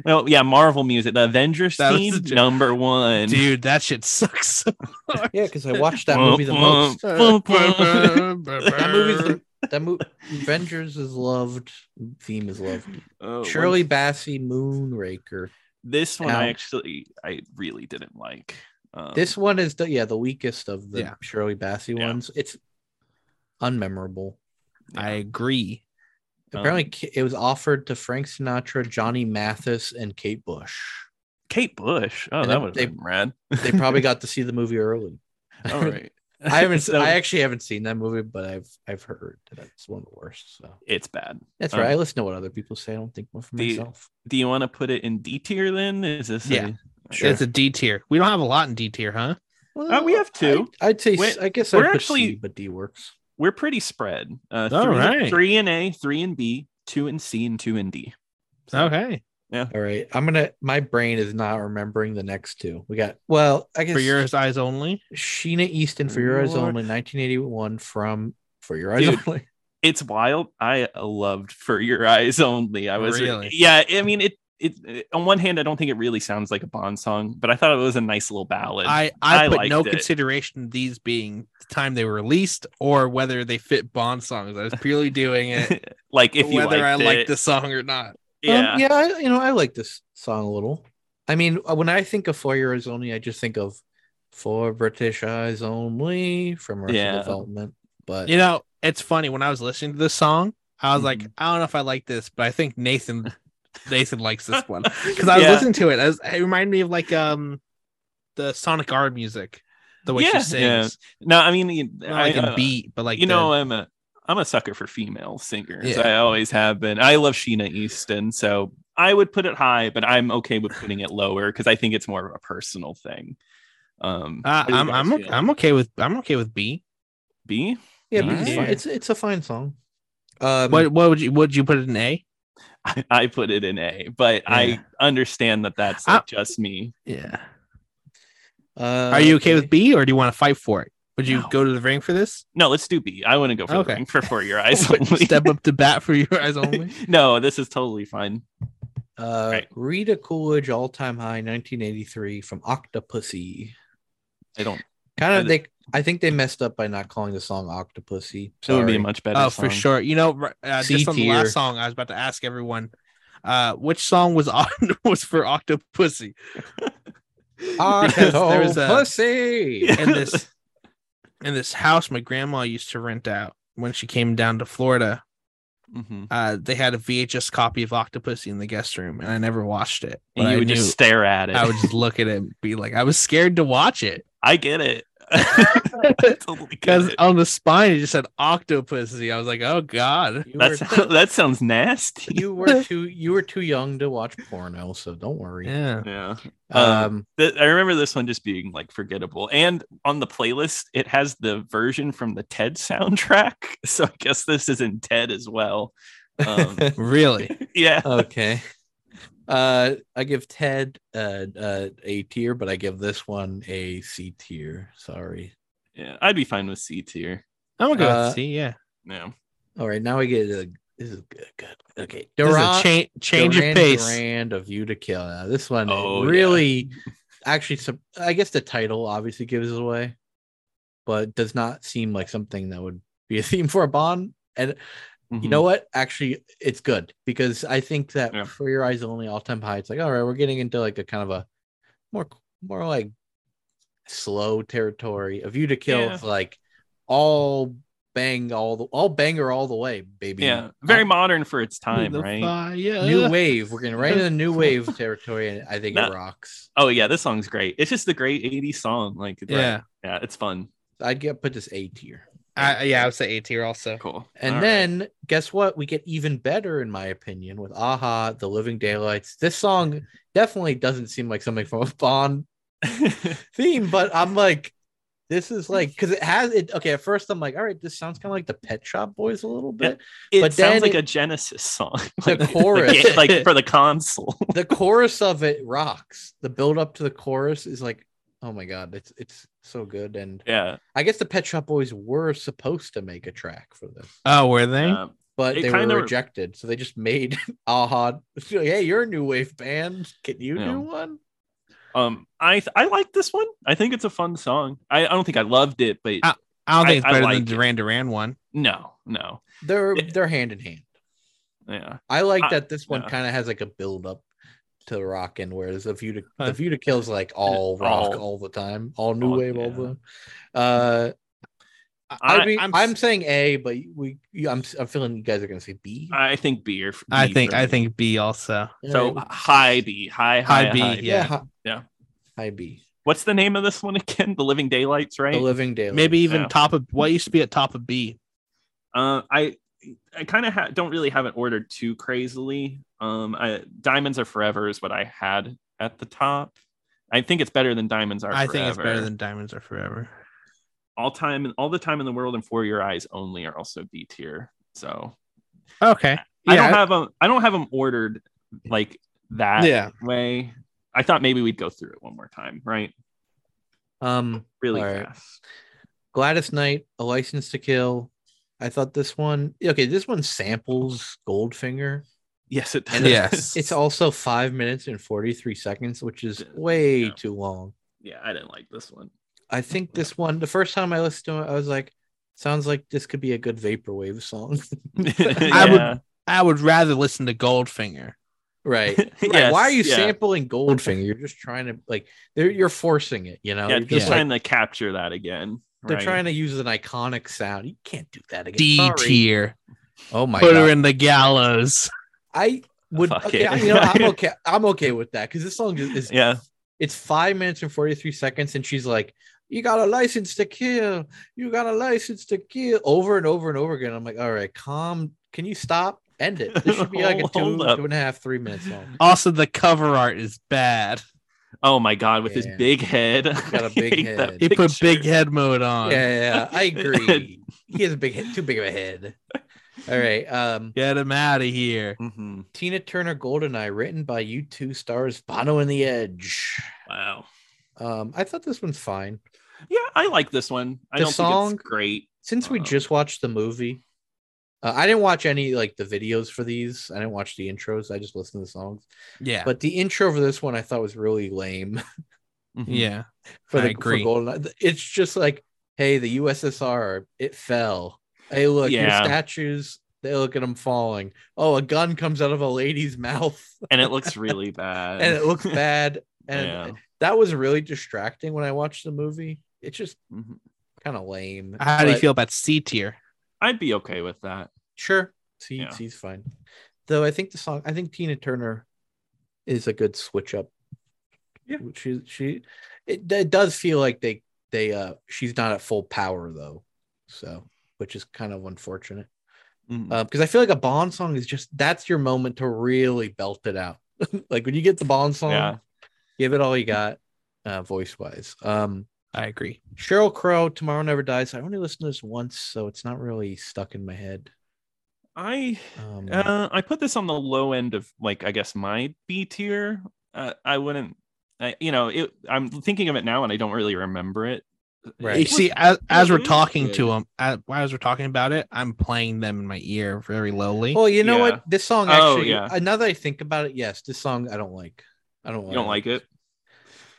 [SPEAKER 2] Well, yeah, Marvel music, the Avengers
[SPEAKER 1] That was
[SPEAKER 2] theme,
[SPEAKER 1] a joke.
[SPEAKER 2] number one. *laughs*
[SPEAKER 1] Dude, that shit sucks so hard.
[SPEAKER 3] yeah because i watched that
[SPEAKER 2] Womp
[SPEAKER 3] movie the
[SPEAKER 2] womp.
[SPEAKER 1] *laughs*
[SPEAKER 3] most
[SPEAKER 2] *laughs*
[SPEAKER 1] that
[SPEAKER 3] that movie's the- that movie Avengers is loved. Theme is loved.
[SPEAKER 2] Oh,
[SPEAKER 3] Shirley Bassey Moonraker.
[SPEAKER 2] this one I
[SPEAKER 3] Ouch.
[SPEAKER 2] actually, I really didn't like. Um,
[SPEAKER 3] This one is the yeah, the weakest of the
[SPEAKER 1] Yeah.
[SPEAKER 3] Shirley Bassey
[SPEAKER 2] Yeah.
[SPEAKER 3] ones. It's unmemorable.
[SPEAKER 1] I agree.
[SPEAKER 2] Um,
[SPEAKER 3] Apparently Ki- it was offered to Frank Sinatra, Johnny Mathis, and Kate Bush.
[SPEAKER 2] Kate Bush. Oh,
[SPEAKER 3] And
[SPEAKER 2] that
[SPEAKER 3] then
[SPEAKER 2] would
[SPEAKER 3] they-
[SPEAKER 2] have been rad. *laughs*
[SPEAKER 3] They probably got to see the movie early. *laughs*
[SPEAKER 2] All right.
[SPEAKER 3] I
[SPEAKER 2] *laughs*
[SPEAKER 3] haven't
[SPEAKER 2] So,
[SPEAKER 3] I actually haven't seen that movie, but I've I've heard that it's one of the worst. So
[SPEAKER 2] it's bad.
[SPEAKER 3] that's
[SPEAKER 2] Um,
[SPEAKER 3] right. I listen to what other people say. I don't think one for
[SPEAKER 2] the-
[SPEAKER 3] myself.
[SPEAKER 2] Do you want to put it in D tier then? Is this? a-
[SPEAKER 1] Yeah.
[SPEAKER 3] Sure.
[SPEAKER 1] It's a D tier. We don't have a lot in D tier, huh?
[SPEAKER 2] Uh, we have two.
[SPEAKER 3] I, would say
[SPEAKER 2] Wait,
[SPEAKER 3] s- I guess
[SPEAKER 2] we're
[SPEAKER 3] I
[SPEAKER 2] actually-
[SPEAKER 3] actually C, but D works.
[SPEAKER 2] We're pretty spread. Uh,
[SPEAKER 1] All
[SPEAKER 2] three,
[SPEAKER 1] right.
[SPEAKER 2] three in A, three in B, two in C, and two in D. So-
[SPEAKER 1] Okay.
[SPEAKER 3] All right. I'm gonna my brain is not remembering the next two. We got well, I guess
[SPEAKER 1] For your eyes only.
[SPEAKER 3] Sheena Easton for your eyes
[SPEAKER 2] Lord.
[SPEAKER 3] only, 1981 from For Your Eyes
[SPEAKER 2] Dude.
[SPEAKER 3] Only.
[SPEAKER 2] it's wild. I loved For Your Eyes Only. I was
[SPEAKER 1] Really?
[SPEAKER 2] yeah. I mean, it it, it- on one hand, I don't think it really sounds like a Bond song, but I thought it was a nice little ballad.
[SPEAKER 1] I, I,
[SPEAKER 2] I
[SPEAKER 1] put no
[SPEAKER 2] liked it.
[SPEAKER 1] consideration of these being the time they were released or whether they fit Bond songs. I was purely doing it
[SPEAKER 2] like *laughs* if you
[SPEAKER 1] whether I
[SPEAKER 2] liked
[SPEAKER 1] like
[SPEAKER 2] it,
[SPEAKER 1] the song or not.
[SPEAKER 2] yeah,
[SPEAKER 3] Um, yeah, I, you know, I like this song a little. I mean, uh, when I think of Four Years Only, I just think of Four British Eyes Only from Arrested
[SPEAKER 2] Yeah.
[SPEAKER 3] Development. But
[SPEAKER 1] You know, it's funny when I was listening to this song, I was like,
[SPEAKER 2] Mhm.
[SPEAKER 1] I don't know if I like this, but I think
[SPEAKER 2] *laughs*
[SPEAKER 1] Nathan Nathan likes this one because I was
[SPEAKER 2] Yeah.
[SPEAKER 1] listening to it. I was, it reminded me of like um the Sonic R music, the way
[SPEAKER 2] Yeah,
[SPEAKER 1] she sings,
[SPEAKER 2] no, I mean, you-
[SPEAKER 1] not
[SPEAKER 2] I,
[SPEAKER 1] like a
[SPEAKER 2] uh,
[SPEAKER 1] beat, but like
[SPEAKER 2] you
[SPEAKER 1] the-
[SPEAKER 2] know, I'm a I'm a sucker for female singers.
[SPEAKER 1] Yeah.
[SPEAKER 2] I always have been. I love Sheena Easton, so I would put it high, but I'm okay with putting it lower because I think it's more of a personal thing. Um,
[SPEAKER 1] Uh,
[SPEAKER 2] what do you
[SPEAKER 1] I'm
[SPEAKER 2] guys
[SPEAKER 1] I'm okay,
[SPEAKER 2] feel?
[SPEAKER 1] I'm okay with I'm okay with B.
[SPEAKER 2] B.
[SPEAKER 3] yeah,
[SPEAKER 2] Nice.
[SPEAKER 3] but it's, fine. it's it's a fine song.
[SPEAKER 2] Mm-hmm.
[SPEAKER 3] Um,
[SPEAKER 1] What what would you would you put it in A?
[SPEAKER 2] I, *laughs* I put it in A, but
[SPEAKER 1] Yeah.
[SPEAKER 2] I understand that that's
[SPEAKER 1] I-
[SPEAKER 2] like just me.
[SPEAKER 1] Yeah.
[SPEAKER 3] uh,
[SPEAKER 1] Are you okay with B or do you want to fight for it? Would you
[SPEAKER 2] No.
[SPEAKER 1] go to the ring for this?
[SPEAKER 2] No, let's do B. I want to go for
[SPEAKER 1] Okay.
[SPEAKER 2] the ring for
[SPEAKER 1] *laughs*
[SPEAKER 2] for your eyes only.
[SPEAKER 1] Step up to bat for your eyes only.
[SPEAKER 2] *laughs* no, this is totally fine.
[SPEAKER 3] Uh,
[SPEAKER 2] Right.
[SPEAKER 3] Rita Coolidge, all time high, 1983 from Octopussy.
[SPEAKER 2] I don't.
[SPEAKER 3] Kind
[SPEAKER 2] I-
[SPEAKER 3] of, they I think they messed up by not calling the song Octopussy.
[SPEAKER 2] It would be
[SPEAKER 3] Sorry.
[SPEAKER 2] a much better.
[SPEAKER 1] Oh,
[SPEAKER 2] song.
[SPEAKER 1] for sure. You know, r- uh,
[SPEAKER 3] C
[SPEAKER 1] just on the
[SPEAKER 3] tier.
[SPEAKER 1] last song, I was about to ask everyone, uh, which song was *laughs* on was for Octopussy? *laughs* Because there was a-
[SPEAKER 2] *laughs*
[SPEAKER 3] Octopussy.
[SPEAKER 2] Yeah.
[SPEAKER 1] In this, in this house, my grandma used to rent out when she came down to Florida.
[SPEAKER 2] Mhm.
[SPEAKER 1] Uh, they had a VHS copy of Octopussy in the guest room, and I never watched it. but
[SPEAKER 2] And
[SPEAKER 1] I
[SPEAKER 2] you would
[SPEAKER 1] knew-
[SPEAKER 2] just stare at it.
[SPEAKER 1] I would just look at it and be like, I was scared to watch it
[SPEAKER 2] *laughs* I get it. *laughs* I totally get
[SPEAKER 1] because
[SPEAKER 2] it.
[SPEAKER 1] on the spine it just said Octopussy. I was like, oh god.
[SPEAKER 3] You
[SPEAKER 2] That's,
[SPEAKER 3] were-
[SPEAKER 2] *laughs* that
[SPEAKER 1] *laughs*
[SPEAKER 2] sounds nasty.
[SPEAKER 3] you were too you were too young to watch porno, so don't worry.
[SPEAKER 1] Yeah.
[SPEAKER 2] Yeah.
[SPEAKER 1] Oh,
[SPEAKER 3] Um, *laughs*
[SPEAKER 2] Th- I remember this one just being like forgettable. And on the playlist, it has the version from the Ted soundtrack. *laughs* So I guess this is in Ted as well.
[SPEAKER 1] *laughs*
[SPEAKER 2] Um,
[SPEAKER 1] Really?
[SPEAKER 2] yeah.
[SPEAKER 3] okay. Uh, I give Ted uh, uh, a tier, but I give this one a C tier. Sorry.
[SPEAKER 2] Yeah. I'd be fine with C tier.
[SPEAKER 1] I'm gonna go
[SPEAKER 3] Uh,
[SPEAKER 1] with C, yeah.
[SPEAKER 2] Yeah.
[SPEAKER 3] All right, now we get a this is good, good. Okay,
[SPEAKER 1] This is a
[SPEAKER 3] Duran-
[SPEAKER 1] cha- change
[SPEAKER 3] Duran
[SPEAKER 1] of pace.
[SPEAKER 3] Duran of You to Kill. Now, this one it
[SPEAKER 2] Oh, yeah.
[SPEAKER 3] really, actually, some- I guess the title obviously gives it away, but does not seem like something that would be a *laughs* theme for a Bond. And
[SPEAKER 1] Mm-hmm.
[SPEAKER 3] you know what? Actually, it's good because I think that
[SPEAKER 2] Mm-hmm. Yeah.
[SPEAKER 3] for your eyes only, all time high. It's like all right, we're getting into like a kind of a more more like slow territory. A View to Kill
[SPEAKER 2] Yeah.
[SPEAKER 3] is like all bang all the all banger all the way, baby.
[SPEAKER 2] Yeah. Very
[SPEAKER 3] Not-
[SPEAKER 2] modern for its time,
[SPEAKER 1] The
[SPEAKER 2] right?
[SPEAKER 1] fire.
[SPEAKER 3] new wave. We're
[SPEAKER 2] *laughs*
[SPEAKER 3] getting right in the new wave territory, and I think
[SPEAKER 2] No.
[SPEAKER 3] it rocks.
[SPEAKER 2] Oh, yeah. This song's great. It's just a great 80s song. Like, it's-
[SPEAKER 1] Yeah,
[SPEAKER 2] Yeah. It's fun.
[SPEAKER 3] I'd get put this A tier.
[SPEAKER 1] I, yeah, I would say A tier also.
[SPEAKER 2] Cool.
[SPEAKER 3] And
[SPEAKER 2] All right.
[SPEAKER 3] then guess what? We get even better, in my opinion, with Aha, The Living Daylights. This song definitely doesn't seem like something from a
[SPEAKER 2] *laughs*
[SPEAKER 3] Bond theme, but I'm like, this is like because it has it. Okay, at first I'm like, all right, this sounds kind of like the Pet Shop Boys a little bit.
[SPEAKER 2] it
[SPEAKER 3] But
[SPEAKER 2] sounds
[SPEAKER 3] then
[SPEAKER 2] like
[SPEAKER 3] it-
[SPEAKER 2] a Genesis song.
[SPEAKER 3] The
[SPEAKER 2] *laughs* Like, the
[SPEAKER 3] chorus.
[SPEAKER 2] ga- like for the console. *laughs*
[SPEAKER 3] the chorus of it rocks. The build up to the chorus is like, oh my god, it's it's so good. And
[SPEAKER 2] yeah.
[SPEAKER 3] I guess the Pet Shop Boys were supposed to make a track for this,
[SPEAKER 1] Oh, were they?
[SPEAKER 2] yeah.
[SPEAKER 3] but
[SPEAKER 2] It
[SPEAKER 3] they were
[SPEAKER 2] kinda-
[SPEAKER 3] rejected, so they just made *laughs* Aha. Like, hey, you're a new wave band. Can you
[SPEAKER 2] Yeah.
[SPEAKER 3] do one?
[SPEAKER 2] Um, I th- I like this one. I think it's a fun song. I, I don't think I loved it, but
[SPEAKER 1] Ah. I don't think it's
[SPEAKER 2] I- I
[SPEAKER 1] better than
[SPEAKER 2] like it.
[SPEAKER 1] the Duran Duran one.
[SPEAKER 2] no, no,
[SPEAKER 3] They're
[SPEAKER 2] It-
[SPEAKER 3] they're hand in hand.
[SPEAKER 2] yeah,
[SPEAKER 3] I like
[SPEAKER 2] I-
[SPEAKER 3] that this one
[SPEAKER 2] Uh, yeah.
[SPEAKER 3] kind of has like a build up to rockin', whereas the view to
[SPEAKER 1] Huh.
[SPEAKER 3] the view to kill's like all rock
[SPEAKER 2] All-
[SPEAKER 3] all, the time, all new
[SPEAKER 2] all-
[SPEAKER 3] wave, all
[SPEAKER 2] yeah.
[SPEAKER 3] the. Uh, I,
[SPEAKER 2] I-
[SPEAKER 3] would be,
[SPEAKER 1] I'm
[SPEAKER 3] I'm,
[SPEAKER 1] s-
[SPEAKER 3] saying A, but we you- I'm I'm feeling you guys are gonna say B.
[SPEAKER 2] I think B or f-
[SPEAKER 1] I
[SPEAKER 2] B
[SPEAKER 1] think
[SPEAKER 2] for
[SPEAKER 1] I
[SPEAKER 2] me.
[SPEAKER 1] think B also.
[SPEAKER 2] Uh, so.
[SPEAKER 3] Alright.
[SPEAKER 2] High B, high high,
[SPEAKER 1] High
[SPEAKER 2] high
[SPEAKER 1] B,
[SPEAKER 2] B.
[SPEAKER 1] yeah.
[SPEAKER 3] hi-
[SPEAKER 2] Yeah.
[SPEAKER 3] High B.
[SPEAKER 2] What's the name of this one again? The Living Daylights, right?
[SPEAKER 3] The Living Daylight.
[SPEAKER 1] Maybe even
[SPEAKER 2] Yeah.
[SPEAKER 1] top of what used to be at top of B.
[SPEAKER 2] Uh, I I kind of ha- don't really have it ordered too crazily. Um, I, Diamonds Are Forever is what I had at the top. I think it's better than Diamonds Are
[SPEAKER 1] I
[SPEAKER 2] Forever.
[SPEAKER 1] think it's better than Diamonds Are Forever.
[SPEAKER 2] all time and all the time in the world and for your eyes only are also B tier. So
[SPEAKER 1] Okay.
[SPEAKER 2] I don't
[SPEAKER 1] Yeah.
[SPEAKER 2] have them. I don't have them ordered like
[SPEAKER 1] *laughs*
[SPEAKER 2] that
[SPEAKER 1] yeah.
[SPEAKER 2] way. I thought maybe we'd go through it one more time, right?
[SPEAKER 3] um
[SPEAKER 2] Really
[SPEAKER 3] All right.
[SPEAKER 2] fast.
[SPEAKER 3] Gladys Knight, A License to Kill. I thought this one. Okay, this one samples Goldfinger,
[SPEAKER 2] Yes, it does.
[SPEAKER 3] And
[SPEAKER 1] Yes.
[SPEAKER 3] It's also five minutes and 43 seconds, which is way
[SPEAKER 2] Yeah.
[SPEAKER 3] too long.
[SPEAKER 2] *laughs* yeah, I didn't like this one.
[SPEAKER 3] I think this one, the first time I listened to it, I was like, sounds like this could be a good vaporwave song. *laughs*
[SPEAKER 1] I
[SPEAKER 2] Yeah.
[SPEAKER 1] would I would rather listen to Goldfinger.
[SPEAKER 2] *laughs*
[SPEAKER 3] right. Right,
[SPEAKER 2] Yes,
[SPEAKER 3] Why are you
[SPEAKER 2] *laughs* yeah.
[SPEAKER 3] sampling Goldfinger? You're just trying to, like, they're, you're forcing it, you know?
[SPEAKER 2] Yeah,
[SPEAKER 3] You're
[SPEAKER 2] just
[SPEAKER 3] just like,
[SPEAKER 2] trying to capture that again.
[SPEAKER 3] they're
[SPEAKER 2] right?
[SPEAKER 3] trying to use an iconic sound. You can't do that again.
[SPEAKER 1] D
[SPEAKER 3] Sorry.
[SPEAKER 1] tier.
[SPEAKER 3] Oh my
[SPEAKER 1] Put
[SPEAKER 3] God.
[SPEAKER 1] her in the gallows.
[SPEAKER 3] I would,
[SPEAKER 2] Fuck
[SPEAKER 3] okay,
[SPEAKER 2] it.
[SPEAKER 3] I- you know,
[SPEAKER 2] *laughs*
[SPEAKER 3] I'm okay. I'm okay with that because this song is, is
[SPEAKER 2] Yeah,
[SPEAKER 3] it's five minutes and 43 seconds and she's like you got a license to kill you got a license to kill over and over and over again i'm like all right calm can you stop end it this should be like a two
[SPEAKER 2] *laughs* Hold up.
[SPEAKER 3] two and a half three minutes long
[SPEAKER 1] Also, the cover art is bad.
[SPEAKER 2] Oh my god, with
[SPEAKER 3] Yeah.
[SPEAKER 2] his big head.
[SPEAKER 3] got
[SPEAKER 2] *laughs*
[SPEAKER 3] a
[SPEAKER 2] I
[SPEAKER 3] big
[SPEAKER 2] hate that
[SPEAKER 3] head.
[SPEAKER 1] He put
[SPEAKER 2] picture.
[SPEAKER 1] big head mode on.
[SPEAKER 3] yeah, yeah,
[SPEAKER 2] *laughs*
[SPEAKER 3] i agree he has a big head too big of a head all right um
[SPEAKER 1] Get him out of here.
[SPEAKER 2] Mhm.
[SPEAKER 3] tina turner goldeneye written by you two stars bono and the edge
[SPEAKER 2] Wow.
[SPEAKER 3] um i thought this one's fine
[SPEAKER 2] Yeah, I like this one. I
[SPEAKER 3] The
[SPEAKER 2] don't
[SPEAKER 3] song-
[SPEAKER 2] think it's great.
[SPEAKER 3] since we
[SPEAKER 2] Uh,
[SPEAKER 3] just watched the movie uh, i didn't watch any like the videos for these i didn't watch the intros i just listened to the songs
[SPEAKER 1] Yeah.
[SPEAKER 3] but the intro for this one i thought was really lame *laughs*
[SPEAKER 2] Mhm.
[SPEAKER 1] yeah.
[SPEAKER 3] for
[SPEAKER 1] I
[SPEAKER 3] the
[SPEAKER 1] agree.
[SPEAKER 3] For golden it's just like hey the ussr it fell hey look your
[SPEAKER 2] Yeah.
[SPEAKER 3] statues they look at them falling oh a gun comes out of a lady's mouth *laughs*
[SPEAKER 2] And it looks really bad.
[SPEAKER 3] and it
[SPEAKER 1] *laughs*
[SPEAKER 3] looks bad and
[SPEAKER 2] Yeah.
[SPEAKER 3] that was really distracting when i watched the movie it's just
[SPEAKER 2] Mhm.
[SPEAKER 3] kind of lame
[SPEAKER 1] How do you
[SPEAKER 3] But-
[SPEAKER 1] feel about C tier?
[SPEAKER 2] I'd be okay with that.
[SPEAKER 3] Sure. See,
[SPEAKER 2] Yeah.
[SPEAKER 3] he's fine. Though I think the song, I think Tina Turner is a good switch up.
[SPEAKER 2] Yeah.
[SPEAKER 3] She, she, it, it does feel like they, they, uh, she's not at full power though. So, which is kind of unfortunate.
[SPEAKER 2] Mhm.
[SPEAKER 3] Um, cause I feel like a Bond song is just, that's your moment to really belt it out. *laughs* like when you get the Bond song,
[SPEAKER 2] Yeah.
[SPEAKER 3] give it all you got, uh, voice wise. Um,
[SPEAKER 1] I agree.
[SPEAKER 3] Cheryl Crow, Tomorrow Never Dies. I only listened to this once, so it's not really stuck in my head.
[SPEAKER 2] I
[SPEAKER 3] Um,
[SPEAKER 2] uh, I put this on the low end of like I guess my B tier. Uh, I wouldn't. I, you know, it, I'm thinking of it now and I don't really remember it.
[SPEAKER 3] Right.
[SPEAKER 1] You
[SPEAKER 2] It
[SPEAKER 1] see, as, as we're
[SPEAKER 2] it is
[SPEAKER 1] talking
[SPEAKER 2] good.
[SPEAKER 1] to him, as, as we're talking about it, I'm playing them in my ear very lowly.
[SPEAKER 3] Well, you know
[SPEAKER 2] Yeah.
[SPEAKER 3] what? This song
[SPEAKER 2] Oh,
[SPEAKER 3] actually. uh,
[SPEAKER 2] yeah.
[SPEAKER 3] Now that I think about it, yes, this song I don't like. I don't.
[SPEAKER 2] You don't like it?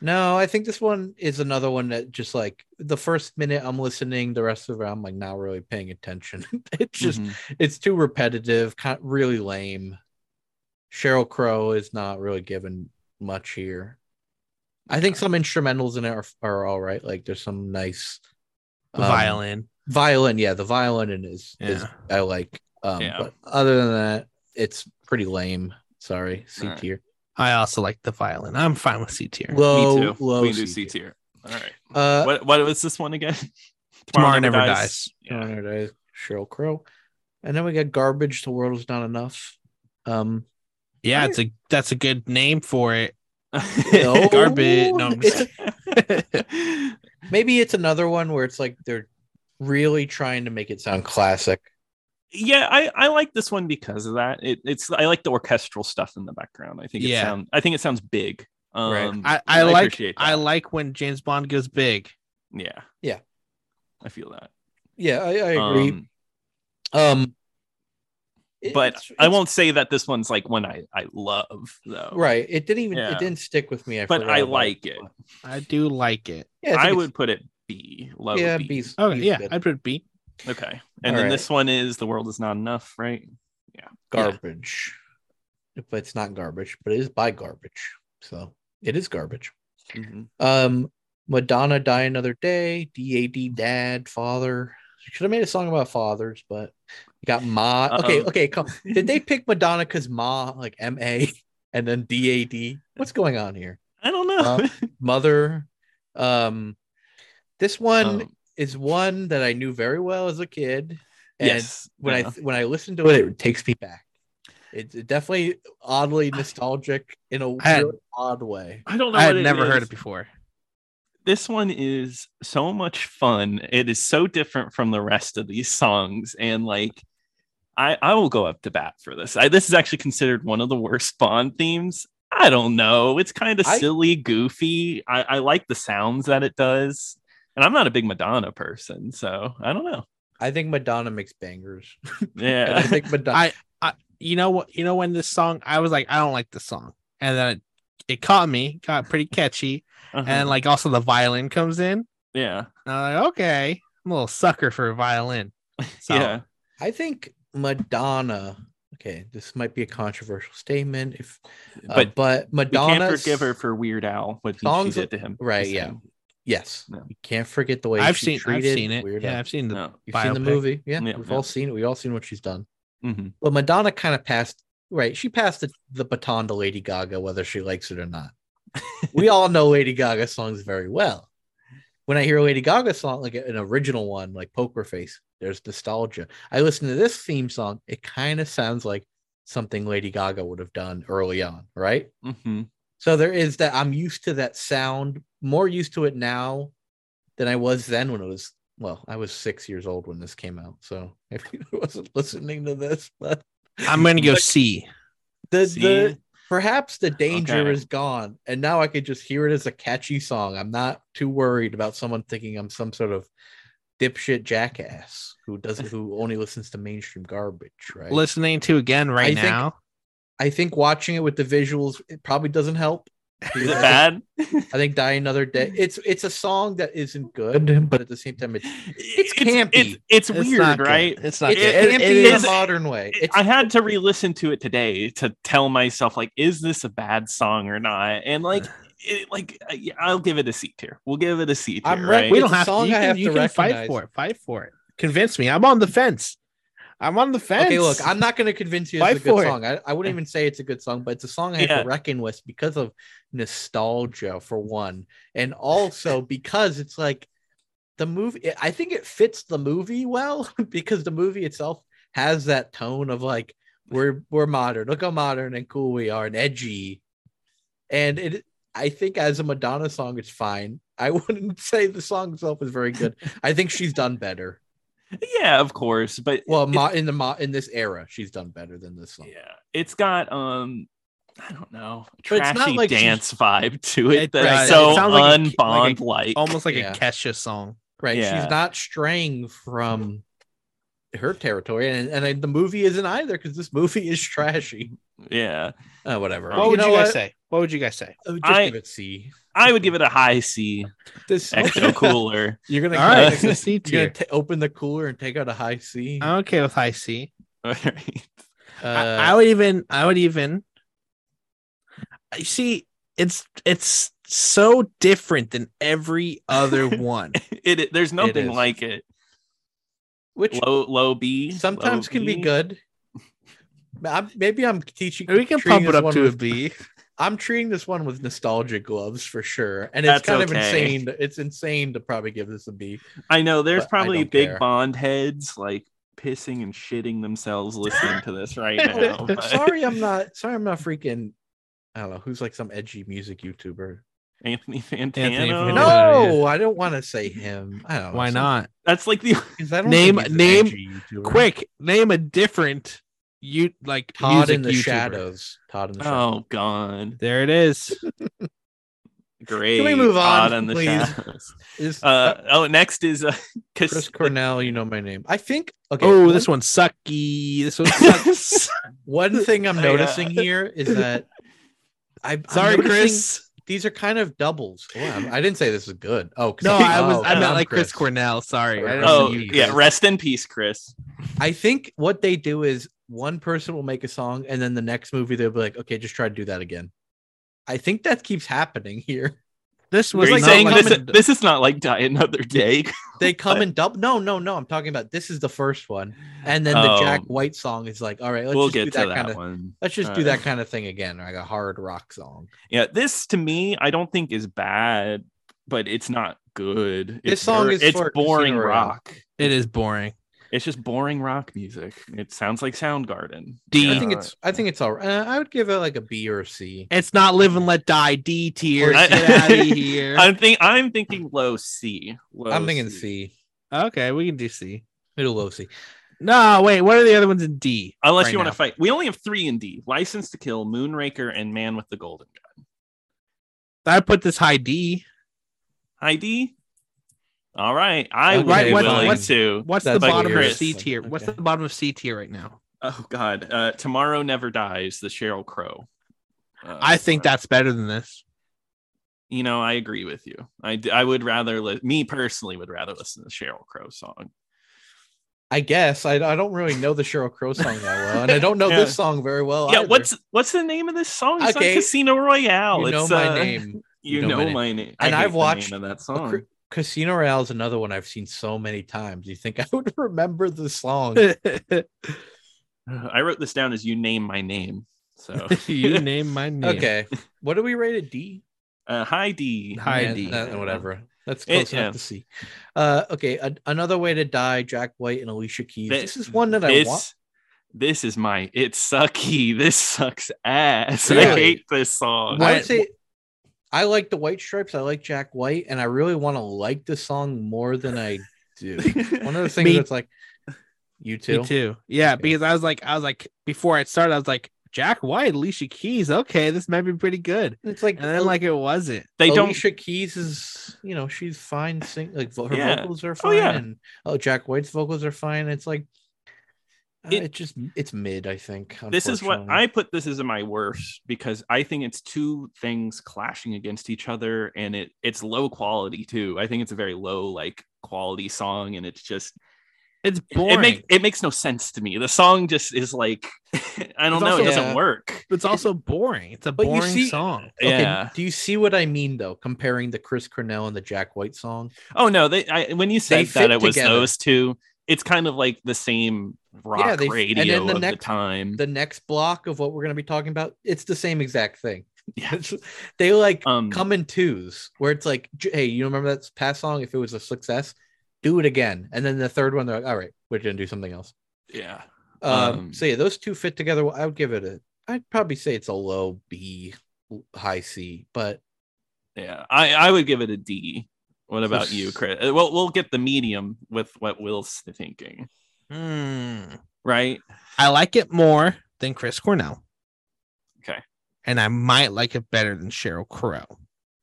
[SPEAKER 3] No, I think this one is another one that just like the first minute I'm listening, the rest of it I'm like not really paying attention. *laughs* it's just
[SPEAKER 2] Mhm.
[SPEAKER 3] it's too repetitive, kind really lame. Cheryl Crow is not really given much here. I think some instrumentals in it are, are all right. Like there's some nice
[SPEAKER 1] The
[SPEAKER 3] um,
[SPEAKER 1] violin.
[SPEAKER 3] violin yeah the violin in is, is
[SPEAKER 1] Yeah.
[SPEAKER 3] i like um
[SPEAKER 2] Yeah.
[SPEAKER 3] but other than that it's pretty lame sorry c
[SPEAKER 2] Alright.
[SPEAKER 3] tier
[SPEAKER 1] I also like the violin. I'm fine with C tier.
[SPEAKER 3] low
[SPEAKER 2] Me too.
[SPEAKER 3] low
[SPEAKER 2] we can do C
[SPEAKER 3] C tier.
[SPEAKER 2] tier. All right.
[SPEAKER 3] uh
[SPEAKER 2] what what was this one again? *laughs*
[SPEAKER 1] Tomorrow, never, dies.
[SPEAKER 2] Yeah.
[SPEAKER 3] Connor Dice, cheryl crow and then we got garbage the world is not enough *laughs* um
[SPEAKER 1] Yeah, it's a that's a good name for it.
[SPEAKER 3] no,
[SPEAKER 1] Garbage. No, I'm just
[SPEAKER 3] It's- maybe it's another one where it's like they're really trying to make it sound classic
[SPEAKER 2] *laughs* yeah, I, I like this one because of that. It, it's I like the orchestral stuff in the background. I think it
[SPEAKER 1] Yeah.
[SPEAKER 2] sound, I think it sounds big. Um,
[SPEAKER 3] Right.
[SPEAKER 1] I,
[SPEAKER 2] and
[SPEAKER 1] I, like
[SPEAKER 2] appreciate
[SPEAKER 1] I
[SPEAKER 2] that.
[SPEAKER 1] like when James Bond goes big.
[SPEAKER 2] yeah
[SPEAKER 3] Yeah.
[SPEAKER 2] I feel that.
[SPEAKER 3] yeah i, I agree um,
[SPEAKER 2] Um, but
[SPEAKER 3] it's-
[SPEAKER 2] I
[SPEAKER 3] it's-
[SPEAKER 2] won't say that this one's like one I I love though.
[SPEAKER 3] right it didn't even
[SPEAKER 2] Yeah.
[SPEAKER 3] it didn't stick with me I
[SPEAKER 2] But
[SPEAKER 3] forgot
[SPEAKER 2] I
[SPEAKER 3] about
[SPEAKER 2] like it.
[SPEAKER 1] I do like it.
[SPEAKER 3] yeah,
[SPEAKER 2] I
[SPEAKER 3] think
[SPEAKER 2] would put it B. Low
[SPEAKER 3] it's- Oh, yeah
[SPEAKER 2] B.
[SPEAKER 3] B's,
[SPEAKER 1] Okay,
[SPEAKER 3] B's
[SPEAKER 1] yeah,
[SPEAKER 3] good.
[SPEAKER 1] I put B.
[SPEAKER 2] Okay. And
[SPEAKER 3] All
[SPEAKER 2] then
[SPEAKER 3] right.
[SPEAKER 2] this one is the world is not enough, right?
[SPEAKER 1] Yeah.
[SPEAKER 3] garbage. But it's not garbage, but it is by garbage. So it is garbage.
[SPEAKER 2] Mhm.
[SPEAKER 3] Um Madonna Die Another Day, DAD Dad, Father. Should have made a song about fathers, but you got Ma. Okay,
[SPEAKER 2] Uh-oh.
[SPEAKER 3] okay, come. Did they pick Madonna because Ma, like M A, and then D A D? What's going on here?
[SPEAKER 2] I don't know. *laughs*
[SPEAKER 3] Uh, Mother. Um this one
[SPEAKER 2] Um,
[SPEAKER 3] is one that I knew very well as a kid. And
[SPEAKER 2] yes.
[SPEAKER 3] when I
[SPEAKER 2] yeah.
[SPEAKER 3] th- when I listen to it, it takes me back. It's definitely
[SPEAKER 1] *sighs*
[SPEAKER 3] oddly nostalgic in a
[SPEAKER 1] I had-
[SPEAKER 3] real odd way.
[SPEAKER 2] I don't know.
[SPEAKER 1] I had
[SPEAKER 2] what
[SPEAKER 1] never heard
[SPEAKER 2] is.
[SPEAKER 1] it before.
[SPEAKER 2] This one is so much fun. It is so different from the rest of these songs, and like, I I will go up to bat for this. I, this is actually considered one of the worst Bond themes. I don't know. It's kind of
[SPEAKER 3] I-
[SPEAKER 2] silly, goofy. I, I like the sounds that it does, and I'm not a big Madonna
[SPEAKER 3] *laughs*
[SPEAKER 2] person, so I don't know.
[SPEAKER 1] *laughs*
[SPEAKER 3] I think Madonna makes bangers. And
[SPEAKER 2] Yeah,
[SPEAKER 3] I think Madonna.
[SPEAKER 1] I- you know what? You know when this song, I was like, I don't like this song, and then it, it caught me, got pretty
[SPEAKER 3] *laughs*
[SPEAKER 1] catchy,
[SPEAKER 2] *laughs* Uh-huh.
[SPEAKER 1] and like also the violin comes in.
[SPEAKER 2] yeah,
[SPEAKER 1] And I'm like, Uh, okay, I'm a little sucker for a violin. So,
[SPEAKER 2] yeah,
[SPEAKER 3] I think Madonna. Okay, this might be a controversial statement, if uh,
[SPEAKER 2] but
[SPEAKER 3] but, Madonna.
[SPEAKER 2] we can't forgive her for Weird Al what he, she
[SPEAKER 3] songs-
[SPEAKER 2] did to him.
[SPEAKER 3] right,
[SPEAKER 2] Just
[SPEAKER 3] yeah.
[SPEAKER 2] saying.
[SPEAKER 3] Yes,
[SPEAKER 2] No.
[SPEAKER 3] you can't forget the way
[SPEAKER 1] I've
[SPEAKER 3] she
[SPEAKER 1] seen, I've
[SPEAKER 3] treated
[SPEAKER 1] seen it.
[SPEAKER 3] Weird
[SPEAKER 1] yeah,
[SPEAKER 3] Al.
[SPEAKER 1] I've seen the.
[SPEAKER 2] No.
[SPEAKER 3] You've seen the
[SPEAKER 1] biopic.
[SPEAKER 3] movie, yeah.
[SPEAKER 2] Yeah,
[SPEAKER 3] we've
[SPEAKER 2] yeah.
[SPEAKER 3] all seen it. We all seen what she's done.
[SPEAKER 2] hmm
[SPEAKER 3] Well, Madonna kind of passed right. She passed the, the baton to Lady Gaga, whether she likes it or not. *laughs* we all know Lady Gaga songs very well. When I hear a Lady Gaga song, like an original one, like Poker Face, there's nostalgia. I listen to this theme song; it kind of sounds like something Lady Gaga would have done early on, right?
[SPEAKER 2] hmm
[SPEAKER 3] So there is that. I'm used to that sound, more used to it now than I was then when it was. Well, I was six years old when this came out, so *laughs* if I wasn't listening to this, but
[SPEAKER 1] I'm gonna go see.
[SPEAKER 3] the,
[SPEAKER 2] See?
[SPEAKER 3] the perhaps the danger
[SPEAKER 2] Okay.
[SPEAKER 3] is gone and now i could just hear it as a catchy song i'm not too worried about someone thinking i'm some sort of dipshit jackass who doesn't who only listens to mainstream garbage right
[SPEAKER 1] Listening to again right
[SPEAKER 3] I think-
[SPEAKER 1] now.
[SPEAKER 3] i think watching it with the visuals it probably doesn't help
[SPEAKER 2] Is it bad?
[SPEAKER 3] i think die another day it's it's a song that isn't good but at the same time it's
[SPEAKER 2] It's
[SPEAKER 3] campy.
[SPEAKER 2] It's, it's weird,
[SPEAKER 1] not good.
[SPEAKER 2] right?
[SPEAKER 1] It's not.
[SPEAKER 3] it's
[SPEAKER 1] good.
[SPEAKER 2] it-
[SPEAKER 3] campy
[SPEAKER 2] it
[SPEAKER 3] in
[SPEAKER 2] is-
[SPEAKER 3] a modern way it's
[SPEAKER 2] I had to re-listen to it today to tell myself like, is this a bad song or not? And like, it, like I- yeah, I'll give it a C tier. We'll give it a C tier,
[SPEAKER 3] I'm
[SPEAKER 2] right?
[SPEAKER 3] right
[SPEAKER 1] we
[SPEAKER 3] It's
[SPEAKER 1] don't
[SPEAKER 3] a
[SPEAKER 1] have
[SPEAKER 3] song
[SPEAKER 1] to. You
[SPEAKER 3] I
[SPEAKER 1] can,
[SPEAKER 3] have
[SPEAKER 1] you
[SPEAKER 3] to
[SPEAKER 1] can fight
[SPEAKER 3] recognize.
[SPEAKER 1] for it. Fight for it. Convince me. I'm on the fence. I'm on the fence.
[SPEAKER 3] Okay, look, I'm not going to convince you
[SPEAKER 1] Fight
[SPEAKER 3] it's a
[SPEAKER 1] for
[SPEAKER 3] good
[SPEAKER 1] it.
[SPEAKER 3] song. I, I wouldn't even say it's a good song, but it's a song I have
[SPEAKER 2] Yeah.
[SPEAKER 3] to reckon with because of nostalgia, for one,
[SPEAKER 1] *laughs*
[SPEAKER 3] and also because it's like the movie. I think it fits the movie well *laughs* because the movie itself has that tone of like we're we're modern. Look how modern and cool we are, and edgy. And it, I think, as a Madonna song, it's fine. I *laughs* wouldn't say the song itself is very good. I think she's done better.
[SPEAKER 2] Yeah, of course, but
[SPEAKER 3] Well, mo- in the mo- in this era, she's done better than this song.
[SPEAKER 2] yeah, it's got um, I don't know,
[SPEAKER 3] But it's
[SPEAKER 2] trashy
[SPEAKER 3] not like she's-
[SPEAKER 2] dance vibe to it.
[SPEAKER 1] It-
[SPEAKER 2] that's
[SPEAKER 3] right,
[SPEAKER 2] so
[SPEAKER 1] it sounds like a- like a-
[SPEAKER 2] unbond like.
[SPEAKER 1] almost like
[SPEAKER 3] Yeah.
[SPEAKER 1] a Kesha song.
[SPEAKER 3] right
[SPEAKER 2] Yeah.
[SPEAKER 3] she's not straying from her territory and, and I, the movie isn't either because this movie is trashy
[SPEAKER 2] yeah,
[SPEAKER 3] uh, whatever
[SPEAKER 2] What
[SPEAKER 1] What would
[SPEAKER 3] know
[SPEAKER 1] you guys
[SPEAKER 3] what?
[SPEAKER 1] say? What would you guys say?
[SPEAKER 3] Uh, just
[SPEAKER 2] I-
[SPEAKER 3] give it c
[SPEAKER 2] I would give it a high C.
[SPEAKER 1] *laughs*
[SPEAKER 3] this
[SPEAKER 2] Ecto cooler. *laughs*
[SPEAKER 3] you're gonna
[SPEAKER 1] All
[SPEAKER 3] *laughs*
[SPEAKER 1] right,
[SPEAKER 3] you're
[SPEAKER 1] it's a C
[SPEAKER 3] gonna
[SPEAKER 1] tier.
[SPEAKER 3] t- open the cooler and take out a high c
[SPEAKER 1] I'm okay with high C.
[SPEAKER 2] All right.
[SPEAKER 3] Uh,
[SPEAKER 1] I I would even. I would even. You see, it's it's so different than every *laughs* other one.
[SPEAKER 2] It, it- there's nothing
[SPEAKER 3] is.
[SPEAKER 2] like it.
[SPEAKER 3] which
[SPEAKER 2] Low low B. low
[SPEAKER 3] sometimes can be
[SPEAKER 2] B.
[SPEAKER 3] good I'm, maybe i'm teaching
[SPEAKER 1] we can
[SPEAKER 3] treating
[SPEAKER 1] pump it
[SPEAKER 3] this
[SPEAKER 1] up
[SPEAKER 3] one
[SPEAKER 1] to a
[SPEAKER 3] with,
[SPEAKER 1] B.
[SPEAKER 3] i'm treating this one with nostalgia gloves for sure and
[SPEAKER 2] That's
[SPEAKER 3] it's kind of
[SPEAKER 2] okay.
[SPEAKER 3] insane to- it's insane to probably give this a b
[SPEAKER 2] I know there's
[SPEAKER 3] but I
[SPEAKER 2] probably
[SPEAKER 3] don't
[SPEAKER 2] big
[SPEAKER 3] care.
[SPEAKER 2] Bond heads like pissing and shitting themselves listening to this right now. but-
[SPEAKER 3] sorry i'm not sorry i'm not freaking i don't know who's like some edgy music youtuber
[SPEAKER 2] Anthony Fantano.
[SPEAKER 1] Anthony Fantano.
[SPEAKER 3] no
[SPEAKER 1] Oh, yeah.
[SPEAKER 3] i don't want to say him i don't know,
[SPEAKER 1] Why
[SPEAKER 3] some-
[SPEAKER 1] not?
[SPEAKER 2] 'Cause That's like the
[SPEAKER 3] 'cause I don't
[SPEAKER 1] Name-
[SPEAKER 3] think he's an
[SPEAKER 1] name-
[SPEAKER 3] edgy YouTuber.
[SPEAKER 1] Quick, name a different you like
[SPEAKER 3] todd
[SPEAKER 1] music
[SPEAKER 3] in the
[SPEAKER 1] YouTuber.
[SPEAKER 3] shadows todd in the shadows
[SPEAKER 2] oh god,
[SPEAKER 1] There it is.
[SPEAKER 2] great.
[SPEAKER 3] move on,
[SPEAKER 2] Odd the
[SPEAKER 3] please?
[SPEAKER 2] Shadows.
[SPEAKER 3] Is-
[SPEAKER 2] Uh, oh, next is uh,
[SPEAKER 3] chris
[SPEAKER 2] Chris.
[SPEAKER 3] cornell you know my name i think okay
[SPEAKER 1] oh,
[SPEAKER 3] one-
[SPEAKER 1] this one sucky. This one *laughs* sucks.
[SPEAKER 3] *laughs*
[SPEAKER 2] *laughs*
[SPEAKER 1] *laughs*
[SPEAKER 3] one thing i'm
[SPEAKER 2] Yeah.
[SPEAKER 3] noticing here is that I, I'm
[SPEAKER 1] uh, Sorry,
[SPEAKER 3] noticing
[SPEAKER 1] Chris.
[SPEAKER 3] These are kind of doubles. Oh, I'm- I didn't say this was good. Oh,
[SPEAKER 1] *laughs*
[SPEAKER 3] 'cause
[SPEAKER 1] No,
[SPEAKER 3] I'm-
[SPEAKER 1] I was.
[SPEAKER 3] oh,
[SPEAKER 1] I meant
[SPEAKER 3] I'm
[SPEAKER 1] like Chris Cornell. Sorry. I didn't
[SPEAKER 2] Oh
[SPEAKER 1] see you,
[SPEAKER 2] yeah,
[SPEAKER 1] Chris.
[SPEAKER 2] rest in peace, Chris.
[SPEAKER 3] I think what they do is one person will make a song and then the next movie they'll be like, okay, just try to do that again. I think that keeps happening here. *laughs*
[SPEAKER 1] This
[SPEAKER 2] Are
[SPEAKER 1] was
[SPEAKER 2] you
[SPEAKER 1] like
[SPEAKER 2] saying
[SPEAKER 1] not
[SPEAKER 2] this,
[SPEAKER 1] like-
[SPEAKER 2] this is not like Die Another Day?
[SPEAKER 3] They come and double. No, no, no. I'm talking about this is the first one. And then the
[SPEAKER 2] Oh.
[SPEAKER 3] Jack White song is like, all right, let's
[SPEAKER 2] we'll
[SPEAKER 3] just do
[SPEAKER 2] get
[SPEAKER 3] that,
[SPEAKER 2] to that
[SPEAKER 3] kind of
[SPEAKER 2] one.
[SPEAKER 3] let's just
[SPEAKER 2] All
[SPEAKER 3] do
[SPEAKER 2] right.
[SPEAKER 3] that kind of thing again, like a hard rock song.
[SPEAKER 2] Yeah, this to me, I don't think is bad, but it's not good.
[SPEAKER 3] This
[SPEAKER 2] It's
[SPEAKER 3] song
[SPEAKER 2] ver-
[SPEAKER 3] is
[SPEAKER 2] it's
[SPEAKER 3] for
[SPEAKER 2] boring
[SPEAKER 3] Casino Royale.
[SPEAKER 2] rock.
[SPEAKER 1] it is boring.
[SPEAKER 2] It's just boring rock music. It sounds like Soundgarden.
[SPEAKER 1] D.
[SPEAKER 3] I think it's I think it's all right. Uh, I would give it like a B or a C.
[SPEAKER 1] It's not live and let die. D tier.
[SPEAKER 2] I-
[SPEAKER 1] Get out *laughs* of here.
[SPEAKER 2] I'm think I'm thinking low C. Low
[SPEAKER 3] I'm thinking C.
[SPEAKER 1] okay, we can do C.
[SPEAKER 3] Middle low C.
[SPEAKER 1] No, wait. What are the other ones in D?
[SPEAKER 2] Unless
[SPEAKER 1] right
[SPEAKER 2] you want
[SPEAKER 1] now?
[SPEAKER 2] to fight. We only have three in D. License to Kill, Moonraker, and Man with the Golden Gun.
[SPEAKER 1] I put this high D.
[SPEAKER 2] ID? All right. I
[SPEAKER 3] Okay,
[SPEAKER 2] would be
[SPEAKER 1] what's-
[SPEAKER 2] willing
[SPEAKER 1] what's-
[SPEAKER 2] to.
[SPEAKER 1] What's the
[SPEAKER 3] That's
[SPEAKER 1] bottom
[SPEAKER 2] weird.
[SPEAKER 1] of C tier? What's
[SPEAKER 3] Okay.
[SPEAKER 1] the bottom of C tier right now?
[SPEAKER 2] Oh God, uh, Tomorrow Never Dies, the Cheryl Crow. Uh,
[SPEAKER 3] Oh,
[SPEAKER 1] I think that's better than
[SPEAKER 3] *laughs*
[SPEAKER 1] this.
[SPEAKER 2] you know I agree with you. I d- I would rather li- me personally would rather listen to Cheryl Crow song.
[SPEAKER 3] I guess I, I don't really know the Cheryl Crow song that well, and I don't know
[SPEAKER 2] *laughs* Yeah.
[SPEAKER 3] this song very well.
[SPEAKER 2] yeah,
[SPEAKER 3] either.
[SPEAKER 2] what's what's the name of this song? It's
[SPEAKER 3] Okay.
[SPEAKER 2] on Casino Royale.
[SPEAKER 3] you know
[SPEAKER 2] it's,
[SPEAKER 3] my
[SPEAKER 2] uh, *laughs*
[SPEAKER 3] name?
[SPEAKER 2] You, know, my name.
[SPEAKER 3] And
[SPEAKER 2] I hate the name
[SPEAKER 3] I've watched
[SPEAKER 2] of that
[SPEAKER 3] Well,
[SPEAKER 2] song. *sighs*
[SPEAKER 3] Cr- Casino Royale is another one I've seen so many times. You think *laughs* I would remember
[SPEAKER 2] *laughs*
[SPEAKER 3] the song? Oh.
[SPEAKER 2] I wrote this down as "You Name My Name."
[SPEAKER 3] *laughs*
[SPEAKER 2] So
[SPEAKER 1] you name my name.
[SPEAKER 3] Okay, what do we rate it? D.
[SPEAKER 2] uh, hi D. uh,
[SPEAKER 1] Hi,
[SPEAKER 3] Yeah,
[SPEAKER 1] D.
[SPEAKER 3] that- whatever. That's
[SPEAKER 2] It-
[SPEAKER 3] close enough
[SPEAKER 2] yeah.
[SPEAKER 3] to see. Uh, okay, a- another way to die. Jack White and Alicia Keys.
[SPEAKER 2] Thi-
[SPEAKER 3] This is one that I
[SPEAKER 2] This
[SPEAKER 3] want.
[SPEAKER 2] this is my it's sucky. *laughs* This sucks ass. I
[SPEAKER 3] Really?
[SPEAKER 2] hate this song.
[SPEAKER 3] I
[SPEAKER 1] What-
[SPEAKER 3] would say I like the White Stripes. I like Jack White, and I really want to like the song more than I
[SPEAKER 2] *laughs*
[SPEAKER 3] do. One of the things
[SPEAKER 1] Me-
[SPEAKER 3] that's like you too.
[SPEAKER 1] Me too. Yeah,
[SPEAKER 3] Okay.
[SPEAKER 1] because I was like, I was like, before I started, I was like, Jack White, Alicia Keys. Okay, this might be pretty good.
[SPEAKER 3] It's like
[SPEAKER 1] And then like it wasn't.
[SPEAKER 2] they don't
[SPEAKER 3] Alicia Keys is you know she's fine sing like vo- her
[SPEAKER 2] Yeah.
[SPEAKER 3] vocals are
[SPEAKER 2] Oh,
[SPEAKER 3] fine
[SPEAKER 2] yeah.
[SPEAKER 3] and oh Jack White's vocals are fine. It's like uh,
[SPEAKER 2] It-
[SPEAKER 3] it, just it's mid. I think
[SPEAKER 2] this is what
[SPEAKER 3] unfortunately.
[SPEAKER 2] I put this as my worst because I think it's two things clashing against each other and it it's low quality too. I think it's a very low like quality song and it's just
[SPEAKER 1] It's
[SPEAKER 2] it-
[SPEAKER 1] boring.
[SPEAKER 2] it makes it makes no sense to me. The song just is like *laughs* I don't
[SPEAKER 1] It's
[SPEAKER 2] know,
[SPEAKER 1] also-
[SPEAKER 2] it doesn't
[SPEAKER 3] Yeah.
[SPEAKER 2] work.
[SPEAKER 1] it's also boring. It's a
[SPEAKER 3] But you
[SPEAKER 1] boring
[SPEAKER 3] see-
[SPEAKER 1] song.
[SPEAKER 2] yeah.
[SPEAKER 3] Do you see what I mean though? Comparing the Chris Cornell and the Jack White song.
[SPEAKER 2] Oh no, they I, when you
[SPEAKER 3] They
[SPEAKER 2] said that
[SPEAKER 3] fit
[SPEAKER 2] it was
[SPEAKER 3] together.
[SPEAKER 2] those two, it's kind of like the same rock
[SPEAKER 3] they- and
[SPEAKER 2] radio
[SPEAKER 3] then the
[SPEAKER 2] of
[SPEAKER 3] next-
[SPEAKER 2] the time.
[SPEAKER 3] the next block of what we're going to be talking about, it's the same exact thing.
[SPEAKER 2] yeah.
[SPEAKER 3] They like
[SPEAKER 2] Um
[SPEAKER 3] come in twos, where it's like, j- hey, you remember that past song? If it was a success, do it again. And then the third one, they're like, all right, we're going to do something else.
[SPEAKER 2] *laughs* yeah.
[SPEAKER 3] Um,
[SPEAKER 2] Um,
[SPEAKER 3] so yeah, those two fit together. I would give it a, I'd probably say it's a low B, high C, but
[SPEAKER 2] Yeah. I I would give it a D. What about
[SPEAKER 3] *laughs*
[SPEAKER 2] you,
[SPEAKER 3] s-
[SPEAKER 2] Chris? Uh, Well, we'll get the medium with what Will's thinking,
[SPEAKER 1] Hmm.
[SPEAKER 2] right?
[SPEAKER 1] I like it more than Chris Cornell.
[SPEAKER 2] Okay.
[SPEAKER 1] And I might like it better than Cheryl Crow.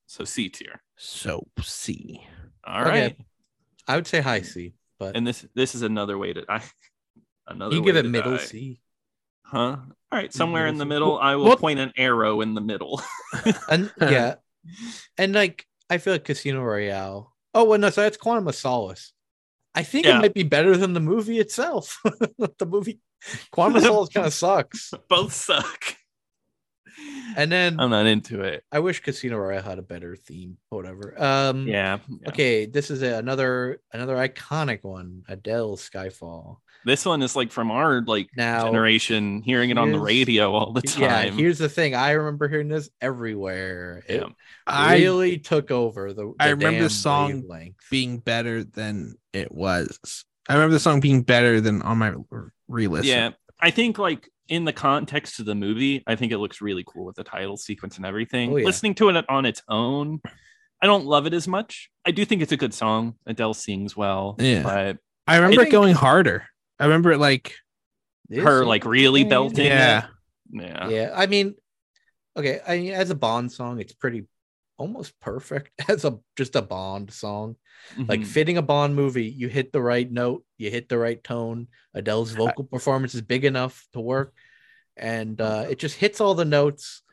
[SPEAKER 2] So C tier.
[SPEAKER 1] So C.
[SPEAKER 2] All
[SPEAKER 3] Okay.
[SPEAKER 2] right.
[SPEAKER 3] I would say high C, but
[SPEAKER 2] And this this is another way to I *laughs* another
[SPEAKER 3] you give
[SPEAKER 2] way
[SPEAKER 3] it
[SPEAKER 2] to
[SPEAKER 3] middle
[SPEAKER 2] die.
[SPEAKER 3] C.
[SPEAKER 2] Huh? All right, somewhere in the
[SPEAKER 1] middle
[SPEAKER 2] middle, I will
[SPEAKER 1] Well-
[SPEAKER 2] point an arrow in the middle. *laughs*
[SPEAKER 3] And yeah, and like I feel like Casino Royale. Oh, well, no, so that's Quantum of Solace. I think
[SPEAKER 2] Yeah.
[SPEAKER 3] it might be better than the movie itself. *laughs* the movie
[SPEAKER 2] *laughs*
[SPEAKER 3] Quantum of Solace kind of sucks.
[SPEAKER 2] Both suck.
[SPEAKER 3] And then
[SPEAKER 2] I'm not into it.
[SPEAKER 3] I wish Casino Royale had a better theme, whatever. Um,
[SPEAKER 2] Yeah. yeah.
[SPEAKER 3] Okay, this is another another iconic one, Adele Skyfall.
[SPEAKER 2] This one is like from our like
[SPEAKER 3] Now,
[SPEAKER 2] generation, hearing it on the
[SPEAKER 3] here's-
[SPEAKER 2] radio all the time.
[SPEAKER 3] yeah, here's the thing. I remember hearing this everywhere. It
[SPEAKER 2] Yeah.
[SPEAKER 1] I
[SPEAKER 3] really took over the.
[SPEAKER 1] I
[SPEAKER 3] the
[SPEAKER 1] remember the
[SPEAKER 3] damn
[SPEAKER 1] song
[SPEAKER 3] wavelength.
[SPEAKER 1] being better than it was. I remember the song being better than on my re-list.
[SPEAKER 2] Yeah, I think like in the context of the movie, I think it looks really cool with the title sequence and everything.
[SPEAKER 3] Oh, yeah.
[SPEAKER 2] Listening to it on its own, I don't love it as much. I do think it's a good song. Adele sings well.
[SPEAKER 1] Yeah.
[SPEAKER 2] But
[SPEAKER 1] I remember it
[SPEAKER 2] think-
[SPEAKER 1] going harder. I remember it like
[SPEAKER 3] This
[SPEAKER 2] her
[SPEAKER 3] is-
[SPEAKER 2] like really belting. it.
[SPEAKER 1] yeah.
[SPEAKER 2] Yeah.
[SPEAKER 3] yeah i mean okay i mean as a bond song it's pretty almost perfect *laughs* as a just a bond song
[SPEAKER 1] Mm.
[SPEAKER 3] like
[SPEAKER 2] Mhm.
[SPEAKER 3] fitting a bond movie you hit the right note you hit the right tone adele's vocal performance is big enough to work
[SPEAKER 1] Oh,
[SPEAKER 3] and uh it just hits all the notes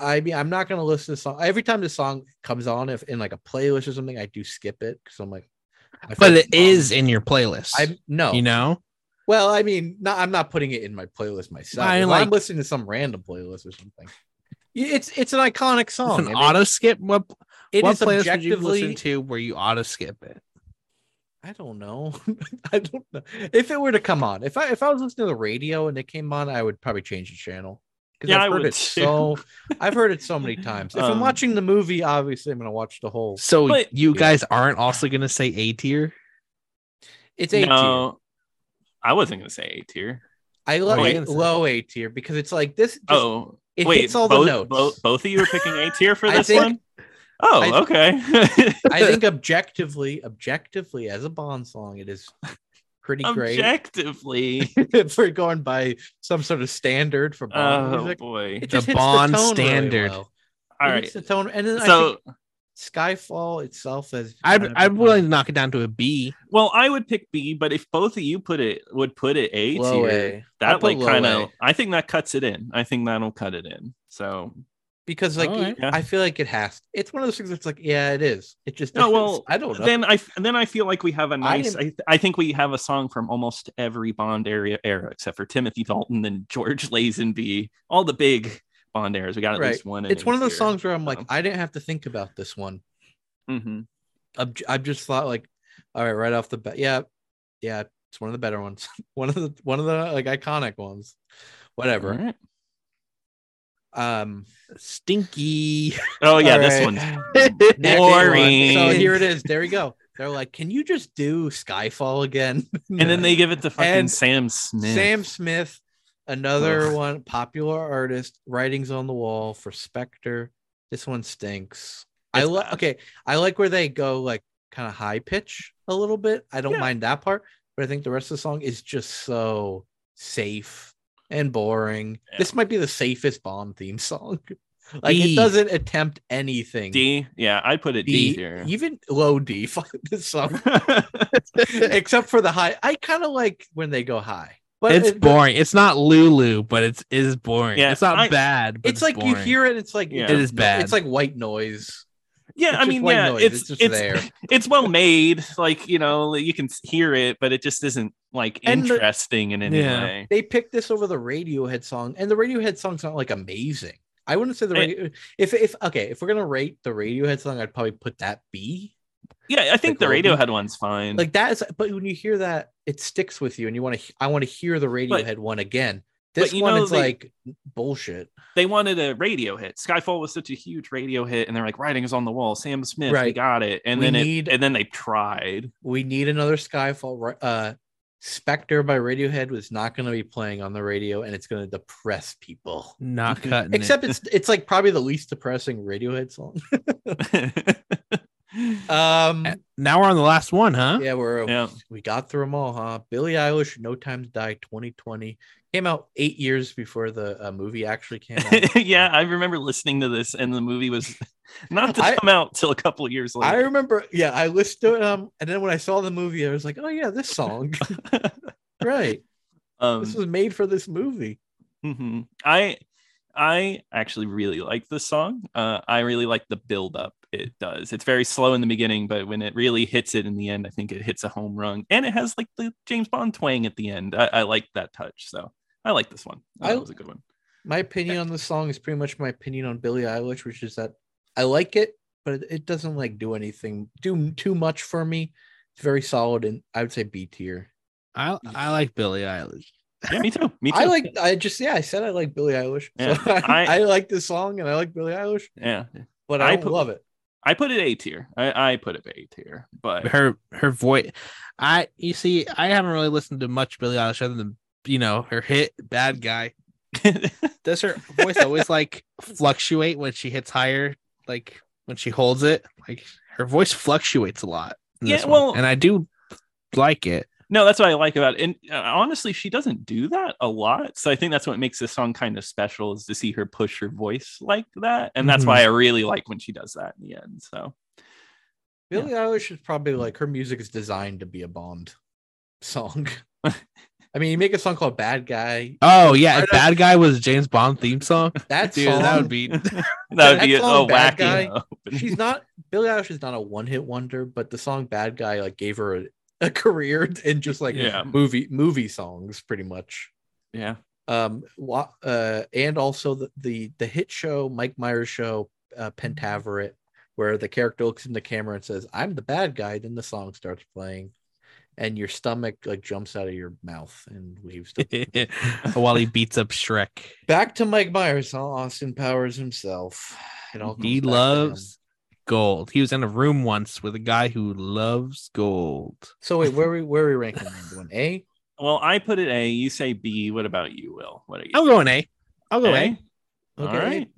[SPEAKER 3] i mean i'm not gonna listen to song every time the song comes on if in like a playlist or something i do skip it because i'm like I
[SPEAKER 1] But it
[SPEAKER 3] forgot-
[SPEAKER 1] is in your playlist.
[SPEAKER 3] i no
[SPEAKER 1] You know?
[SPEAKER 3] well i mean not, i'm not putting it in my playlist myself
[SPEAKER 1] I
[SPEAKER 3] If i'm
[SPEAKER 1] like-
[SPEAKER 3] listening to some random playlist or something y- it's it's an iconic
[SPEAKER 1] It's
[SPEAKER 3] song
[SPEAKER 1] an
[SPEAKER 3] I mean,
[SPEAKER 1] auto skip. What
[SPEAKER 3] Oh, it
[SPEAKER 1] what
[SPEAKER 3] is
[SPEAKER 1] playlist would you
[SPEAKER 3] objectively
[SPEAKER 1] listen to where you auto skip it?
[SPEAKER 3] i don't know *laughs* i don't know if it were to come on if i if i was listening to the radio and it came on i would probably change the channel because
[SPEAKER 2] Yeah, I
[SPEAKER 3] i've heard
[SPEAKER 2] would
[SPEAKER 3] it
[SPEAKER 2] too. *laughs*
[SPEAKER 3] so i've heard it so many times if i'm
[SPEAKER 2] Um,
[SPEAKER 3] watching the movie obviously i'm gonna watch the whole
[SPEAKER 1] So
[SPEAKER 2] But-
[SPEAKER 1] you
[SPEAKER 3] Yeah.
[SPEAKER 1] guys aren't also gonna say A tier?
[SPEAKER 3] it's a tier
[SPEAKER 2] No, I wasn't gonna say A tier.
[SPEAKER 3] i love
[SPEAKER 1] Oh,
[SPEAKER 3] it
[SPEAKER 1] yeah.
[SPEAKER 3] low a tier because it's like this just-
[SPEAKER 2] Oh,
[SPEAKER 3] it
[SPEAKER 2] wait,
[SPEAKER 3] hits all
[SPEAKER 2] both,
[SPEAKER 3] the notes
[SPEAKER 2] Both, both of you are picking
[SPEAKER 3] *laughs*
[SPEAKER 2] A tier for
[SPEAKER 3] I
[SPEAKER 2] this
[SPEAKER 3] think-
[SPEAKER 2] one. Oh,
[SPEAKER 3] I-
[SPEAKER 2] *laughs* okay.
[SPEAKER 3] I think objectively, objectively, as a Bond song, it is pretty great *laughs*
[SPEAKER 2] Objectively,
[SPEAKER 3] for going by some sort of standard for Bond
[SPEAKER 2] oh
[SPEAKER 3] music.
[SPEAKER 2] boy.
[SPEAKER 3] It
[SPEAKER 1] The
[SPEAKER 3] just hits
[SPEAKER 1] Bond
[SPEAKER 3] the tone really
[SPEAKER 1] standard.
[SPEAKER 3] well.
[SPEAKER 2] All
[SPEAKER 3] It
[SPEAKER 2] right.
[SPEAKER 3] hits the tone, and then I
[SPEAKER 2] so
[SPEAKER 3] think Skyfall itself as
[SPEAKER 1] I'm I'm willing to knock it down to a B.
[SPEAKER 2] Well, I would pick B, but if both of you put it would put it A
[SPEAKER 3] Low
[SPEAKER 2] tier,
[SPEAKER 3] A. I'll
[SPEAKER 2] that
[SPEAKER 3] put
[SPEAKER 2] like
[SPEAKER 3] low
[SPEAKER 2] kind
[SPEAKER 3] A.
[SPEAKER 2] of I think that cuts it in. I think that'll cut it in. So
[SPEAKER 3] because like
[SPEAKER 1] Alright.
[SPEAKER 2] Yeah.
[SPEAKER 3] I feel like it has. It's one of those things that's like, yeah, it is. It just
[SPEAKER 2] No,
[SPEAKER 3] is.
[SPEAKER 2] well,
[SPEAKER 3] I don't know.
[SPEAKER 2] then I then I feel like we have a nice.
[SPEAKER 3] am-
[SPEAKER 2] I, th- I think we have a song from almost every Bond area era except for Timothy Dalton and *laughs* George Lazenby, all the big Bond eras. We got at
[SPEAKER 3] Right.
[SPEAKER 2] least one. in
[SPEAKER 3] it's one of
[SPEAKER 2] each
[SPEAKER 3] those
[SPEAKER 2] year.
[SPEAKER 3] songs where I'm like,
[SPEAKER 2] so.
[SPEAKER 3] I didn't have to think about this one.
[SPEAKER 2] Mhm.
[SPEAKER 3] I've, j- I've just thought like, all right, right off the bat, yeah, yeah, it's one of the better ones, *laughs* one of the one of the like iconic ones, whatever.
[SPEAKER 2] All right. Mm-hmm.
[SPEAKER 3] Um,
[SPEAKER 1] Stinky.
[SPEAKER 2] Oh yeah,
[SPEAKER 3] All
[SPEAKER 2] this
[SPEAKER 3] right.
[SPEAKER 2] one's
[SPEAKER 3] next one.
[SPEAKER 2] Boring.
[SPEAKER 3] So
[SPEAKER 2] *laughs*
[SPEAKER 3] here it is. There we go. They're like, can you just do Skyfall again? *laughs*
[SPEAKER 2] And then they give it to fucking
[SPEAKER 3] And
[SPEAKER 2] Sam Smith.
[SPEAKER 3] Sam Smith, another
[SPEAKER 2] Ugh.
[SPEAKER 3] one, popular artist, writings on the wall for Spectre. This one stinks. I
[SPEAKER 2] It's
[SPEAKER 3] like
[SPEAKER 2] bad.
[SPEAKER 3] okay. I like where they go like kind of high pitch a little bit. I don't
[SPEAKER 2] Yeah.
[SPEAKER 3] mind that part, but I think the rest of the song is just so safe and boring.
[SPEAKER 2] Yeah.
[SPEAKER 3] This might be the safest Bond theme song. *laughs* Like
[SPEAKER 1] D.
[SPEAKER 3] it doesn't attempt anything.
[SPEAKER 2] D. Yeah, I put it D,
[SPEAKER 3] D,
[SPEAKER 2] here.
[SPEAKER 3] even low D. Fuck *laughs* this song,
[SPEAKER 2] *laughs*
[SPEAKER 3] except for the high. I kind of like when they go high, but
[SPEAKER 1] it's
[SPEAKER 3] it- but-
[SPEAKER 1] boring. It's not Lulu, but it's it is boring.
[SPEAKER 2] Yeah,
[SPEAKER 1] it's not
[SPEAKER 2] I-
[SPEAKER 1] bad. But
[SPEAKER 3] it's like you
[SPEAKER 1] boring.
[SPEAKER 3] hear it. It's like
[SPEAKER 2] Yeah.
[SPEAKER 1] It is bad.
[SPEAKER 3] It's like white noise.
[SPEAKER 2] yeah,
[SPEAKER 3] It's
[SPEAKER 2] I
[SPEAKER 3] just
[SPEAKER 2] mean,
[SPEAKER 3] white
[SPEAKER 2] yeah,
[SPEAKER 3] noise.
[SPEAKER 2] it's it's,
[SPEAKER 3] It's
[SPEAKER 2] *laughs*
[SPEAKER 3] just
[SPEAKER 2] it's,
[SPEAKER 3] there.
[SPEAKER 2] well made. Like you know, you can hear it, but it just isn't like
[SPEAKER 3] And the-
[SPEAKER 2] interesting in any
[SPEAKER 1] Yeah.
[SPEAKER 2] way.
[SPEAKER 3] They picked this over the Radiohead song, and the Radiohead song's not like amazing. I wouldn't say the
[SPEAKER 2] I-
[SPEAKER 3] radio. If if okay, if we're gonna rate the Radiohead song, I'd probably put that B.
[SPEAKER 2] Yeah, I think the
[SPEAKER 3] Golden.
[SPEAKER 2] Radiohead one's fine.
[SPEAKER 3] Like that is, but when you hear that, it sticks with you, and you want to. I want to hear the Radiohead one again.
[SPEAKER 2] but
[SPEAKER 3] This
[SPEAKER 2] you
[SPEAKER 3] one
[SPEAKER 2] know
[SPEAKER 3] is
[SPEAKER 2] they-
[SPEAKER 3] like bullshit.
[SPEAKER 2] they wanted a radio hit. Skyfall was such a huge radio hit, and they're like, "Writing is on the wall." Sam Smith, we
[SPEAKER 3] Right.
[SPEAKER 2] got it. And
[SPEAKER 3] We
[SPEAKER 2] then
[SPEAKER 3] need-
[SPEAKER 2] it, and then they tried.
[SPEAKER 3] *laughs* We need another Skyfall. ri- Uh, Spectre by Radiohead was not going to be playing on the radio, and it's going to depress people.
[SPEAKER 1] not cutting. Except
[SPEAKER 3] Mhm. Except it's it's like probably the least depressing Radiohead
[SPEAKER 2] *laughs*
[SPEAKER 3] song. Um,
[SPEAKER 1] now we're on the last one, huh?
[SPEAKER 3] yeah, we're
[SPEAKER 2] Uh,
[SPEAKER 3] *laughs*
[SPEAKER 2] yeah, *laughs*
[SPEAKER 3] we got through them all, huh? Billie Eilish, No Time to Die, 2020 came out eight years before the uh, movie actually came
[SPEAKER 2] *laughs*
[SPEAKER 3] out.
[SPEAKER 2] yeah. I remember listening to this, and the movie was *laughs* not to
[SPEAKER 3] I-
[SPEAKER 2] come out till a couple years
[SPEAKER 3] I
[SPEAKER 2] later.
[SPEAKER 3] remember. Yeah, I listened to it, um, and then when I saw the movie, I was like, oh yeah,
[SPEAKER 2] *laughs*
[SPEAKER 3] this song, right?
[SPEAKER 2] um,
[SPEAKER 3] This was made for this movie.
[SPEAKER 2] mhm. I I actually really like this song. Uh, I really like the build up it does. It's very slow in the beginning, but when it really hits it in the end, I think it hits a home run. And it has like the James Bond twang at the end. I, I like that touch. So I like this one. I thought
[SPEAKER 3] I-
[SPEAKER 2] it was a good one.
[SPEAKER 3] My opinion on the song is pretty much my opinion on Billie Eilish, which is that I like it, but it, it doesn't like do anything do too much for me. It's very solid, and I would say B tier.
[SPEAKER 1] I I like Billie Eilish.
[SPEAKER 2] Yeah, me
[SPEAKER 3] *laughs*
[SPEAKER 2] too. Me too.
[SPEAKER 3] I like. I just yeah. I said I like Billie Eilish.
[SPEAKER 2] Yeah,
[SPEAKER 3] So *laughs* I,
[SPEAKER 2] I-
[SPEAKER 3] I, like this song and I like Billie Eilish, *laughs*
[SPEAKER 2] Yeah.
[SPEAKER 3] but I,
[SPEAKER 2] I
[SPEAKER 3] don't
[SPEAKER 2] put-
[SPEAKER 3] love it.
[SPEAKER 2] I put it A tier. I, I put it A tier, but
[SPEAKER 3] *laughs*
[SPEAKER 1] Her her voice. I you see, I haven't really listened to much Billie Eilish other than you know her hit "Bad Guy." Does her voice
[SPEAKER 2] *laughs*
[SPEAKER 1] always like fluctuate when she hits higher? Like when she holds it, like her voice fluctuates a lot. in
[SPEAKER 2] Yeah,
[SPEAKER 1] this one,
[SPEAKER 2] well-
[SPEAKER 1] and I do like it.
[SPEAKER 2] no, that's what I like about it. And uh, honestly, she doesn't do that a lot. So I think that's what makes this song kind of special is to see her push her voice like that. And that's
[SPEAKER 1] Mhm.
[SPEAKER 3] Mm-hmm.
[SPEAKER 2] why I really like when she does that in the end. So Yeah.
[SPEAKER 3] Billie Eilish is probably like her music is designed to be a Bond *laughs*
[SPEAKER 2] *laughs*
[SPEAKER 3] song. I mean, you make a song called "Bad Guy."
[SPEAKER 1] Oh yeah, if
[SPEAKER 3] I
[SPEAKER 1] "Bad Guy" was a James Bond theme
[SPEAKER 2] *laughs*
[SPEAKER 1] song,
[SPEAKER 3] That
[SPEAKER 1] dude,
[SPEAKER 3] song.
[SPEAKER 1] that would be
[SPEAKER 2] that would
[SPEAKER 3] That
[SPEAKER 2] be a,
[SPEAKER 3] song,
[SPEAKER 2] a
[SPEAKER 3] Bad
[SPEAKER 2] wacky.
[SPEAKER 3] Guy,
[SPEAKER 2] opening.
[SPEAKER 3] *laughs* She's not Billie Eilish is not a one-hit wonder, but the song "Bad Guy" like gave her a, a career *laughs* in just like
[SPEAKER 2] Yeah.
[SPEAKER 3] movie movie songs, pretty much.
[SPEAKER 2] yeah.
[SPEAKER 3] um wa- uh and also the the, the hit show mike myers show uh pentaveret where the character looks in the camera and says i'm the bad guy then the song starts playing and your stomach like jumps out of your mouth and leaves
[SPEAKER 1] *laughs*
[SPEAKER 3] the-
[SPEAKER 1] *laughs*
[SPEAKER 3] *laughs*
[SPEAKER 1] while he beats up Shrek.
[SPEAKER 2] *laughs*
[SPEAKER 3] back to mike myers huh? austin powers himself it all comes
[SPEAKER 1] He
[SPEAKER 3] back to him.
[SPEAKER 1] loves gold. He was in a room once with a guy who loves gold.
[SPEAKER 3] so wait where are we where are we
[SPEAKER 1] *laughs*
[SPEAKER 3] ranking number one a
[SPEAKER 2] Well, I put it A. You say B. What about you, Will? What are you?
[SPEAKER 3] Oh,
[SPEAKER 1] I'm going A. I'll go A.
[SPEAKER 2] All
[SPEAKER 3] Okay.
[SPEAKER 2] right.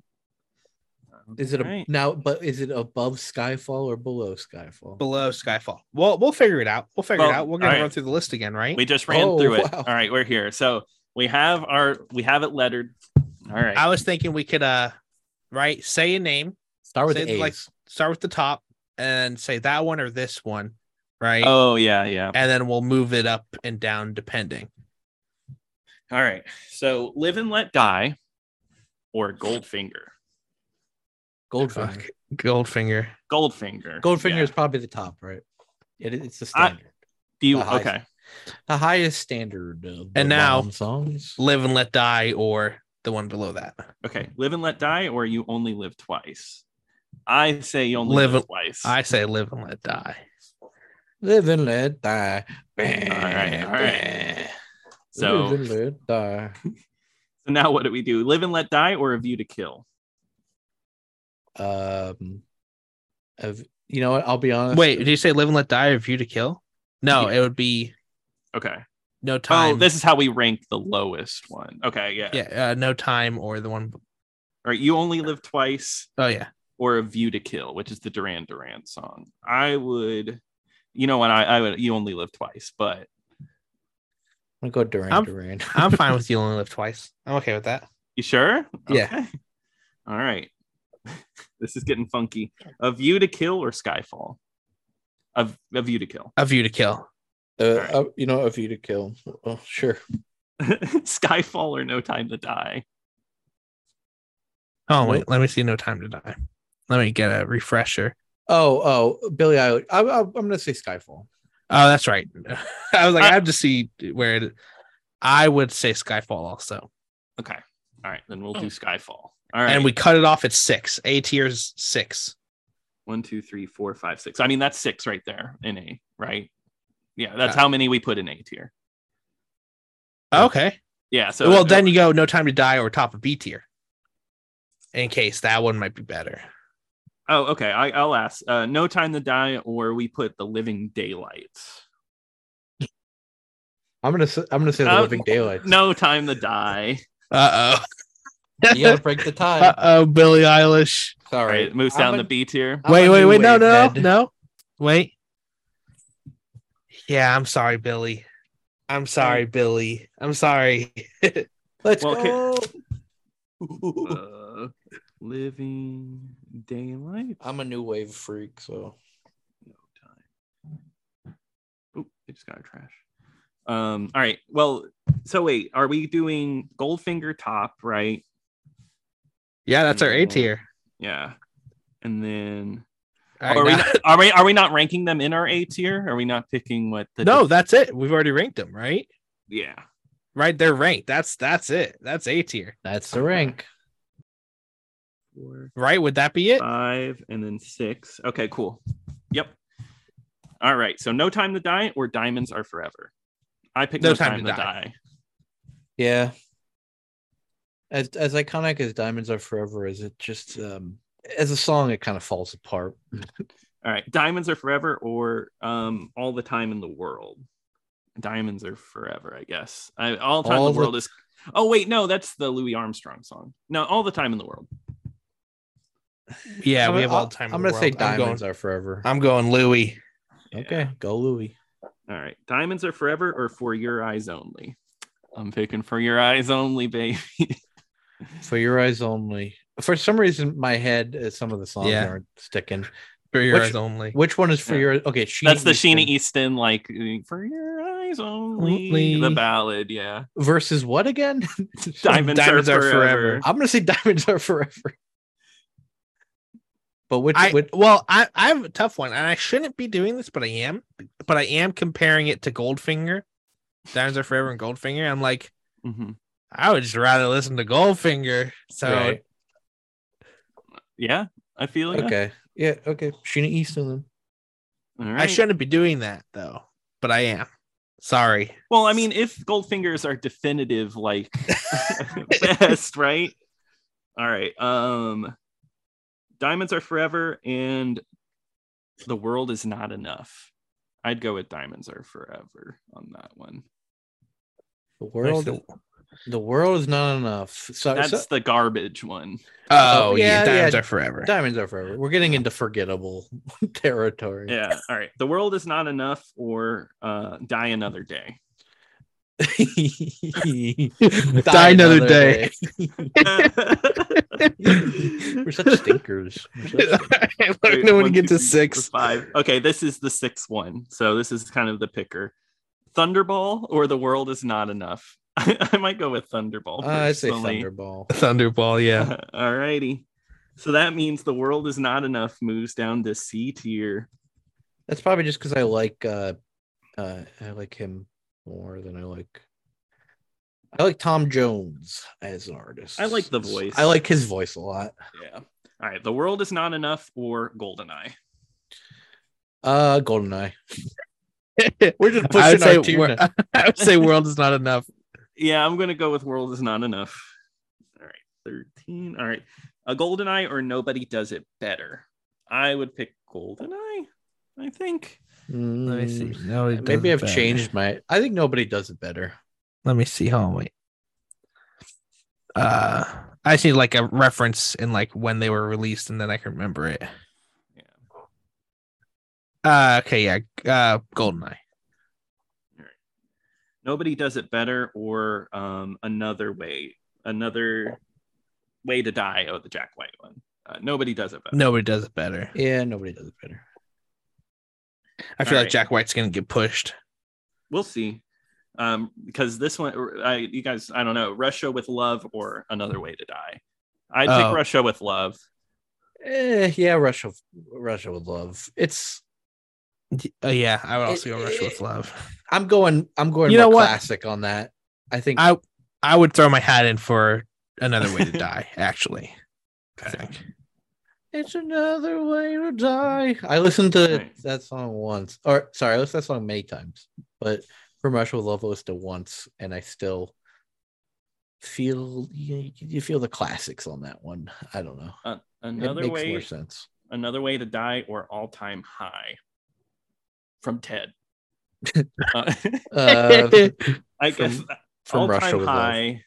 [SPEAKER 3] is it a,
[SPEAKER 2] All right.
[SPEAKER 3] now but is it above skyfall or below skyfall
[SPEAKER 1] Below Skyfall. Well, we'll figure it out. We'll figure
[SPEAKER 2] Well,
[SPEAKER 1] it out. We're gonna
[SPEAKER 2] alright.
[SPEAKER 1] run through the list again, right?
[SPEAKER 2] We just ran
[SPEAKER 3] Oh,
[SPEAKER 2] through it.
[SPEAKER 3] wow.
[SPEAKER 2] All right, we're here. So we have our we have it lettered. All right.
[SPEAKER 1] I was thinking we could uh right say a name
[SPEAKER 3] Start with
[SPEAKER 1] Say
[SPEAKER 3] the
[SPEAKER 1] it's
[SPEAKER 3] A's.
[SPEAKER 1] like- Start with the top and say that one or this one, right?
[SPEAKER 2] Oh yeah, yeah.
[SPEAKER 1] And then we'll move it up and down depending.
[SPEAKER 2] All right. So live and let die, or Goldfinger.
[SPEAKER 1] *laughs*
[SPEAKER 3] Goldfinger.
[SPEAKER 1] Fuck. Goldfinger.
[SPEAKER 2] Goldfinger.
[SPEAKER 3] Goldfinger
[SPEAKER 2] Yeah.
[SPEAKER 3] is probably the top, right? It, it's the
[SPEAKER 2] I-
[SPEAKER 3] standard,
[SPEAKER 2] Do you
[SPEAKER 3] the highest.
[SPEAKER 2] okay?
[SPEAKER 3] the highest standard of the
[SPEAKER 1] And now-
[SPEAKER 3] Bomb songs.
[SPEAKER 1] Live and let die or the one below that.
[SPEAKER 2] Okay. Live and let die, or you only live twice. I say you only
[SPEAKER 1] Live
[SPEAKER 2] live,
[SPEAKER 1] and-
[SPEAKER 2] twice.
[SPEAKER 1] I say live and let die.
[SPEAKER 3] Live and let die.
[SPEAKER 2] right, all right.
[SPEAKER 3] So
[SPEAKER 2] so, so now what do we do? Live and let die, or a view to kill?
[SPEAKER 3] Um, of you know what? I'll be honest.
[SPEAKER 1] Wait, did you say live and let die or view to kill? No, it would be
[SPEAKER 2] Okay.
[SPEAKER 1] no time.
[SPEAKER 2] Oh, this is how we rank the lowest one. Okay. Yeah.
[SPEAKER 1] yeah, uh, no time or the one.
[SPEAKER 2] All right. You only live twice,
[SPEAKER 1] Oh yeah,
[SPEAKER 2] or a view to kill, which is the Duran Duran song. I would. You know what? I, I would. You only live twice, but
[SPEAKER 3] I'm gonna go Duran
[SPEAKER 1] I'm-
[SPEAKER 3] Duran.
[SPEAKER 1] I'm fine *laughs* with you only live twice. I'm okay with that.
[SPEAKER 2] You sure?
[SPEAKER 1] Yeah.
[SPEAKER 2] Okay. All right. *laughs* this is getting funky. A View to Kill or Skyfall? A, a View to Kill. *laughs*
[SPEAKER 1] A view to kill.
[SPEAKER 3] Uh,
[SPEAKER 2] Alright.
[SPEAKER 3] uh, you know, a view to kill. Oh, sure.
[SPEAKER 2] Skyfall or No Time to Die?
[SPEAKER 1] Oh
[SPEAKER 3] Nope.
[SPEAKER 1] wait, let me see. No time to die. Let me get a refresher.
[SPEAKER 3] Oh, oh, Billy Eilish. I, I, I'm gonna say
[SPEAKER 1] Oh,
[SPEAKER 3] Skyfall.
[SPEAKER 1] that's right. *laughs* I was like, I,
[SPEAKER 2] I-
[SPEAKER 1] have to see where it. I would say Skyfall also,
[SPEAKER 2] Okay. All right. Then we'll do Skyfall. All right.
[SPEAKER 1] and we cut it off at six. A tier's six.
[SPEAKER 2] One, two, three, four, five, six. I mean, that's six right there in A, right? Yeah. That's
[SPEAKER 1] Yeah.
[SPEAKER 2] how many we put in A tier.
[SPEAKER 1] Okay.
[SPEAKER 2] Yeah. So,
[SPEAKER 1] well, then you go no time to die or top of B tier. In case that one might be better.
[SPEAKER 2] oh, okay. I, I'll ask uh, No Time to Die or we put The Living Daylights.
[SPEAKER 3] I'm gonna say, I'm gonna say the
[SPEAKER 2] Um,
[SPEAKER 3] Living Daylights.
[SPEAKER 2] No Time to Die. *laughs*
[SPEAKER 1] Uh
[SPEAKER 3] you gotta
[SPEAKER 1] *laughs* oh.
[SPEAKER 3] break the tie.
[SPEAKER 1] uh oh, Billie Eilish.
[SPEAKER 2] All
[SPEAKER 3] Sorry,
[SPEAKER 2] right. It moves
[SPEAKER 3] I'm
[SPEAKER 2] down
[SPEAKER 3] a-
[SPEAKER 2] to B tier.
[SPEAKER 3] I'm
[SPEAKER 1] wait,
[SPEAKER 3] a
[SPEAKER 1] wait,
[SPEAKER 3] new
[SPEAKER 1] wait, no,
[SPEAKER 3] wave
[SPEAKER 1] no, no,
[SPEAKER 3] head.
[SPEAKER 1] no. Wait. Yeah, I'm sorry, Billy. I'm sorry, Billy. I'm sorry.
[SPEAKER 3] Let's
[SPEAKER 2] Well,
[SPEAKER 3] go.
[SPEAKER 2] Uh, living daylight.
[SPEAKER 3] *laughs* I'm a new wave freak, so
[SPEAKER 2] Oop, I just got a trash. Um. All right. Well. So wait. Are we doing Goldfinger top right?
[SPEAKER 1] Yeah, that's our A
[SPEAKER 2] Mm.
[SPEAKER 1] tier.
[SPEAKER 2] Yeah. And then oh,
[SPEAKER 1] All right,
[SPEAKER 2] are we
[SPEAKER 1] now-
[SPEAKER 2] not, are we are we not ranking them in our A tier? Are we not picking what
[SPEAKER 1] *laughs*
[SPEAKER 2] the
[SPEAKER 1] no, that's it. We've already ranked them, right?
[SPEAKER 2] yeah.
[SPEAKER 1] Right, they're ranked. That's that's it. That's A tier,
[SPEAKER 3] that's the rank.
[SPEAKER 2] Four,
[SPEAKER 1] right? Would that be it?
[SPEAKER 3] Uh,
[SPEAKER 2] five, and then six. Okay. Cool. Yep. All right. So no time to die or diamonds are forever. I picked no, time, to, die.
[SPEAKER 3] Yeah. As as iconic as Diamonds Are Forever is, it just um as a song it kind of falls apart.
[SPEAKER 2] All right, diamonds are forever, or um, all the time in the world. Diamonds are forever, I guess. I, all time
[SPEAKER 3] All
[SPEAKER 2] in
[SPEAKER 3] the-
[SPEAKER 2] the world is. Oh wait, no, that's the Louis Armstrong song. No, all the time in the world.
[SPEAKER 1] Yeah,
[SPEAKER 3] I'm
[SPEAKER 1] we
[SPEAKER 3] gonna-
[SPEAKER 1] have all
[SPEAKER 3] I'll-
[SPEAKER 1] the time. in
[SPEAKER 3] I'm
[SPEAKER 1] the
[SPEAKER 3] gonna say
[SPEAKER 1] world. I'm going-
[SPEAKER 3] Diamonds Are Forever.
[SPEAKER 1] I'm going Louis.
[SPEAKER 2] Yeah.
[SPEAKER 3] Okay, go Louis.
[SPEAKER 2] All right, diamonds are forever, or for your eyes only. I'm picking for your eyes only, baby. *laughs*
[SPEAKER 3] For your eyes only. For some reason, my head uh, some of the songs
[SPEAKER 1] Yeah.
[SPEAKER 3] aren't sticking.
[SPEAKER 1] For your
[SPEAKER 3] Which-
[SPEAKER 1] eyes only.
[SPEAKER 3] Which one is for
[SPEAKER 2] Yeah.
[SPEAKER 3] your? Okay, Sheena
[SPEAKER 2] that's the
[SPEAKER 3] Easton
[SPEAKER 2] Sheena E- Easton, like for your eyes only, the
[SPEAKER 1] Only.
[SPEAKER 2] ballad. Yeah,
[SPEAKER 3] versus
[SPEAKER 2] *laughs*
[SPEAKER 3] what again?
[SPEAKER 2] diamonds,
[SPEAKER 1] Diamonds
[SPEAKER 2] are,
[SPEAKER 1] Are
[SPEAKER 2] forever.
[SPEAKER 1] Forever.
[SPEAKER 3] I'm gonna say Diamonds Are Forever. But which?
[SPEAKER 1] I,
[SPEAKER 3] which
[SPEAKER 1] well, I, I have a tough one, and I shouldn't be doing this, but I am. But I am comparing it to Goldfinger, Diamonds Are Forever, and Goldfinger. I'm like,
[SPEAKER 2] Mhm.
[SPEAKER 1] I would just rather listen to Goldfinger. So
[SPEAKER 3] right.
[SPEAKER 2] Yeah, I feel it.
[SPEAKER 3] okay, yeah, okay. Sheena Easton. Then.
[SPEAKER 2] All
[SPEAKER 1] I
[SPEAKER 2] right.
[SPEAKER 1] shouldn't be doing that though, but I am. Sorry.
[SPEAKER 2] Well, I mean, if Goldfinger is our definitive like *laughs* best, right? All right. Um Diamonds are forever and the world is not enough. I'd go with Diamonds are forever on that one.
[SPEAKER 3] The world, the world is not enough. Uh, So,
[SPEAKER 2] That's
[SPEAKER 3] so-
[SPEAKER 2] the garbage one.
[SPEAKER 1] Oh yeah,
[SPEAKER 3] Yeah,
[SPEAKER 1] Diamonds
[SPEAKER 3] yeah.
[SPEAKER 1] Are Forever.
[SPEAKER 3] diamonds are forever. We're getting into forgettable *laughs* territory.
[SPEAKER 1] *laughs*
[SPEAKER 3] *laughs*
[SPEAKER 2] Yeah. All right. The world is not enough or uh die another day. *laughs*
[SPEAKER 3] Die,
[SPEAKER 1] Die another day.
[SPEAKER 3] day. We're such stinkers.
[SPEAKER 2] *laughs*
[SPEAKER 3] We're such stinkers.
[SPEAKER 1] Let no one get to six.
[SPEAKER 2] Five. Okay, this is the sixth one. So this is kind of the picker. Thunderball or the world is not enough. *laughs* I, might go with Thunderball.
[SPEAKER 3] Uh, I say
[SPEAKER 2] personally. *laughs*
[SPEAKER 3] Thunderball.
[SPEAKER 1] Thunderball,
[SPEAKER 3] *laughs*
[SPEAKER 1] yeah.
[SPEAKER 2] All righty. So that means the world is not enough moves down to C tier.
[SPEAKER 3] That's probably just because I like uh, uh, I like him more than I like. I like Tom Jones as an artist.
[SPEAKER 2] I like the voice.
[SPEAKER 3] I like his voice a lot.
[SPEAKER 2] Yeah. All right. The world is not enough or Goldeneye.
[SPEAKER 3] Uh, Goldeneye.
[SPEAKER 1] *laughs*
[SPEAKER 3] We're just
[SPEAKER 1] I would,
[SPEAKER 3] pushing
[SPEAKER 1] say
[SPEAKER 3] our two.
[SPEAKER 1] wor-
[SPEAKER 3] now.
[SPEAKER 1] *laughs* I would say world is not enough.
[SPEAKER 2] Yeah, I'm gonna go with world is not enough. All right, thirteen. All right, a golden eye or nobody does it better. I would pick golden eye. I think.
[SPEAKER 1] *laughs* Let me see.
[SPEAKER 3] Mm,
[SPEAKER 1] No, it
[SPEAKER 3] Maybe
[SPEAKER 1] doesn't
[SPEAKER 3] I've
[SPEAKER 1] matter.
[SPEAKER 3] changed my. I think nobody does it better.
[SPEAKER 1] Let me see. Hold on, wait. Uh, I just need like a reference in like when they were released, and then I can remember it.
[SPEAKER 2] Yeah.
[SPEAKER 1] Uh, okay, yeah. Uh, Goldeneye.
[SPEAKER 2] Nobody does it better or um, another way, another way to die. Oh, the Jack White one. Uh, nobody does it better.
[SPEAKER 1] Nobody does it better.
[SPEAKER 3] Yeah, nobody does it better.
[SPEAKER 1] I feel
[SPEAKER 2] All
[SPEAKER 1] like
[SPEAKER 2] right.
[SPEAKER 1] Jack White's gonna get pushed.
[SPEAKER 2] We'll see. Um, because this one, I you guys, I don't know, Russia with love or another way to die. I'd
[SPEAKER 1] Oh.
[SPEAKER 2] pick Russia with love.
[SPEAKER 3] Eh, yeah, Russia, Russia would love. It's.
[SPEAKER 1] Uh, yeah, I would
[SPEAKER 3] It-
[SPEAKER 1] also go Rush with
[SPEAKER 3] it-
[SPEAKER 1] Love.
[SPEAKER 3] I'm going. I'm going.
[SPEAKER 1] You know
[SPEAKER 3] more
[SPEAKER 1] what?
[SPEAKER 3] Classic on that. I think.
[SPEAKER 1] I I would throw my hat in for another way to die. Actually, I
[SPEAKER 2] Okay.
[SPEAKER 1] think.
[SPEAKER 3] It's another way to die. I listened to
[SPEAKER 2] Right.
[SPEAKER 3] that song once, or sorry, I listened to that song many times, but from Russia with Love I listened to once, and I still feel you, you feel the classics on that one. I don't know.
[SPEAKER 2] Uh,
[SPEAKER 3] it
[SPEAKER 2] another
[SPEAKER 3] makes
[SPEAKER 2] way *laughs*
[SPEAKER 3] more sense.
[SPEAKER 2] another way to die or all time high from
[SPEAKER 3] *laughs*
[SPEAKER 2] ted Uh, *laughs*
[SPEAKER 3] Uh,
[SPEAKER 2] i
[SPEAKER 3] From-
[SPEAKER 2] guess all
[SPEAKER 3] from Russia
[SPEAKER 2] time
[SPEAKER 3] with Love.
[SPEAKER 2] high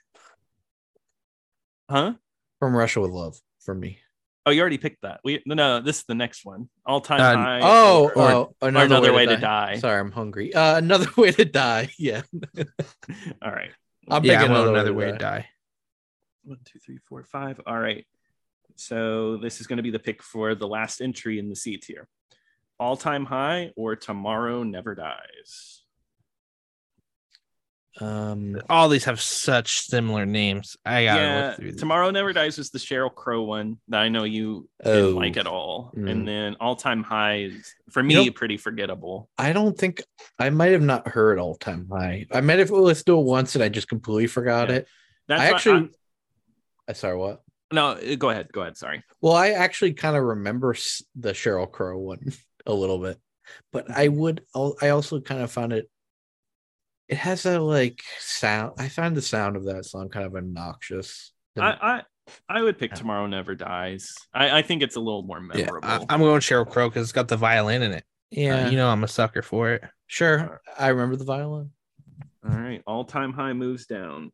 [SPEAKER 2] huh
[SPEAKER 3] From Russia with Love for me.
[SPEAKER 2] oh you already picked that we no, no this is the next one all time
[SPEAKER 1] Uh,
[SPEAKER 2] high
[SPEAKER 3] oh,
[SPEAKER 2] or,
[SPEAKER 3] oh,
[SPEAKER 2] or
[SPEAKER 3] another,
[SPEAKER 2] another, way, to die,
[SPEAKER 3] Sorry, I'm hungry. Uh, another *laughs* way to die. Yeah.
[SPEAKER 2] *laughs* all right
[SPEAKER 3] I'm
[SPEAKER 1] yeah, I'm
[SPEAKER 3] picking
[SPEAKER 1] on
[SPEAKER 3] another,
[SPEAKER 1] another
[SPEAKER 3] way to die.
[SPEAKER 2] one two three four five all right so this is going to be the pick for the last entry in the c tier all time high or tomorrow never dies
[SPEAKER 3] Um,
[SPEAKER 1] All these have such similar names. I gotta
[SPEAKER 2] yeah,
[SPEAKER 1] look through these.
[SPEAKER 2] Tomorrow Never Dies was the Cheryl Crow one that I know you
[SPEAKER 3] Oh.
[SPEAKER 2] didn't like at all.
[SPEAKER 3] Mm.
[SPEAKER 2] And then All Time High is, for
[SPEAKER 3] You
[SPEAKER 2] me,
[SPEAKER 3] know-
[SPEAKER 2] pretty forgettable.
[SPEAKER 3] I don't think I might have not heard all time high. I might have listened to it once and I just completely forgot
[SPEAKER 2] Yeah.
[SPEAKER 3] it.
[SPEAKER 2] That's
[SPEAKER 3] I
[SPEAKER 2] why
[SPEAKER 3] actually, I, sorry, what?
[SPEAKER 2] no, uh, go ahead. Go ahead. Sorry.
[SPEAKER 3] Well, I actually kind of remember s- the Cheryl Crow one *laughs* a little bit, but I would, al- I also kind of found it, it has a like sound. I find the sound of that song kind of obnoxious.
[SPEAKER 2] I, I I would pick
[SPEAKER 3] Yeah.
[SPEAKER 2] Tomorrow Never Dies. I, I think it's a little more
[SPEAKER 3] Yeah,
[SPEAKER 2] memorable.
[SPEAKER 1] I, am going Cheryl Crow because it's got the violin in it. Uh,
[SPEAKER 3] yeah,
[SPEAKER 1] you know I'm a sucker for it.
[SPEAKER 3] sure. I remember the violin.
[SPEAKER 2] all right. All Time High moves down.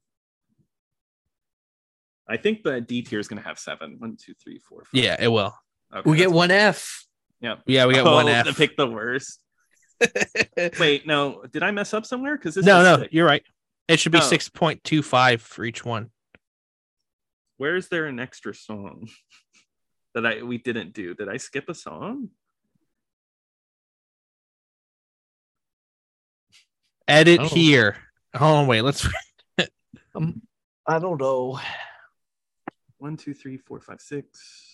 [SPEAKER 2] I think the D tier is going to have seven. One, two, three, four, five.
[SPEAKER 1] Yeah, it will.
[SPEAKER 2] Okay,
[SPEAKER 3] We get
[SPEAKER 2] that's-
[SPEAKER 3] one F.
[SPEAKER 2] Yep.
[SPEAKER 1] Yeah, we got one
[SPEAKER 2] Oh,
[SPEAKER 1] F. *laughs*
[SPEAKER 2] to pick the worst. Wait, no, did I mess up somewhere? Because
[SPEAKER 1] no, no, you you're right. It should be
[SPEAKER 2] Oh.
[SPEAKER 1] six point two five for each one.
[SPEAKER 2] where is there an extra song *laughs* that I we didn't do? Did I skip a song?
[SPEAKER 1] Edit
[SPEAKER 3] Oh.
[SPEAKER 1] here. Hold on, wait. Let's.
[SPEAKER 3] Um, I don't know.
[SPEAKER 2] One, two, three, four, five, six.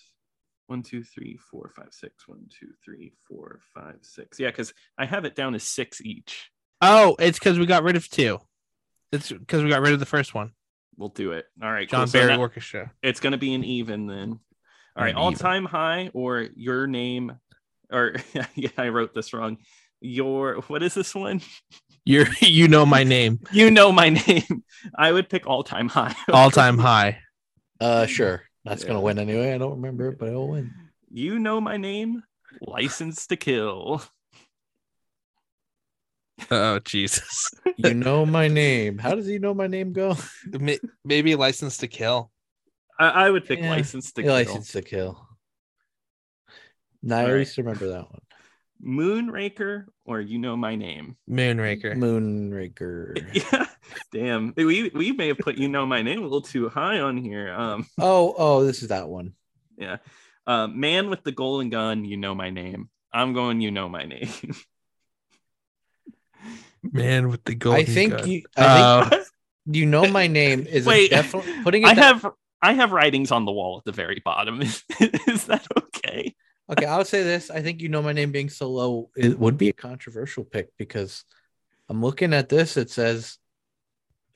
[SPEAKER 2] One, two, three, four, five, six. One, two, three, four, five, six. Yeah, because I have it down as six each.
[SPEAKER 1] Oh, it's because we got rid of two. It's because we got rid of the first one.
[SPEAKER 2] We'll do it. All right,
[SPEAKER 1] John
[SPEAKER 2] cool. So
[SPEAKER 1] Barry
[SPEAKER 2] now-
[SPEAKER 1] Orchestra.
[SPEAKER 2] it's gonna be an even then. All right,
[SPEAKER 1] An
[SPEAKER 2] all
[SPEAKER 1] even.
[SPEAKER 2] time high or your name, or *laughs* yeah, I wrote this wrong. Your what is this one?
[SPEAKER 1] You're *laughs* you know my
[SPEAKER 2] *laughs*
[SPEAKER 1] name.
[SPEAKER 2] You know my name. I would pick all time high.
[SPEAKER 1] All time high.
[SPEAKER 3] Uh, sure. That's
[SPEAKER 2] Yeah.
[SPEAKER 3] gonna win anyway. I don't remember it, but it'll *laughs* win.
[SPEAKER 2] *laughs* You know my name, license to kill.
[SPEAKER 1] Oh Jesus.
[SPEAKER 3] You know my name. How does he know my name go?
[SPEAKER 1] Ma- Maybe license to kill.
[SPEAKER 2] I, I would pick
[SPEAKER 3] Yeah, *laughs*
[SPEAKER 2] license to
[SPEAKER 3] Yeah,
[SPEAKER 2] kill.
[SPEAKER 3] License to Kill. Now I
[SPEAKER 2] Alright.
[SPEAKER 3] used to remember that one.
[SPEAKER 2] Moonraker or You Know My Name?
[SPEAKER 1] Moonraker.
[SPEAKER 3] Moonraker.
[SPEAKER 2] *laughs* Yeah. Damn. We we may have put You Know My Name a little too high on here. Um
[SPEAKER 3] oh, oh, this is that one.
[SPEAKER 2] yeah. Uh, man with the golden gun, You Know My Name. I'm going You Know My Name. *laughs*
[SPEAKER 1] Man with the golden.
[SPEAKER 3] I think
[SPEAKER 1] gun.
[SPEAKER 3] you. I
[SPEAKER 1] *laughs*
[SPEAKER 3] think
[SPEAKER 1] Oh.
[SPEAKER 3] you know
[SPEAKER 2] *laughs*
[SPEAKER 3] my name is
[SPEAKER 2] Wait. *laughs*
[SPEAKER 3] definitely putting it.
[SPEAKER 2] I
[SPEAKER 3] down-
[SPEAKER 2] have I have writings on the wall at the very bottom. *laughs* Is, is that okay?
[SPEAKER 3] Okay, I would say this. I think you know my name being so low it would be a controversial pick because I'm looking at this. It says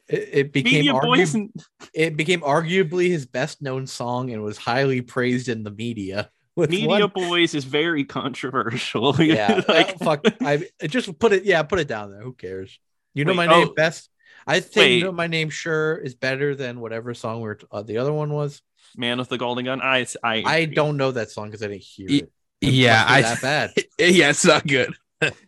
[SPEAKER 3] it, it became
[SPEAKER 2] Media
[SPEAKER 3] argu-
[SPEAKER 2] Boys and
[SPEAKER 3] it became arguably his best known song and was highly praised in the media. *laughs* With
[SPEAKER 2] Media *laughs*
[SPEAKER 3] one-
[SPEAKER 2] Boys is very controversial. *laughs*
[SPEAKER 3] yeah,
[SPEAKER 2] like,
[SPEAKER 3] like fuck. I it just put it. Yeah, put it down there. Who cares? You know
[SPEAKER 2] Wait,
[SPEAKER 3] my name
[SPEAKER 2] oh.
[SPEAKER 3] best. I think
[SPEAKER 2] Wait.
[SPEAKER 3] you know my name sure is better than whatever song we we're uh, the other one was.
[SPEAKER 2] Man with the Golden Gun. I I,
[SPEAKER 3] I
[SPEAKER 2] agree.
[SPEAKER 3] don't know that song because I didn't hear
[SPEAKER 1] Y-
[SPEAKER 3] it.
[SPEAKER 1] Yeah,
[SPEAKER 3] Must be
[SPEAKER 1] I.
[SPEAKER 3] that bad.
[SPEAKER 1] *laughs* yeah, it's not good.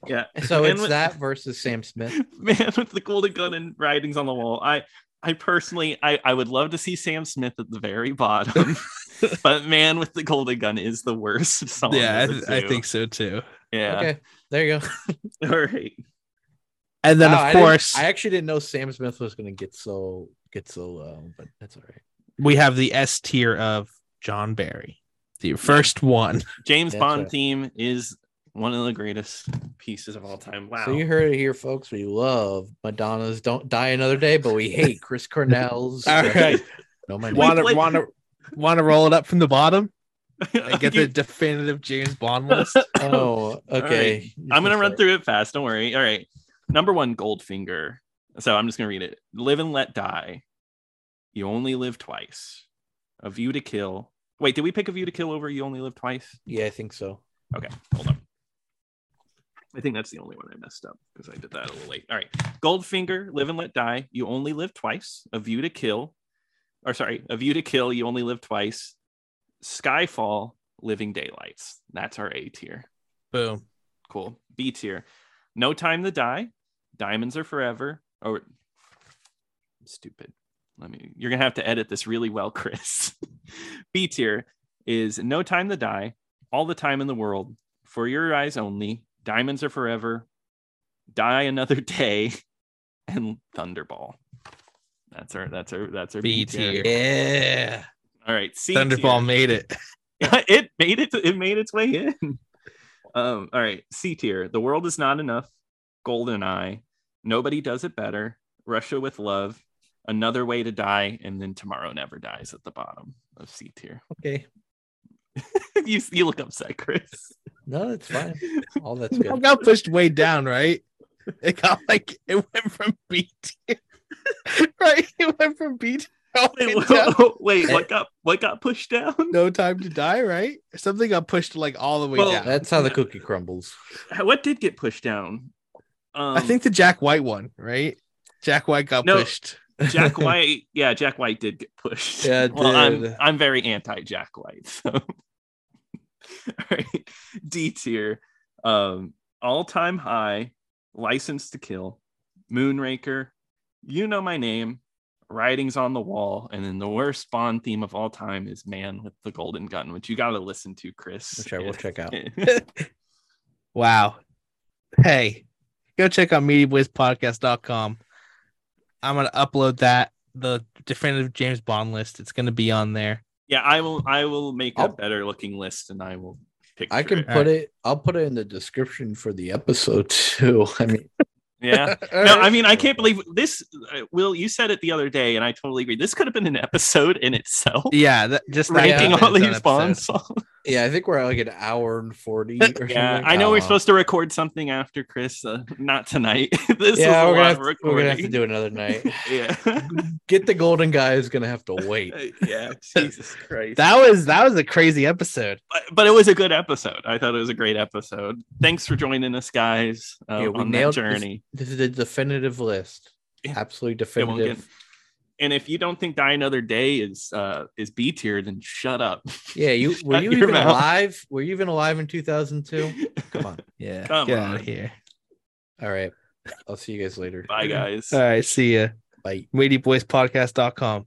[SPEAKER 2] Yeah.
[SPEAKER 3] So
[SPEAKER 2] Man
[SPEAKER 3] it's
[SPEAKER 2] with-
[SPEAKER 3] that versus Sam Smith.
[SPEAKER 2] man with the golden gun and writings on the wall. I I personally I, I would love to see Sam Smith at the
[SPEAKER 1] *laughs*
[SPEAKER 2] very bottom. but man with the golden gun is the worst *laughs* song.
[SPEAKER 1] yeah, I,
[SPEAKER 2] of the
[SPEAKER 1] th- I
[SPEAKER 2] Oh, two.
[SPEAKER 1] think so too.
[SPEAKER 2] *laughs* Yeah.
[SPEAKER 3] Okay, there you go.
[SPEAKER 2] *laughs* All right.
[SPEAKER 1] And then
[SPEAKER 3] Wow, I
[SPEAKER 1] of
[SPEAKER 3] didn't-
[SPEAKER 1] course
[SPEAKER 3] I, actually didn't know Sam Smith was gonna get so get so low, but that's all right.
[SPEAKER 1] we have the S tier of John Barry, the first one.
[SPEAKER 2] James
[SPEAKER 3] That's
[SPEAKER 2] Bond
[SPEAKER 3] right.
[SPEAKER 2] theme is one of the greatest pieces of all time. Wow.
[SPEAKER 3] So you heard it here, folks. We love Madonna's "Don't Die Another Day," but we hate
[SPEAKER 2] *laughs*
[SPEAKER 3] Chris
[SPEAKER 1] *laughs*
[SPEAKER 3] Cornell's.
[SPEAKER 1] All right, *laughs*
[SPEAKER 3] no my name.
[SPEAKER 1] want to
[SPEAKER 2] played-
[SPEAKER 1] want to want to roll it up from the
[SPEAKER 2] *laughs*
[SPEAKER 1] bottom and get the
[SPEAKER 2] You-
[SPEAKER 1] definitive James Bond *laughs*
[SPEAKER 2] *laughs*
[SPEAKER 1] list.
[SPEAKER 3] *laughs* Oh, okay.
[SPEAKER 2] I'm gonna run through it fast. Don't worry. All right. Number one, Goldfinger. So I'm just gonna read it. Live and let die. You only live twice. A view to kill. Wait, did we pick a view to kill over you only live twice?
[SPEAKER 3] Yeah, I think so.
[SPEAKER 2] Okay, hold on. I think that's the only one I messed up because I did that a little late. All right. Goldfinger, Live and Let Die, You Only Live Twice, A View to Kill, or sorry, A View to Kill, You Only Live Twice, Skyfall, Living Daylights. That's our A tier.
[SPEAKER 1] Boom.
[SPEAKER 2] Cool. B tier. No Time to Die, Diamonds Are Forever, or stupid. Let me, you're going to have to edit this really well, *laughs* Chris. B tier is No Time to Die, All the Time in the World, For Your Eyes Only, Diamonds Are Forever, Die Another *laughs* Day, and Thunderball. That's our, that's our, that's our
[SPEAKER 1] B
[SPEAKER 2] B,
[SPEAKER 1] tier.
[SPEAKER 2] tier.
[SPEAKER 3] Yeah.
[SPEAKER 2] All right. C
[SPEAKER 1] Thunderball
[SPEAKER 2] tier.
[SPEAKER 1] made *laughs* it.
[SPEAKER 2] *laughs* it made it it made its way in. Um, all right, C tier. The world is not enough. Golden Eye. Nobody does it better. Russia with love. Another way to die, and then tomorrow never dies at the bottom of C tier. *laughs*
[SPEAKER 3] Okay.
[SPEAKER 2] you you look upset,
[SPEAKER 1] *laughs*
[SPEAKER 2] Chris.
[SPEAKER 3] No, that's
[SPEAKER 2] *laughs*
[SPEAKER 3] fine. All that's good.
[SPEAKER 1] got pushed way down, right? It got like it went from B tier, *laughs* right? It went from B tier. all the way
[SPEAKER 2] Wait, wha-
[SPEAKER 1] down.
[SPEAKER 2] *laughs* wait, what got what got pushed down?
[SPEAKER 1] No time to die, right? Something got pushed like all the way
[SPEAKER 2] Well,
[SPEAKER 1] down.
[SPEAKER 3] That's how the cookie crumbles.
[SPEAKER 2] What did get pushed down? Um,
[SPEAKER 1] I think the Jack White one, right? Jack White got
[SPEAKER 2] No.
[SPEAKER 1] pushed.
[SPEAKER 3] *laughs*
[SPEAKER 2] Jack White. Yeah, Jack White did get pushed.
[SPEAKER 3] Yeah, it
[SPEAKER 2] well, I'm
[SPEAKER 3] did.
[SPEAKER 2] I'm very anti Jack White. So, *laughs* all right, D tier, um, all time high, License to Kill, Moonraker, You Know My Name, Writings on the Wall, and then the worst Bond theme of all time is Man with the Golden Gun, which you got to listen to, Chris.
[SPEAKER 3] Which I will check out.
[SPEAKER 1] Wow. Hey, go check out MediaBoysPodcast.com. I'm gonna upload that the definitive James Bond list. It's gonna be on there.
[SPEAKER 2] *laughs* yeah, I will. I will make a
[SPEAKER 3] I'll-
[SPEAKER 2] better looking list, and I will. Picture
[SPEAKER 3] I can
[SPEAKER 2] it.
[SPEAKER 1] All right.
[SPEAKER 3] put it. I'll put it in the description for the episode *laughs* too. I mean,
[SPEAKER 2] Yeah. No, I mean, I can't believe this. uh, Will, you said it the other day, and I totally agree. This could have been an episode in itself,
[SPEAKER 3] *laughs*
[SPEAKER 1] Yeah, that, just that
[SPEAKER 2] ranking
[SPEAKER 1] happens
[SPEAKER 2] all
[SPEAKER 1] on
[SPEAKER 2] these
[SPEAKER 1] episodes.
[SPEAKER 2] Bond songs.
[SPEAKER 3] Yeah, I think we're at like an hour and forty. Or something
[SPEAKER 2] *laughs* Yeah,
[SPEAKER 3] like
[SPEAKER 2] I know
[SPEAKER 3] that.
[SPEAKER 2] we're supposed to record something after Chris. Uh, not tonight. *laughs* this
[SPEAKER 3] yeah,
[SPEAKER 2] was a
[SPEAKER 3] we're gonna,
[SPEAKER 2] lot
[SPEAKER 3] have
[SPEAKER 2] of
[SPEAKER 3] to, we're gonna have to
[SPEAKER 2] recording.
[SPEAKER 3] do
[SPEAKER 2] *laughs*
[SPEAKER 3] another night.
[SPEAKER 2] Yeah,
[SPEAKER 3] Get the golden guy is gonna have to wait.
[SPEAKER 2] *laughs* yeah. Jesus
[SPEAKER 3] *laughs*
[SPEAKER 2] Christ.
[SPEAKER 1] That was that was a crazy episode.
[SPEAKER 2] but, but it was a good episode. I thought it was a great episode. Thanks for joining us, guys, uh,
[SPEAKER 3] Yeah, we
[SPEAKER 2] on that
[SPEAKER 3] nailed this
[SPEAKER 2] journey.
[SPEAKER 3] This is the definitive list.
[SPEAKER 2] Yeah.
[SPEAKER 3] Absolutely
[SPEAKER 2] Yeah, we'll
[SPEAKER 3] definitive.
[SPEAKER 2] get- and if you don't think "Die Another Day" is uh, is B tier, then shut up.
[SPEAKER 3] yeah, you
[SPEAKER 2] *laughs*
[SPEAKER 3] were
[SPEAKER 2] Shut
[SPEAKER 3] you
[SPEAKER 2] your
[SPEAKER 3] even
[SPEAKER 2] mouth.
[SPEAKER 3] alive? Were you even alive in two thousand
[SPEAKER 2] *laughs*
[SPEAKER 3] two? Come on.
[SPEAKER 1] Yeah,
[SPEAKER 2] Come
[SPEAKER 1] get
[SPEAKER 2] on.
[SPEAKER 1] out of here.
[SPEAKER 3] All right. I'll see you guys later.
[SPEAKER 2] Bye, guys.
[SPEAKER 1] All right, see ya.
[SPEAKER 3] Bye.
[SPEAKER 1] MediaBoysPodcast.com.